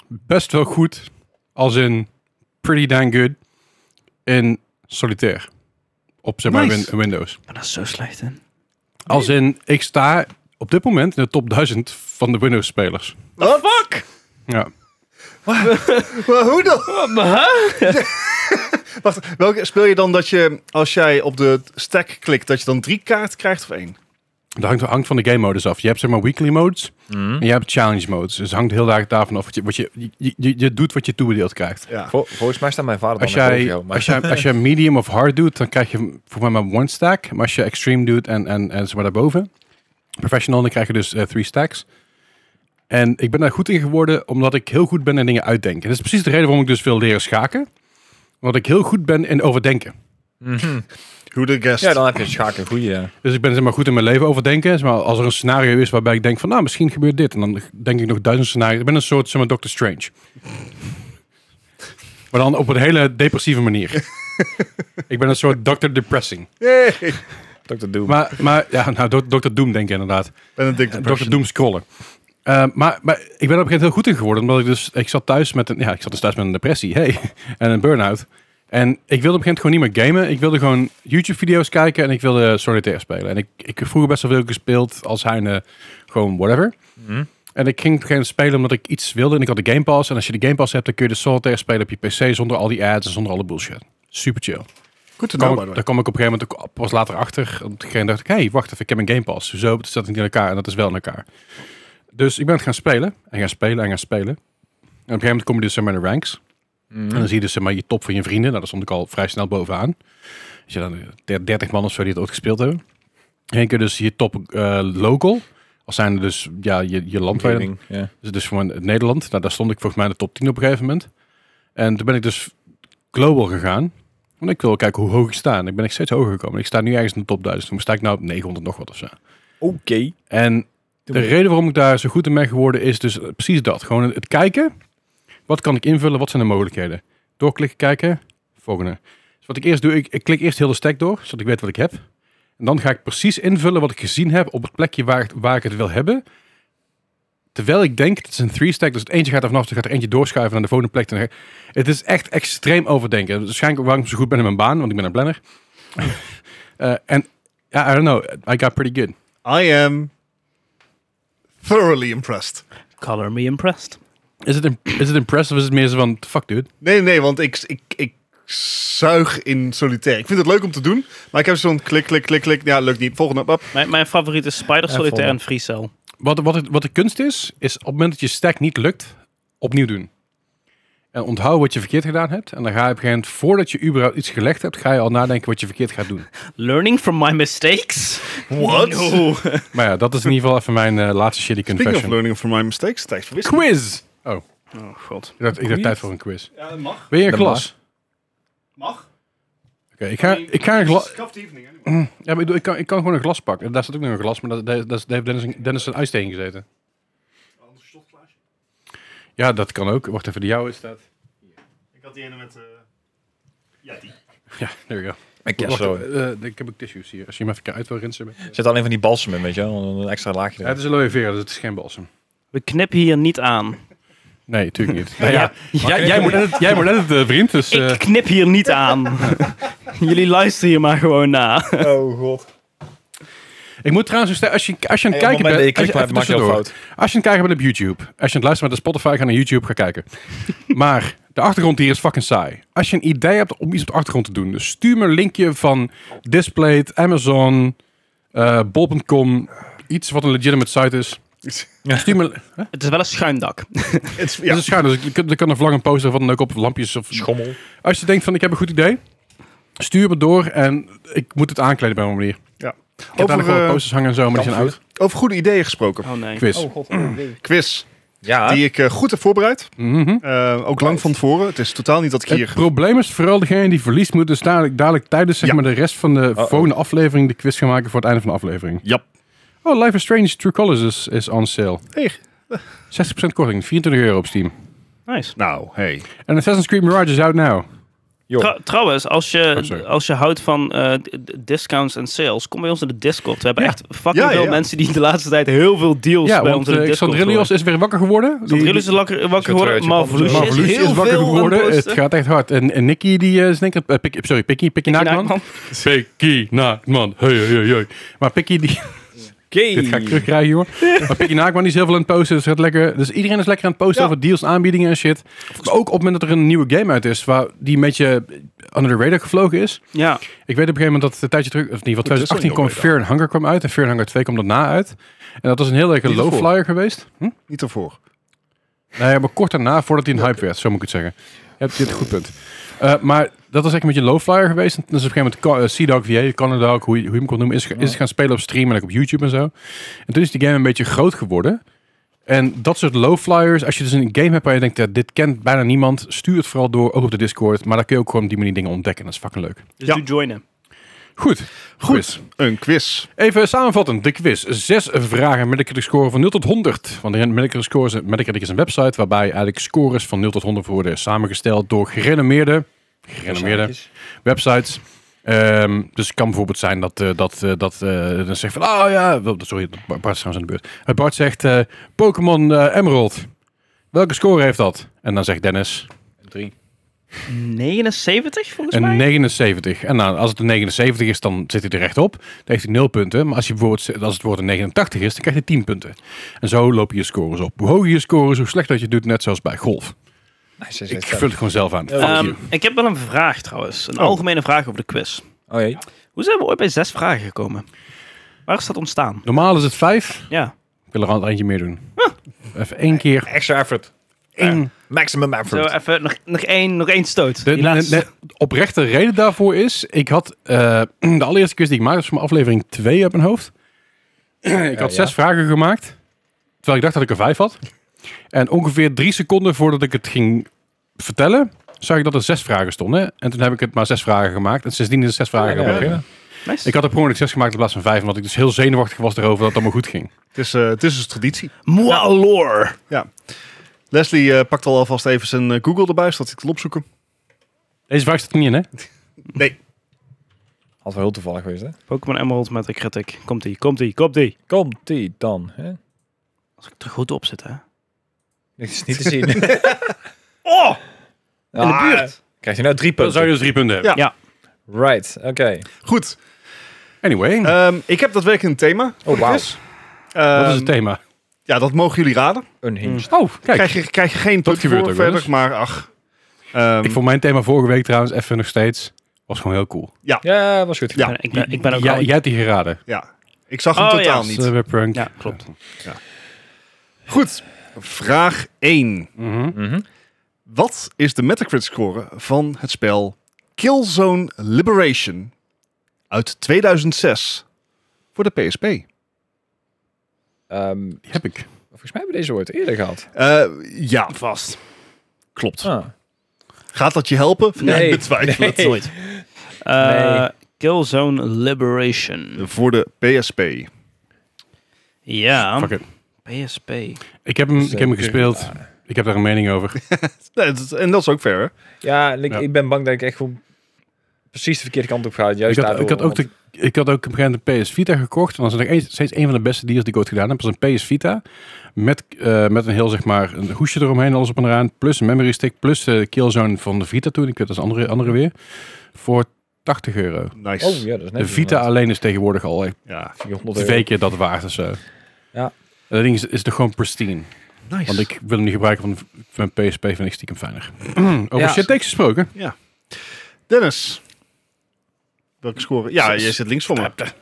best wel goed, als in pretty dang good, in solitaire. Op zeg maar Nice. win- Windows. maar dat is zo slecht, hè? Als in, ik sta op dit moment in de top 1000 van de Windows-spelers. Wat? Ja. Maar hoe dan? Wacht, welke speel je dan dat je, als jij op de stack klikt, dat je dan drie kaart krijgt of één? Dat hangt, hangt van de game modus af. Je hebt zeg maar weekly modes en je hebt challenge modes. Dus het hangt heel erg daarvan af wat je, wat je, je, je, je doet wat je toebedeeld krijgt. Ja. Vol- volgens mij staat mijn vader Als dan in jij, Covio, maar- als, jij, als jij medium of hard doet, dan krijg je voor mij maar one stack. Maar als je extreme doet en, en, en zeg maar daarboven, professional, dan krijg je dus eh, three stacks. En ik ben daar goed in geworden omdat ik heel goed ben in dingen uitdenken. Dat is precies de reden waarom ik dus wil leren schaken. Omdat ik heel goed ben in overdenken. Who the guest? Ja, dan heb je schaken. Goeie, ja. Dus ik ben zeg maar goed in mijn leven overdenken. Zeg maar, als er een scenario is waarbij ik denk van, nou, misschien gebeurt dit. En dan denk ik nog duizend scenario's. Ik ben een soort, zeg maar, Doctor Strange. maar dan op een hele depressieve manier. ik ben een soort Dr. Depressing. Hey. Dr. Doom. Maar, maar ja, nou, Doc- Dr. Doom denk ik inderdaad. Ben een dikke Dr. Doom scrollen. Eh, maar, maar ik ben er op een gegeven moment heel goed in geworden. Omdat ik dus, ik zat thuis met een, ja, ik zat dus thuis met een depressie. Hey, en een burn-out. En ik wilde op een gegeven moment gewoon niet meer gamen. Ik wilde gewoon YouTube-video's kijken en ik wilde solitaire spelen. En ik, ik heb vroeger best wel veel gespeeld als heine gewoon whatever. Mhm. En ik ging op een gegeven moment spelen omdat ik iets wilde en ik had de Game Pass. En als je de Game Pass hebt, dan kun je de solitaire spelen op je PC zonder al die ads en zonder alle bullshit. Super chill. Goed te Daar know, by kwam, the ik, way. daar kwam ik op een gegeven moment ook pas later achter. Op een gegeven moment dacht ik, hé, hey, wacht even, ik heb een Game Pass. Zo, het staat niet in elkaar en dat is wel in elkaar. Dus ik ben het gaan spelen en gaan spelen en gaan spelen. En op een gegeven moment kom je dus zeg maar, in de ranks. En dan zie je dus zeg maar, je top van je vrienden. Nou, daar stond ik al vrij snel bovenaan. Dus je dan eh, 30 man of zo die het ooit gespeeld hebben. En je kunt dus je top eh, local. Als zijn er dus ja, je, je land waar je- Gaming, ja. dus, dus voor mijn- Nederland. Nou, daar stond ik volgens mij in de top 10 op een gegeven moment. En toen ben ik dus global gegaan. Want ik wil kijken hoe hoog ik sta. En ik ben ik steeds hoger gekomen. Ik sta nu ergens in de top 1000. Toen sta ik nou op 900 nog wat of zo. Oké. En de reden waarom ik daar zo goed in ben geworden is dus eh, precies dat. Gewoon het kijken. Wat kan ik invullen? Wat zijn de mogelijkheden? Doorklikken, kijken. Volgende. Dus wat ik eerst doe, ik, ik klik eerst heel de stack door, zodat ik weet wat ik heb. En dan ga ik precies invullen wat ik gezien heb op het plekje waar, ik- waar ik het wil hebben. Terwijl ik denk, het is een three stack, dus het eentje gaat er vanaf, dan gaat er eentje doorschuiven naar de volgende plek. Dan ga- Het is echt extreem overdenken. Dat is Waarschijnlijk ook waarom ik zo goed ben in mijn baan, want ik ben een planner. Eh, En, ja, I don't know, I got pretty good. I am thoroughly impressed. Color me impressed. Is het, im- is het impressive? Is het meer zo van, fuck dude. Nee, nee, want ik, ik, ik zuig in solitaire. Ik vind het leuk om te doen, maar ik heb zo'n klik, klik, klik, klik. Ja, lukt niet. Volgende. Op. Mijn, mijn favoriet is Spider Ja, Solitaire volle. en Free Cell. Wat, wat, het- wat de kunst is, is op het moment dat je stack niet lukt, opnieuw doen. En onthoud wat je verkeerd gedaan hebt. En dan ga je op een gegeven moment, voordat je überhaupt iets gelegd hebt, ga je al nadenken wat je verkeerd gaat doen. Learning from my mistakes? What? No. maar ja, dat is in ieder geval even mijn eh, laatste shitty Speaking of confession. learning from my mistakes, tijd voor wissel. Quiz! Oh, Oh god. ik dacht, ik dacht tijd voor een quiz. Ja, mag. Wil je een Dat glas? Mag. Oké, ik, ga, ik ga een glas... evening, Ja, maar ik, bedoel, ik, kan, ik kan gewoon een glas pakken. Daar staat ook nog een glas, maar dat, dat, dat daar heeft Dennis, een- Dennis een ijsteen gezeten. Ja, dat kan ook. Wacht even, die jouwe staat... Ik had die ene met... eh, ja, die. Ja, there you go. Ik, Wacht, zo. eh, eh, ik heb ook tissues hier. Als je hem even uit wil rinsen. Er zit alleen van die balsem in, weet je wel? Een extra laagje. Ja, het is aloe vera, dus het is geen balsem. We knippen hier niet aan. Nee, natuurlijk niet. Nou ja, jij- jij, moet net het, jij moet net het eh, vriend, dus... eh, Ik knip hier niet aan. Jullie luisteren hier maar gewoon na. Oh god. ik moet trouwens... nog steeds- Als je, als je aan het Hey, op kijken het moment dat je bent... Als klikt, je, even maak je al tussendoor. fout. Als je aan het kijken bent op YouTube. Als je aan het luisteren bent op Spotify, ga naar YouTube, ga kijken. maar de achtergrond hier is fucking saai. Als je een idee hebt om iets op de achtergrond te doen... Dus stuur me een linkje van Displayed, Amazon, eh, Bol.com... Iets wat een legitimate site is. Stuur me... Het is wel een schuindak. Het is- Ja. ja. Dat is schuin. Dus ik- ik- er kan een vlag, een poster van dan ook op of lampjes. Of... Schommel. Als je denkt van ik heb een goed idee, stuur me door en ik moet het aankleden bij mijn manier. heb daar nog wel eh, wat posters hangen en zo, maar die zijn uit. Over goede ideeën gesproken. Oh nee. Quiz. Oh god. Quiz, Ja. die ik eh, goed heb voorbereid. Mhm. Eh, ook lang van tevoren. Het is totaal niet dat ik Het hier... probleem is vooral degene die verliest moet dus dadelijk, dadelijk tijdens zeg Ja. maar, de rest van de Uh-oh. volgende aflevering de quiz gaan maken voor het einde van de aflevering. Ja. Oh, Life is Strange True Colors is, is on sale. Hey. 60% korting, 24 euro op Steam. Nice. Nou, hey. En Assassin's Creed Mirage is out now. Joh. Trou- trouwens, als Oh, je, sorry. als je houdt van eh, d- d- discounts en sales, kom bij ons in de Discord. We hebben Ja. echt fucking Ja, ja, veel ja. mensen die de laatste tijd heel veel deals ja, bij want ons in de eh, Discord Xandrillios is weer wakker geworden. Die- Xandrillios is wakker, wakker geworden. truitje, Marvolution Maar is Lucy heel is wakker veel aan het geworden. Het posten. gaat echt hard. En, en Nicky, die eh, is denk ik... eh, Pik- sorry, Pikkie. Pikkie Naakman. Naakman. Pikkie Naakman. Hey, hey, hey, hey. Maar Pikkie, die... Dit ga ik terugkrijgen, hoor. Maar Pikkie Naakman die is heel veel aan het posten. Dus, het gaat lekker, dus iedereen is lekker aan het posten Ja. over deals, aanbiedingen en shit. Maar ook op het moment dat er een nieuwe game uit is... Waar die een beetje under the radar gevlogen is. Ja, Ik weet op een gegeven moment dat het een tijdje terug, of in ieder geval Het is al 2018 kwam heel Fear and Hunger kwam uit en Fear and Hunger 2 kwam daarna uit. En dat was een heel erg Niet low ervoor. flyer geweest. Hm? Niet ervoor. Nee, Nou maar kort daarna, voordat hij een hype werd, zo moet ik het zeggen. Je hebt je hebt een goed punt. Eh, maar dat was echt een beetje low flyer geweest. En toen is op een gegeven moment Ca- eh, Sea-Dog, VA, Canada ook, hoe je, hoe je hem kon noemen, is, ge- is gaan spelen op stream en ook op YouTube en zo. En toen is die game een beetje groot geworden. En dat soort low flyers, als je dus een game hebt waar je denkt, ja, dit kent bijna niemand, stuur het vooral door, ook op de Discord. Maar daar kun je ook gewoon op die manier dingen ontdekken. Dat is fucking leuk. dus Ja. doe joinen. Goed. Goed. Quiz. Een quiz. Even samenvattend, de quiz. Zes vragen met een score van 0 tot 100. Want de Metacritic Score is- Metacritic is een website waarbij eigenlijk scores van 0 tot 100 worden samengesteld door gerenommeerde, gerenommeerde websites. Ehm, dus het kan bijvoorbeeld zijn dat, eh, dat, eh, dat eh, dan zegt van, ah ja, wel, sorry, Bart is trouwens aan de beurt. Eh, Bart zegt, eh, Pokémon eh, Emerald, welke score heeft dat? En dan zegt Dennis, 79 volgens een mij? 79. En nou, als het een 79 is, dan zit hij er recht op. Dan heeft hij 0 punten. Maar als, je bijvoorbeeld, als het woord een 89 is, dan krijg je 10 punten. En zo lopen je scores op. Hoe hoger je scores, hoe slechter je het doet. Net zoals bij golf. Ik vul het gewoon zelf aan. Fuck Ehm, you. Oh. ik heb wel een vraag trouwens. Een algemene vraag over de quiz. Oh jee. Hoe zijn we ooit bij zes vragen gekomen? Waar is dat ontstaan? Normaal is het 5. Ja. Ik wil er al eentje meer doen. Ah. Even één keer. Extra effort. Eh, Één. Maximum Zo, effort. even nog, nog, één, nog één stoot. De, Die laatste. de- de oprechte reden daarvoor is... Ik had eh, de allereerste quiz die ik maakte... was van aflevering 2 uit mijn hoofd. ik had ja. zes vragen gemaakt. Terwijl ik dacht dat ik er vijf had. En ongeveer drie seconden voordat ik het ging vertellen... zag ik dat er zes vragen stonden. En toen heb ik het maar zes vragen gemaakt. En sindsdien is het zes vragen Ja, geworden. ja. Nice. Ik had er per ongeluk zes gemaakt in plaats van vijf... omdat ik dus heel zenuwachtig was erover dat het allemaal goed ging. Het is, eh, het is dus traditie. Moi lore. Leslie eh, pakt al alvast even zijn eh, Google erbij, zodat ik het kan opzoeken. Deze vraag staat er niet in, hè? Had wel heel toevallig geweest, hè? Pokémon Emerald met een critic. Komt die, komt die, komt die. Komt die dan, hè? Als ik er goed op zit, hè. Dit is niet te zien. In Oh! In de buurt. Ah! Krijg je nou drie Dan zou punten? je dus drie punten hebben. Ja. Right, oké. Goed, Anyway, ehm, ik heb daadwerkelijk een thema. Oh, wauw. dat Ehm, is het thema. Ja, dat mogen jullie raden. Unhinged. Oh, kijk. Krijg je, krijg je geen punt gebeurt voor ook wel eens. verder, maar ach. Ehm, Ik vond mijn thema vorige week trouwens, even nog steeds, was gewoon heel cool. Ja, was goed. Ja. Ik ben- ik, ben, ik ben ook Ja, al- jij hebt die geraden. ja, ik zag hem Oh, totaal ja. niet. Zullen we prank? Ja, klopt. Goed, vraag 1. Mhm. Mhm. Wat is de Metacritic score van het spel Killzone Liberation uit 2006 voor de PSP? Ehm, Die heb ik. volgens mij hebben we deze ooit eerder gehad. Eh, ja, Vast. klopt. Ah. Gaat dat je helpen? Nee. Ik betwijfel het. Nee. Nooit. Eh, Killzone Liberation. Voor de PSP. Ja. Fuck it. PSP. Ik heb hem, ik heb hem Zeker. gespeeld. Ik heb daar een mening over. Nee, dat- en dat is ook fair. hè? Ja, en ik, Ja. ik ben bang dat ik echt gewoon precies de verkeerde kant op ga. Juist ik, had, daardoor, ik, had ook want- de, ik had ook op een gegeven moment de PS Vita gekocht. En dat is nog eens- steeds een van de beste deals die ik ooit gedaan heb. Dat was een PS Vita. Met, eh, met een heel, zeg maar, een hoesje eromheen, alles op en eraan. Plus een memory stick. Plus de killzone van de Vita toen. Ik weet dat is een andere, andere weer. Voor 80 euro. Nice. Oh ja, dat is net. De Vita alleen is tegenwoordig al echt Ja, twee keer dat waard of zo. Ja. Dat ding is, is toch gewoon pristine. nice. Want ik wil hem niet gebruiken van, van PSP, vind ik stiekem fijner. Over Ja. shit takes gesproken. Dennis. Welke score? Ja, Zes. jij zit links van me. Ik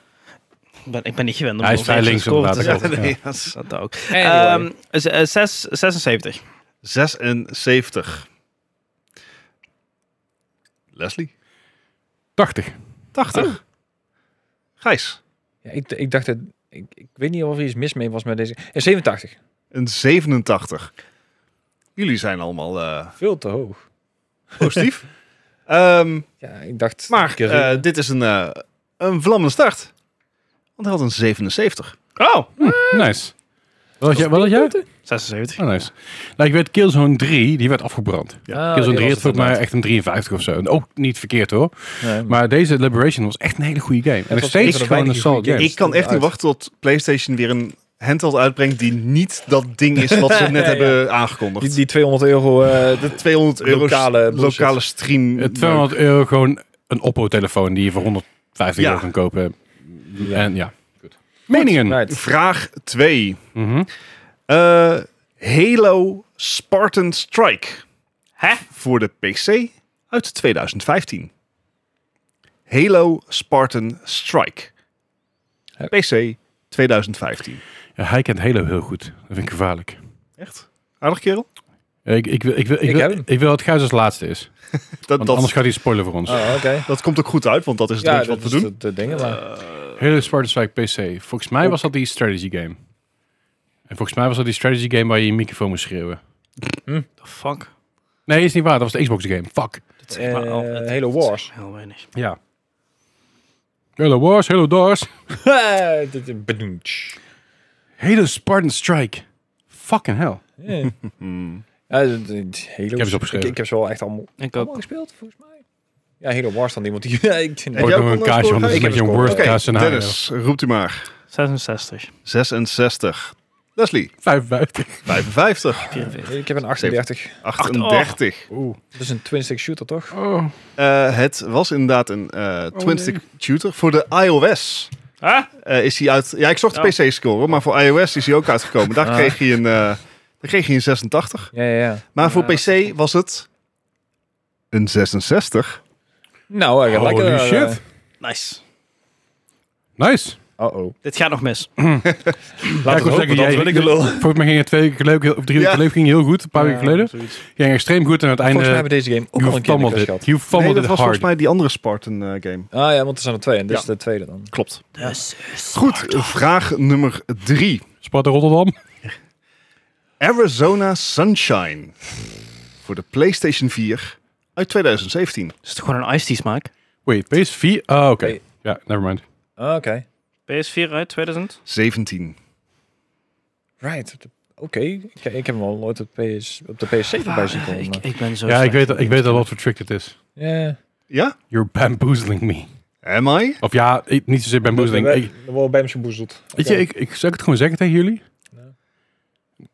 ben, ik ben niet gewend om Hij is nog vrij eens links te scoren inderdaad, te dat zetten. dus klopt. nee, dat is Dat ook. Anyway. Ehm, z- eh, zes- 76. 76. Leslie. 80. 80. Gijs. Ja, ik, ik dacht, dat, ik, ik weet niet of er iets mis mee was met deze. En 87, Een 87. Jullie zijn allemaal eh, veel te hoog. positief. Ehm, Ja, ik dacht, maar eh, dit is een, eh, een vlammende start. Want hij had een 77. Oh, Nice. Wat had jij? Wat had jij? 76. Oh, nice. Nou, ik weet Killzone 3, die werd afgebrand. Ah, ja, Killzone 3 had het volgens mij echt een 53 of zo. En ook niet verkeerd hoor. Nee, maar Maar deze Liberation was echt een hele goede game. En nog was steeds een van de gewoon een weinige solid goede game. ik kan echt niet uit. wachten tot PlayStation weer een handheld uitbrengt die niet dat ding is wat ze net Ja, ja. hebben aangekondigd. die, die 200 euro, eh, de 200 euro Lokale bullshit. lokale stream. Eh, 200 euro gewoon een Oppo-telefoon die je voor 150 Ja. euro kan kopen. En ja. Meningen. right. Vraag 2. Mhm. Eh, Halo Spartan Strike. Hè? Voor de PC uit 2015. Halo Spartan Strike. PC 2015. Ja, hij kent Halo heel goed. Dat vind ik gevaarlijk. Echt? Aardig kerel? Ik, ik, wil- ik, wil- ik, Ik wil, heb hem. ik wil dat Gijs als laatste is. Dat, Want Eh, dat, anders gaat hij spoilen voor ons. Oh, oké. dat komt ook goed uit, want dat is het Ja, dingetje dat wat we is doen. de, de dingen, maar... Halo Spartan Strike PC. Volgens mij was dat die strategy game. En volgens mij was dat die strategy game waar je je microfoon moest schreeuwen. The fuck? Nee, is niet waar. Dat was de Xbox game. Fuck. Dat zegt maar Eh, al. dat Halo zegt Wars. maar Heel weinig. Ja. Halo Wars, Halo Doors. Eh, dit is bedoemd. Halo Spartan Strike. Fucking hell. Ja. Ja, dat- dat- Halo. heb ze opgeschreven. Ik, ik heb ze wel echt allemaal, Ik allemaal ook. gespeeld, volgens mij. Ja, Halo Wars dan iemand die... Oh, Ja, ik, Heb Ook jij nog een ook een kaartje, score want dat is gegeven? met je Ik heb worst Oké, case scenario. Dennis, roept u maar. 66. 66. Leslie, 55. 55. 44. ik heb een 38. 38. Dat is een twin-stick shooter, toch? Oh. Eh, het was inderdaad een eh twin-stick shooter voor de iOS. Huh? Eh, is hij uit... Ja, ik zocht de Oh. PC-score, maar voor iOS is hij ook uitgekomen. Daar, kreeg, hij een, eh, daar kreeg hij een 86. Ja, ja, ja. Maar voor Ja. PC was het een 66. Nou, hij gaat Holy lekker... eh, shit. Nice. Nice. Uh-oh. Dit gaat nog mis. Laat het hopen, dan ben ik de lul. Volgens mij ging het twee weken geleden, heel- of drie weken Ja. geleden ging het heel goed. Een paar Ja, weken geleden. Zoiets. Ging extreem goed en Volgens mij uiteindelijk... hebben we deze game ook al You een keer in de fumbled kast it. gehad. You nee, fumbled dat it was volgens hard. mij die andere eh, Spartan-game. Ah ja, want er zijn er twee en dit Ja. is de tweede dan. Klopt. Dus is Goed, vraag nummer 3. Sparta Rotterdam. Arizona Sunshine. Voor de PlayStation 4 uit 2017. is het gewoon een iced tea smaak? Wait, PS4? Ah, oké. Nee. Ja, never mind. Ah, Oké. PS4 uit 2000? 17. Right. Oké. Ik, ik heb hem al nooit op, PS, op de PS7 bij zien Ah, komen. ik, maar- ik ben zo Ja, ik slecht. weet, ik weet al wat voor trick dit is. Ja. Ja? You're bamboozling me. Am I? Of ja, ik- niet zozeer bamboozling. Dan Ik, worden bij hem geboezeld. weet je, ik, ik, zou ik het gewoon zeggen tegen jullie? Nee.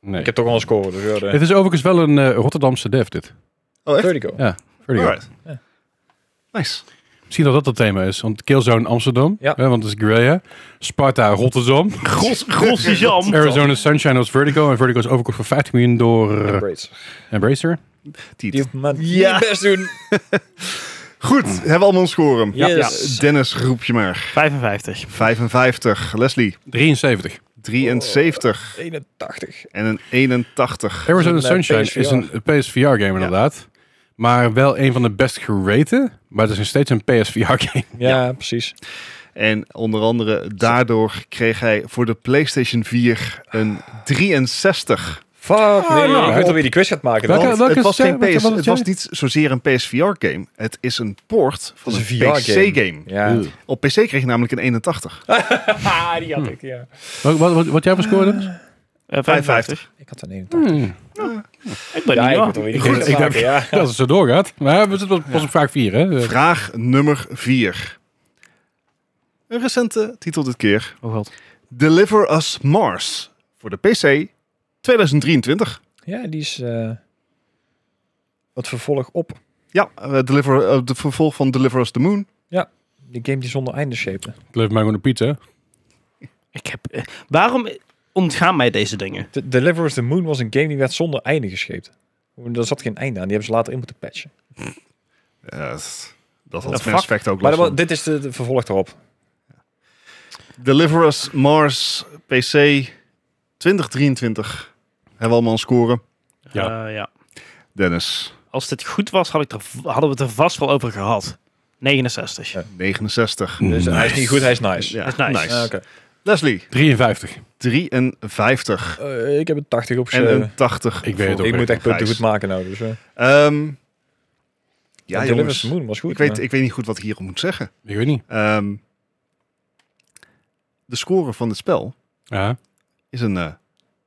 Nee. Ik heb toch al een score, dus ja, de- Het is overigens wel een eh, Rotterdamse dev dit. Oh, echt? Vertigo. Pretty good. Alright. Ja. Nice. Misschien dat dat het thema is. Want Killzone Amsterdam, Ja. hè, want het is Guerrilla. Sparta Rotterdam. Gros, gros jam. Arizona Sunshine was Vertigo. En Vertigo is overkocht voor 50 miljoen door eh, Braids. Embracer. Die Mm. Tiet. hoeft maar Ja. niet best doen. Goed, hebben we allemaal een score? Ja. Eh, Dennis, roep je maar. 55. 55. Leslie, 73. 73. 81. En een 81. Arizona een, eh, Sunshine is een PSVR-game inderdaad. Maar wel een van de best geraten. Maar het is nog steeds een PSVR-game. Ja, precies. En onder andere daardoor kreeg hij voor de PlayStation 4 een 63. Fuck, nee, nou, ik weet al wie die quiz gaat maken. Welke- Dan. Want welke het was, is- geen welke PS, was het, het was jij? niet zozeer een PSVR-game. Het is een port van Dat een, is een VR-game. PC-game. Ja. Op PC kreeg je namelijk een 81. Ah, die had ik, ja. Wat, wat, wat, wat jij voor score is? Eh, 55. Ik had een 81. Ik ben Ja, niet ik weet wel. al wie die Ik quiz gaat denk- maken, ja. Hmm. Als het zo doorgaat. Maar we zitten pas op vraag 4, hè? Eh, Vraag nummer 4. Een recente titel dit keer. Oh god. Deliver Us Mars voor de PC 2023. Ja, die is... eh het vervolg op. Ja, eh, Deliver, eh, de vervolg van Deliver Us the Moon. Die game die zonder einde shapen. Leef mij gewoon een pizza. Ik heb, eh, waarom ontgaan mij deze dingen? De Deliver us the Moon was een game die werd zonder einde gescheept. Daar zat geen einde aan. Die hebben ze later in moeten patchen. Ja, dat- dat had Ja, Mass fuck. Effect ook Maar dat last wa- van. dit is de, de vervolg erop. Deliver Us Mars PC 2023. Hebben we allemaal een score. Ja. Eh, ja. Dennis. Als dit goed was, had ik er, hadden we het er vast wel over gehad. 69. Ja, 69. Dus hij is niet goed, hij is nice. Ja, Dat is nice. Ah, nice. oké. Leslie, 53. 53 Eh, ik heb een 80 en opgeschreven. een 80. Ik weet het ook. Ik moet echt punten Gijs. goed maken nou. Dus, eh. Ehm, ja, Want jongens. Deliverance the Moon was goed. ik, weet, maar- ik weet niet goed wat ik hierop moet zeggen. Ik weet niet. Ehm, de score van dit spel Ja. is een eh,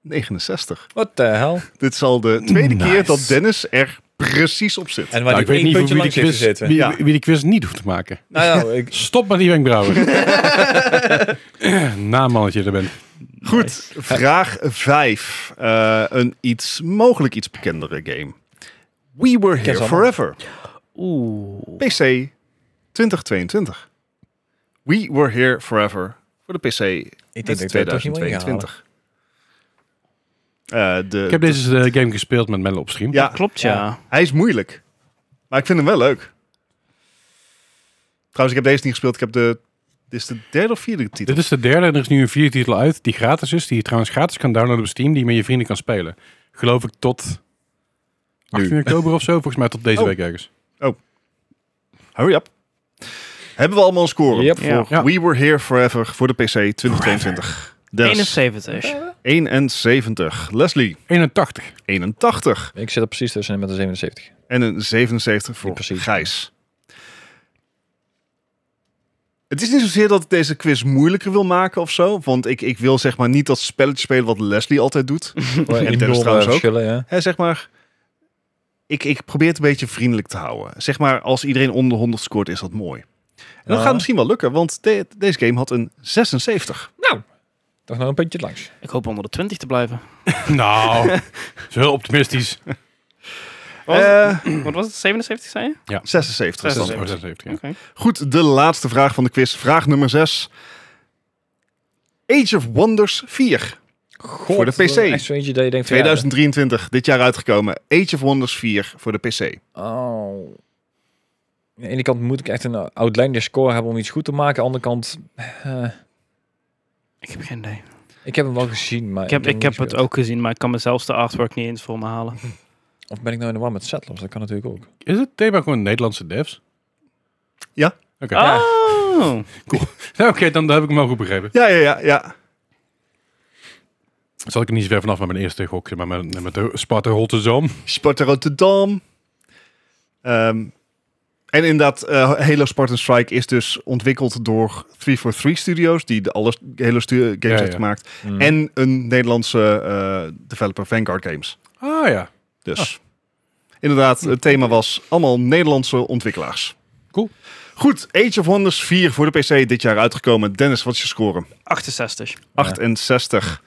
69. What the hell? Dit zal de tweede Nice. keer dat Dennis er precies op zit. En waar Nou, die ik weet niet voor puntje wie die, langs heeft quiz, gezeten. wie, Ja. wie die quiz niet hoeft te maken. Nou, nou, ik, Stop met die wenkbrauwen. Na mannetje er bent. Goed, vraag 5. een iets, mogelijk iets bekendere game. We Were Here allemaal. Forever. Oeh. PC 2022. We Were Here Forever voor de ik PC denk dat uit ik dat toch niet meer 2022. Eh, de, Ik heb deze eh, game gespeeld met Melle op stream. ja, Klopt, ja. hij is moeilijk. Maar ik vind hem wel leuk. Trouwens, ik heb deze niet gespeeld. Ik heb de... Dit is de derde of vierde titel. Dit is de derde en er is nu een vierde titel uit die gratis is. Die je trouwens gratis kan downloaden op Steam. Die je met je vrienden kan spelen. Geloof ik tot 18 oktober of zo. Volgens mij tot deze Oh. week ergens. Hurry up. Hebben we allemaal een score? Yep. Ja. Ja. We Were Here Forever voor de PC 2022. Dennis, 71. 71. Leslie, 81. 81. Ik zit er precies tussen met een 77. En een 77 voor Niet precies. Gijs. Het is niet zozeer dat ik deze quiz moeilijker wil maken of zo. Want ik, ik wil zeg maar niet dat spelletje spelen wat Leslie altijd doet. En trouwens ook. verschillen, ja. Hè, zeg maar, ik, ik probeer het een beetje vriendelijk te houden. Zeg maar, als iedereen onder de 100 scoort, is dat mooi. En dat Ja. gaat misschien wel lukken, want de- deze game had een 76. Toch nog een puntje langs. Ik hoop onder de 20 te blijven. Nou, dat is heel optimistisch. Wat, Eh, wat was het? 77 zei je? 76. is dan. 76, 76, ja. Oké. Goed, de laatste vraag van de quiz. Vraag nummer 6. Age of Wonders 4. God, Voor de PC. dat is echt zo eentje dat je denkt van, ja, 2023, dit jaar uitgekomen. Age of Wonders 4 voor de PC. Oh. Aan de ene kant moet ik echt een outlinder score hebben om iets goed te maken. Aan de andere kant... eh, Ik heb geen idee. ik heb hem wel gezien, maar... Ik heb, ben ik niet heb het gespeeld. ook gezien, maar ik kan mezelf de artwork niet eens voor me halen. Of ben ik nou in de war met Settlers? Dat kan natuurlijk ook. Is het thema gewoon Nederlandse devs? Ja. Ah. Oké, Oh! Nou, oké, dan heb ik hem wel goed begrepen. Ja, ja, ja. ja. Zal ik er niet zo ver vanaf met mijn eerste gokje, maar met, met de Sparta Rotterdam. Sparta Rotterdam. Ehm, en inderdaad, eh, Halo Spartan Strike is dus ontwikkeld door 343 Studios, die de alle Halo stu- games Ja, Mm. ja. heeft gemaakt. En een Nederlandse eh, developer, Vanguard Games. Ah ja, Dus Ah. inderdaad, het thema was allemaal Nederlandse ontwikkelaars. Cool. Goed, Age of Wonders 4 voor de PC dit jaar uitgekomen. Dennis, wat is je score? 68. 68,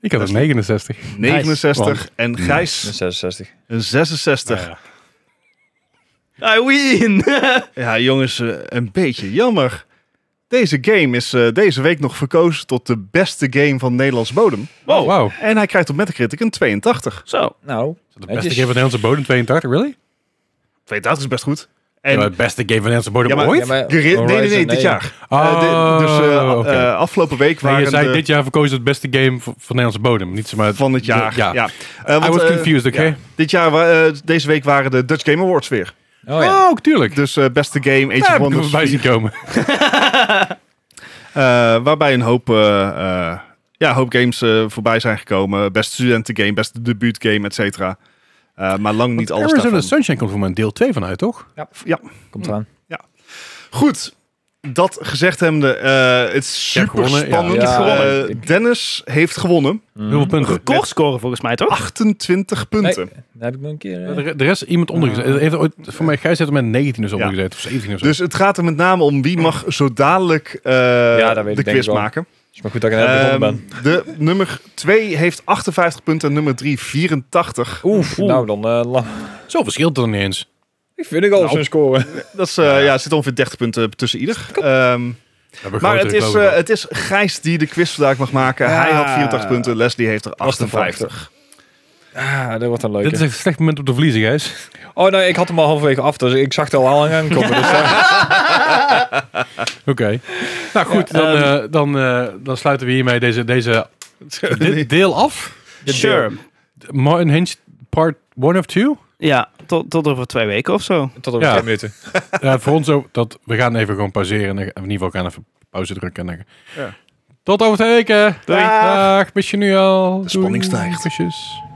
ik had het Ah, 69. 69 Want- en Met Gijs 66. een 66. Nou ja. I win! Ja, jongens, eh, een beetje jammer. Deze game is eh, deze week nog verkozen tot de beste game van Nederlands bodem. Wow. wow. En hij krijgt op Metacritic een 82. Zo. Nou, De het beste is- game van Nederlandse bodem, 82, really? 82 is best goed. En En de beste game van Nederlandse bodem Ja, maar- ooit? Ja, maar gere- nee, nee, nee, Horizon, dit jaar. Oh, Eh, de- dus eh, oké. eh, afgelopen week Nee, je waren zei de- dit jaar verkozen het beste game van, van Nederlandse bodem. Niet zomaar van het jaar. de- ja. ja. Eh, I want, was eh, confused, oké? ja. dit jaar, wa- eh, deze week waren de Dutch Game Awards weer. Oh ja. Oh, tuurlijk. Dus eh, beste game, Daar Age of heb ik Wonders. voorbij zien komen. Eh, waarbij een hoop, eh, eh, ja, hoop games eh, voorbij zijn gekomen. Beste studentengame, beste debuutgame, et cetera. Eh, maar lang niet alles Arizona daarvan. Sunshine komt voor mij een deel 2 vanuit, toch? Ja, Komt eraan. goed. Dat gezegd hebbende, eh, het is Ja, super gewonnen, ja. spannend. Ja, Eh, ik- Dennis heeft gewonnen. Heel veel punten. Recordscore volgens mij, toch? 28 Nee, punten. daar heb ik nog een keer... eh, De re- de rest is iemand ondergezet. Er Heeft ooit, voor mij, Gijs heeft hem met 19 of zo Ja. ondergezet. Of 17 of zo. Dus het gaat er met name om wie mag zo dadelijk eh, dat weet ik de denk ik quiz wel. maken. is maar goed dat ik er net Ehm, begonnen ben. de nummer 2 heeft 58 punten en nummer 3 84. Oef, nou dan... eh, la- Zo verschilt het dan niet eens. ik vind ik al Nou. zo'n score. Dat is, eh, ja. er zit ongeveer 30 punten tussen ieder. Ehm, We hebben maar grotere het is, kloven eh, gehad. het is Gijs die de quiz vandaag mag maken. Ja. Hij had 84 punten, Leslie heeft er Was de 58. Ah, dat wordt een leuke. Dit is echt een slecht moment om te verliezen, Gijs. Oh nee, ik had hem al halverwege af, dus ik zag het al aan aankomen. Dus, eh, Oké. Nou goed, dan, ehm, eh, dan, eh, dan sluiten we hiermee deze, deze dit deel af. Sure. Martin Hinch part 1 of 2? Ja, tot, tot over twee weken of zo. Tot over Ja. twee minuten. Ja, voor ons ook. Dat, we gaan even gewoon pauzeren. En dan- in ieder geval gaan we even pauze drukken. En dan, Ja. Tot over twee weken. Doei. Dag. Mis je nu al. De spanning Doei. stijgt. Kusjes.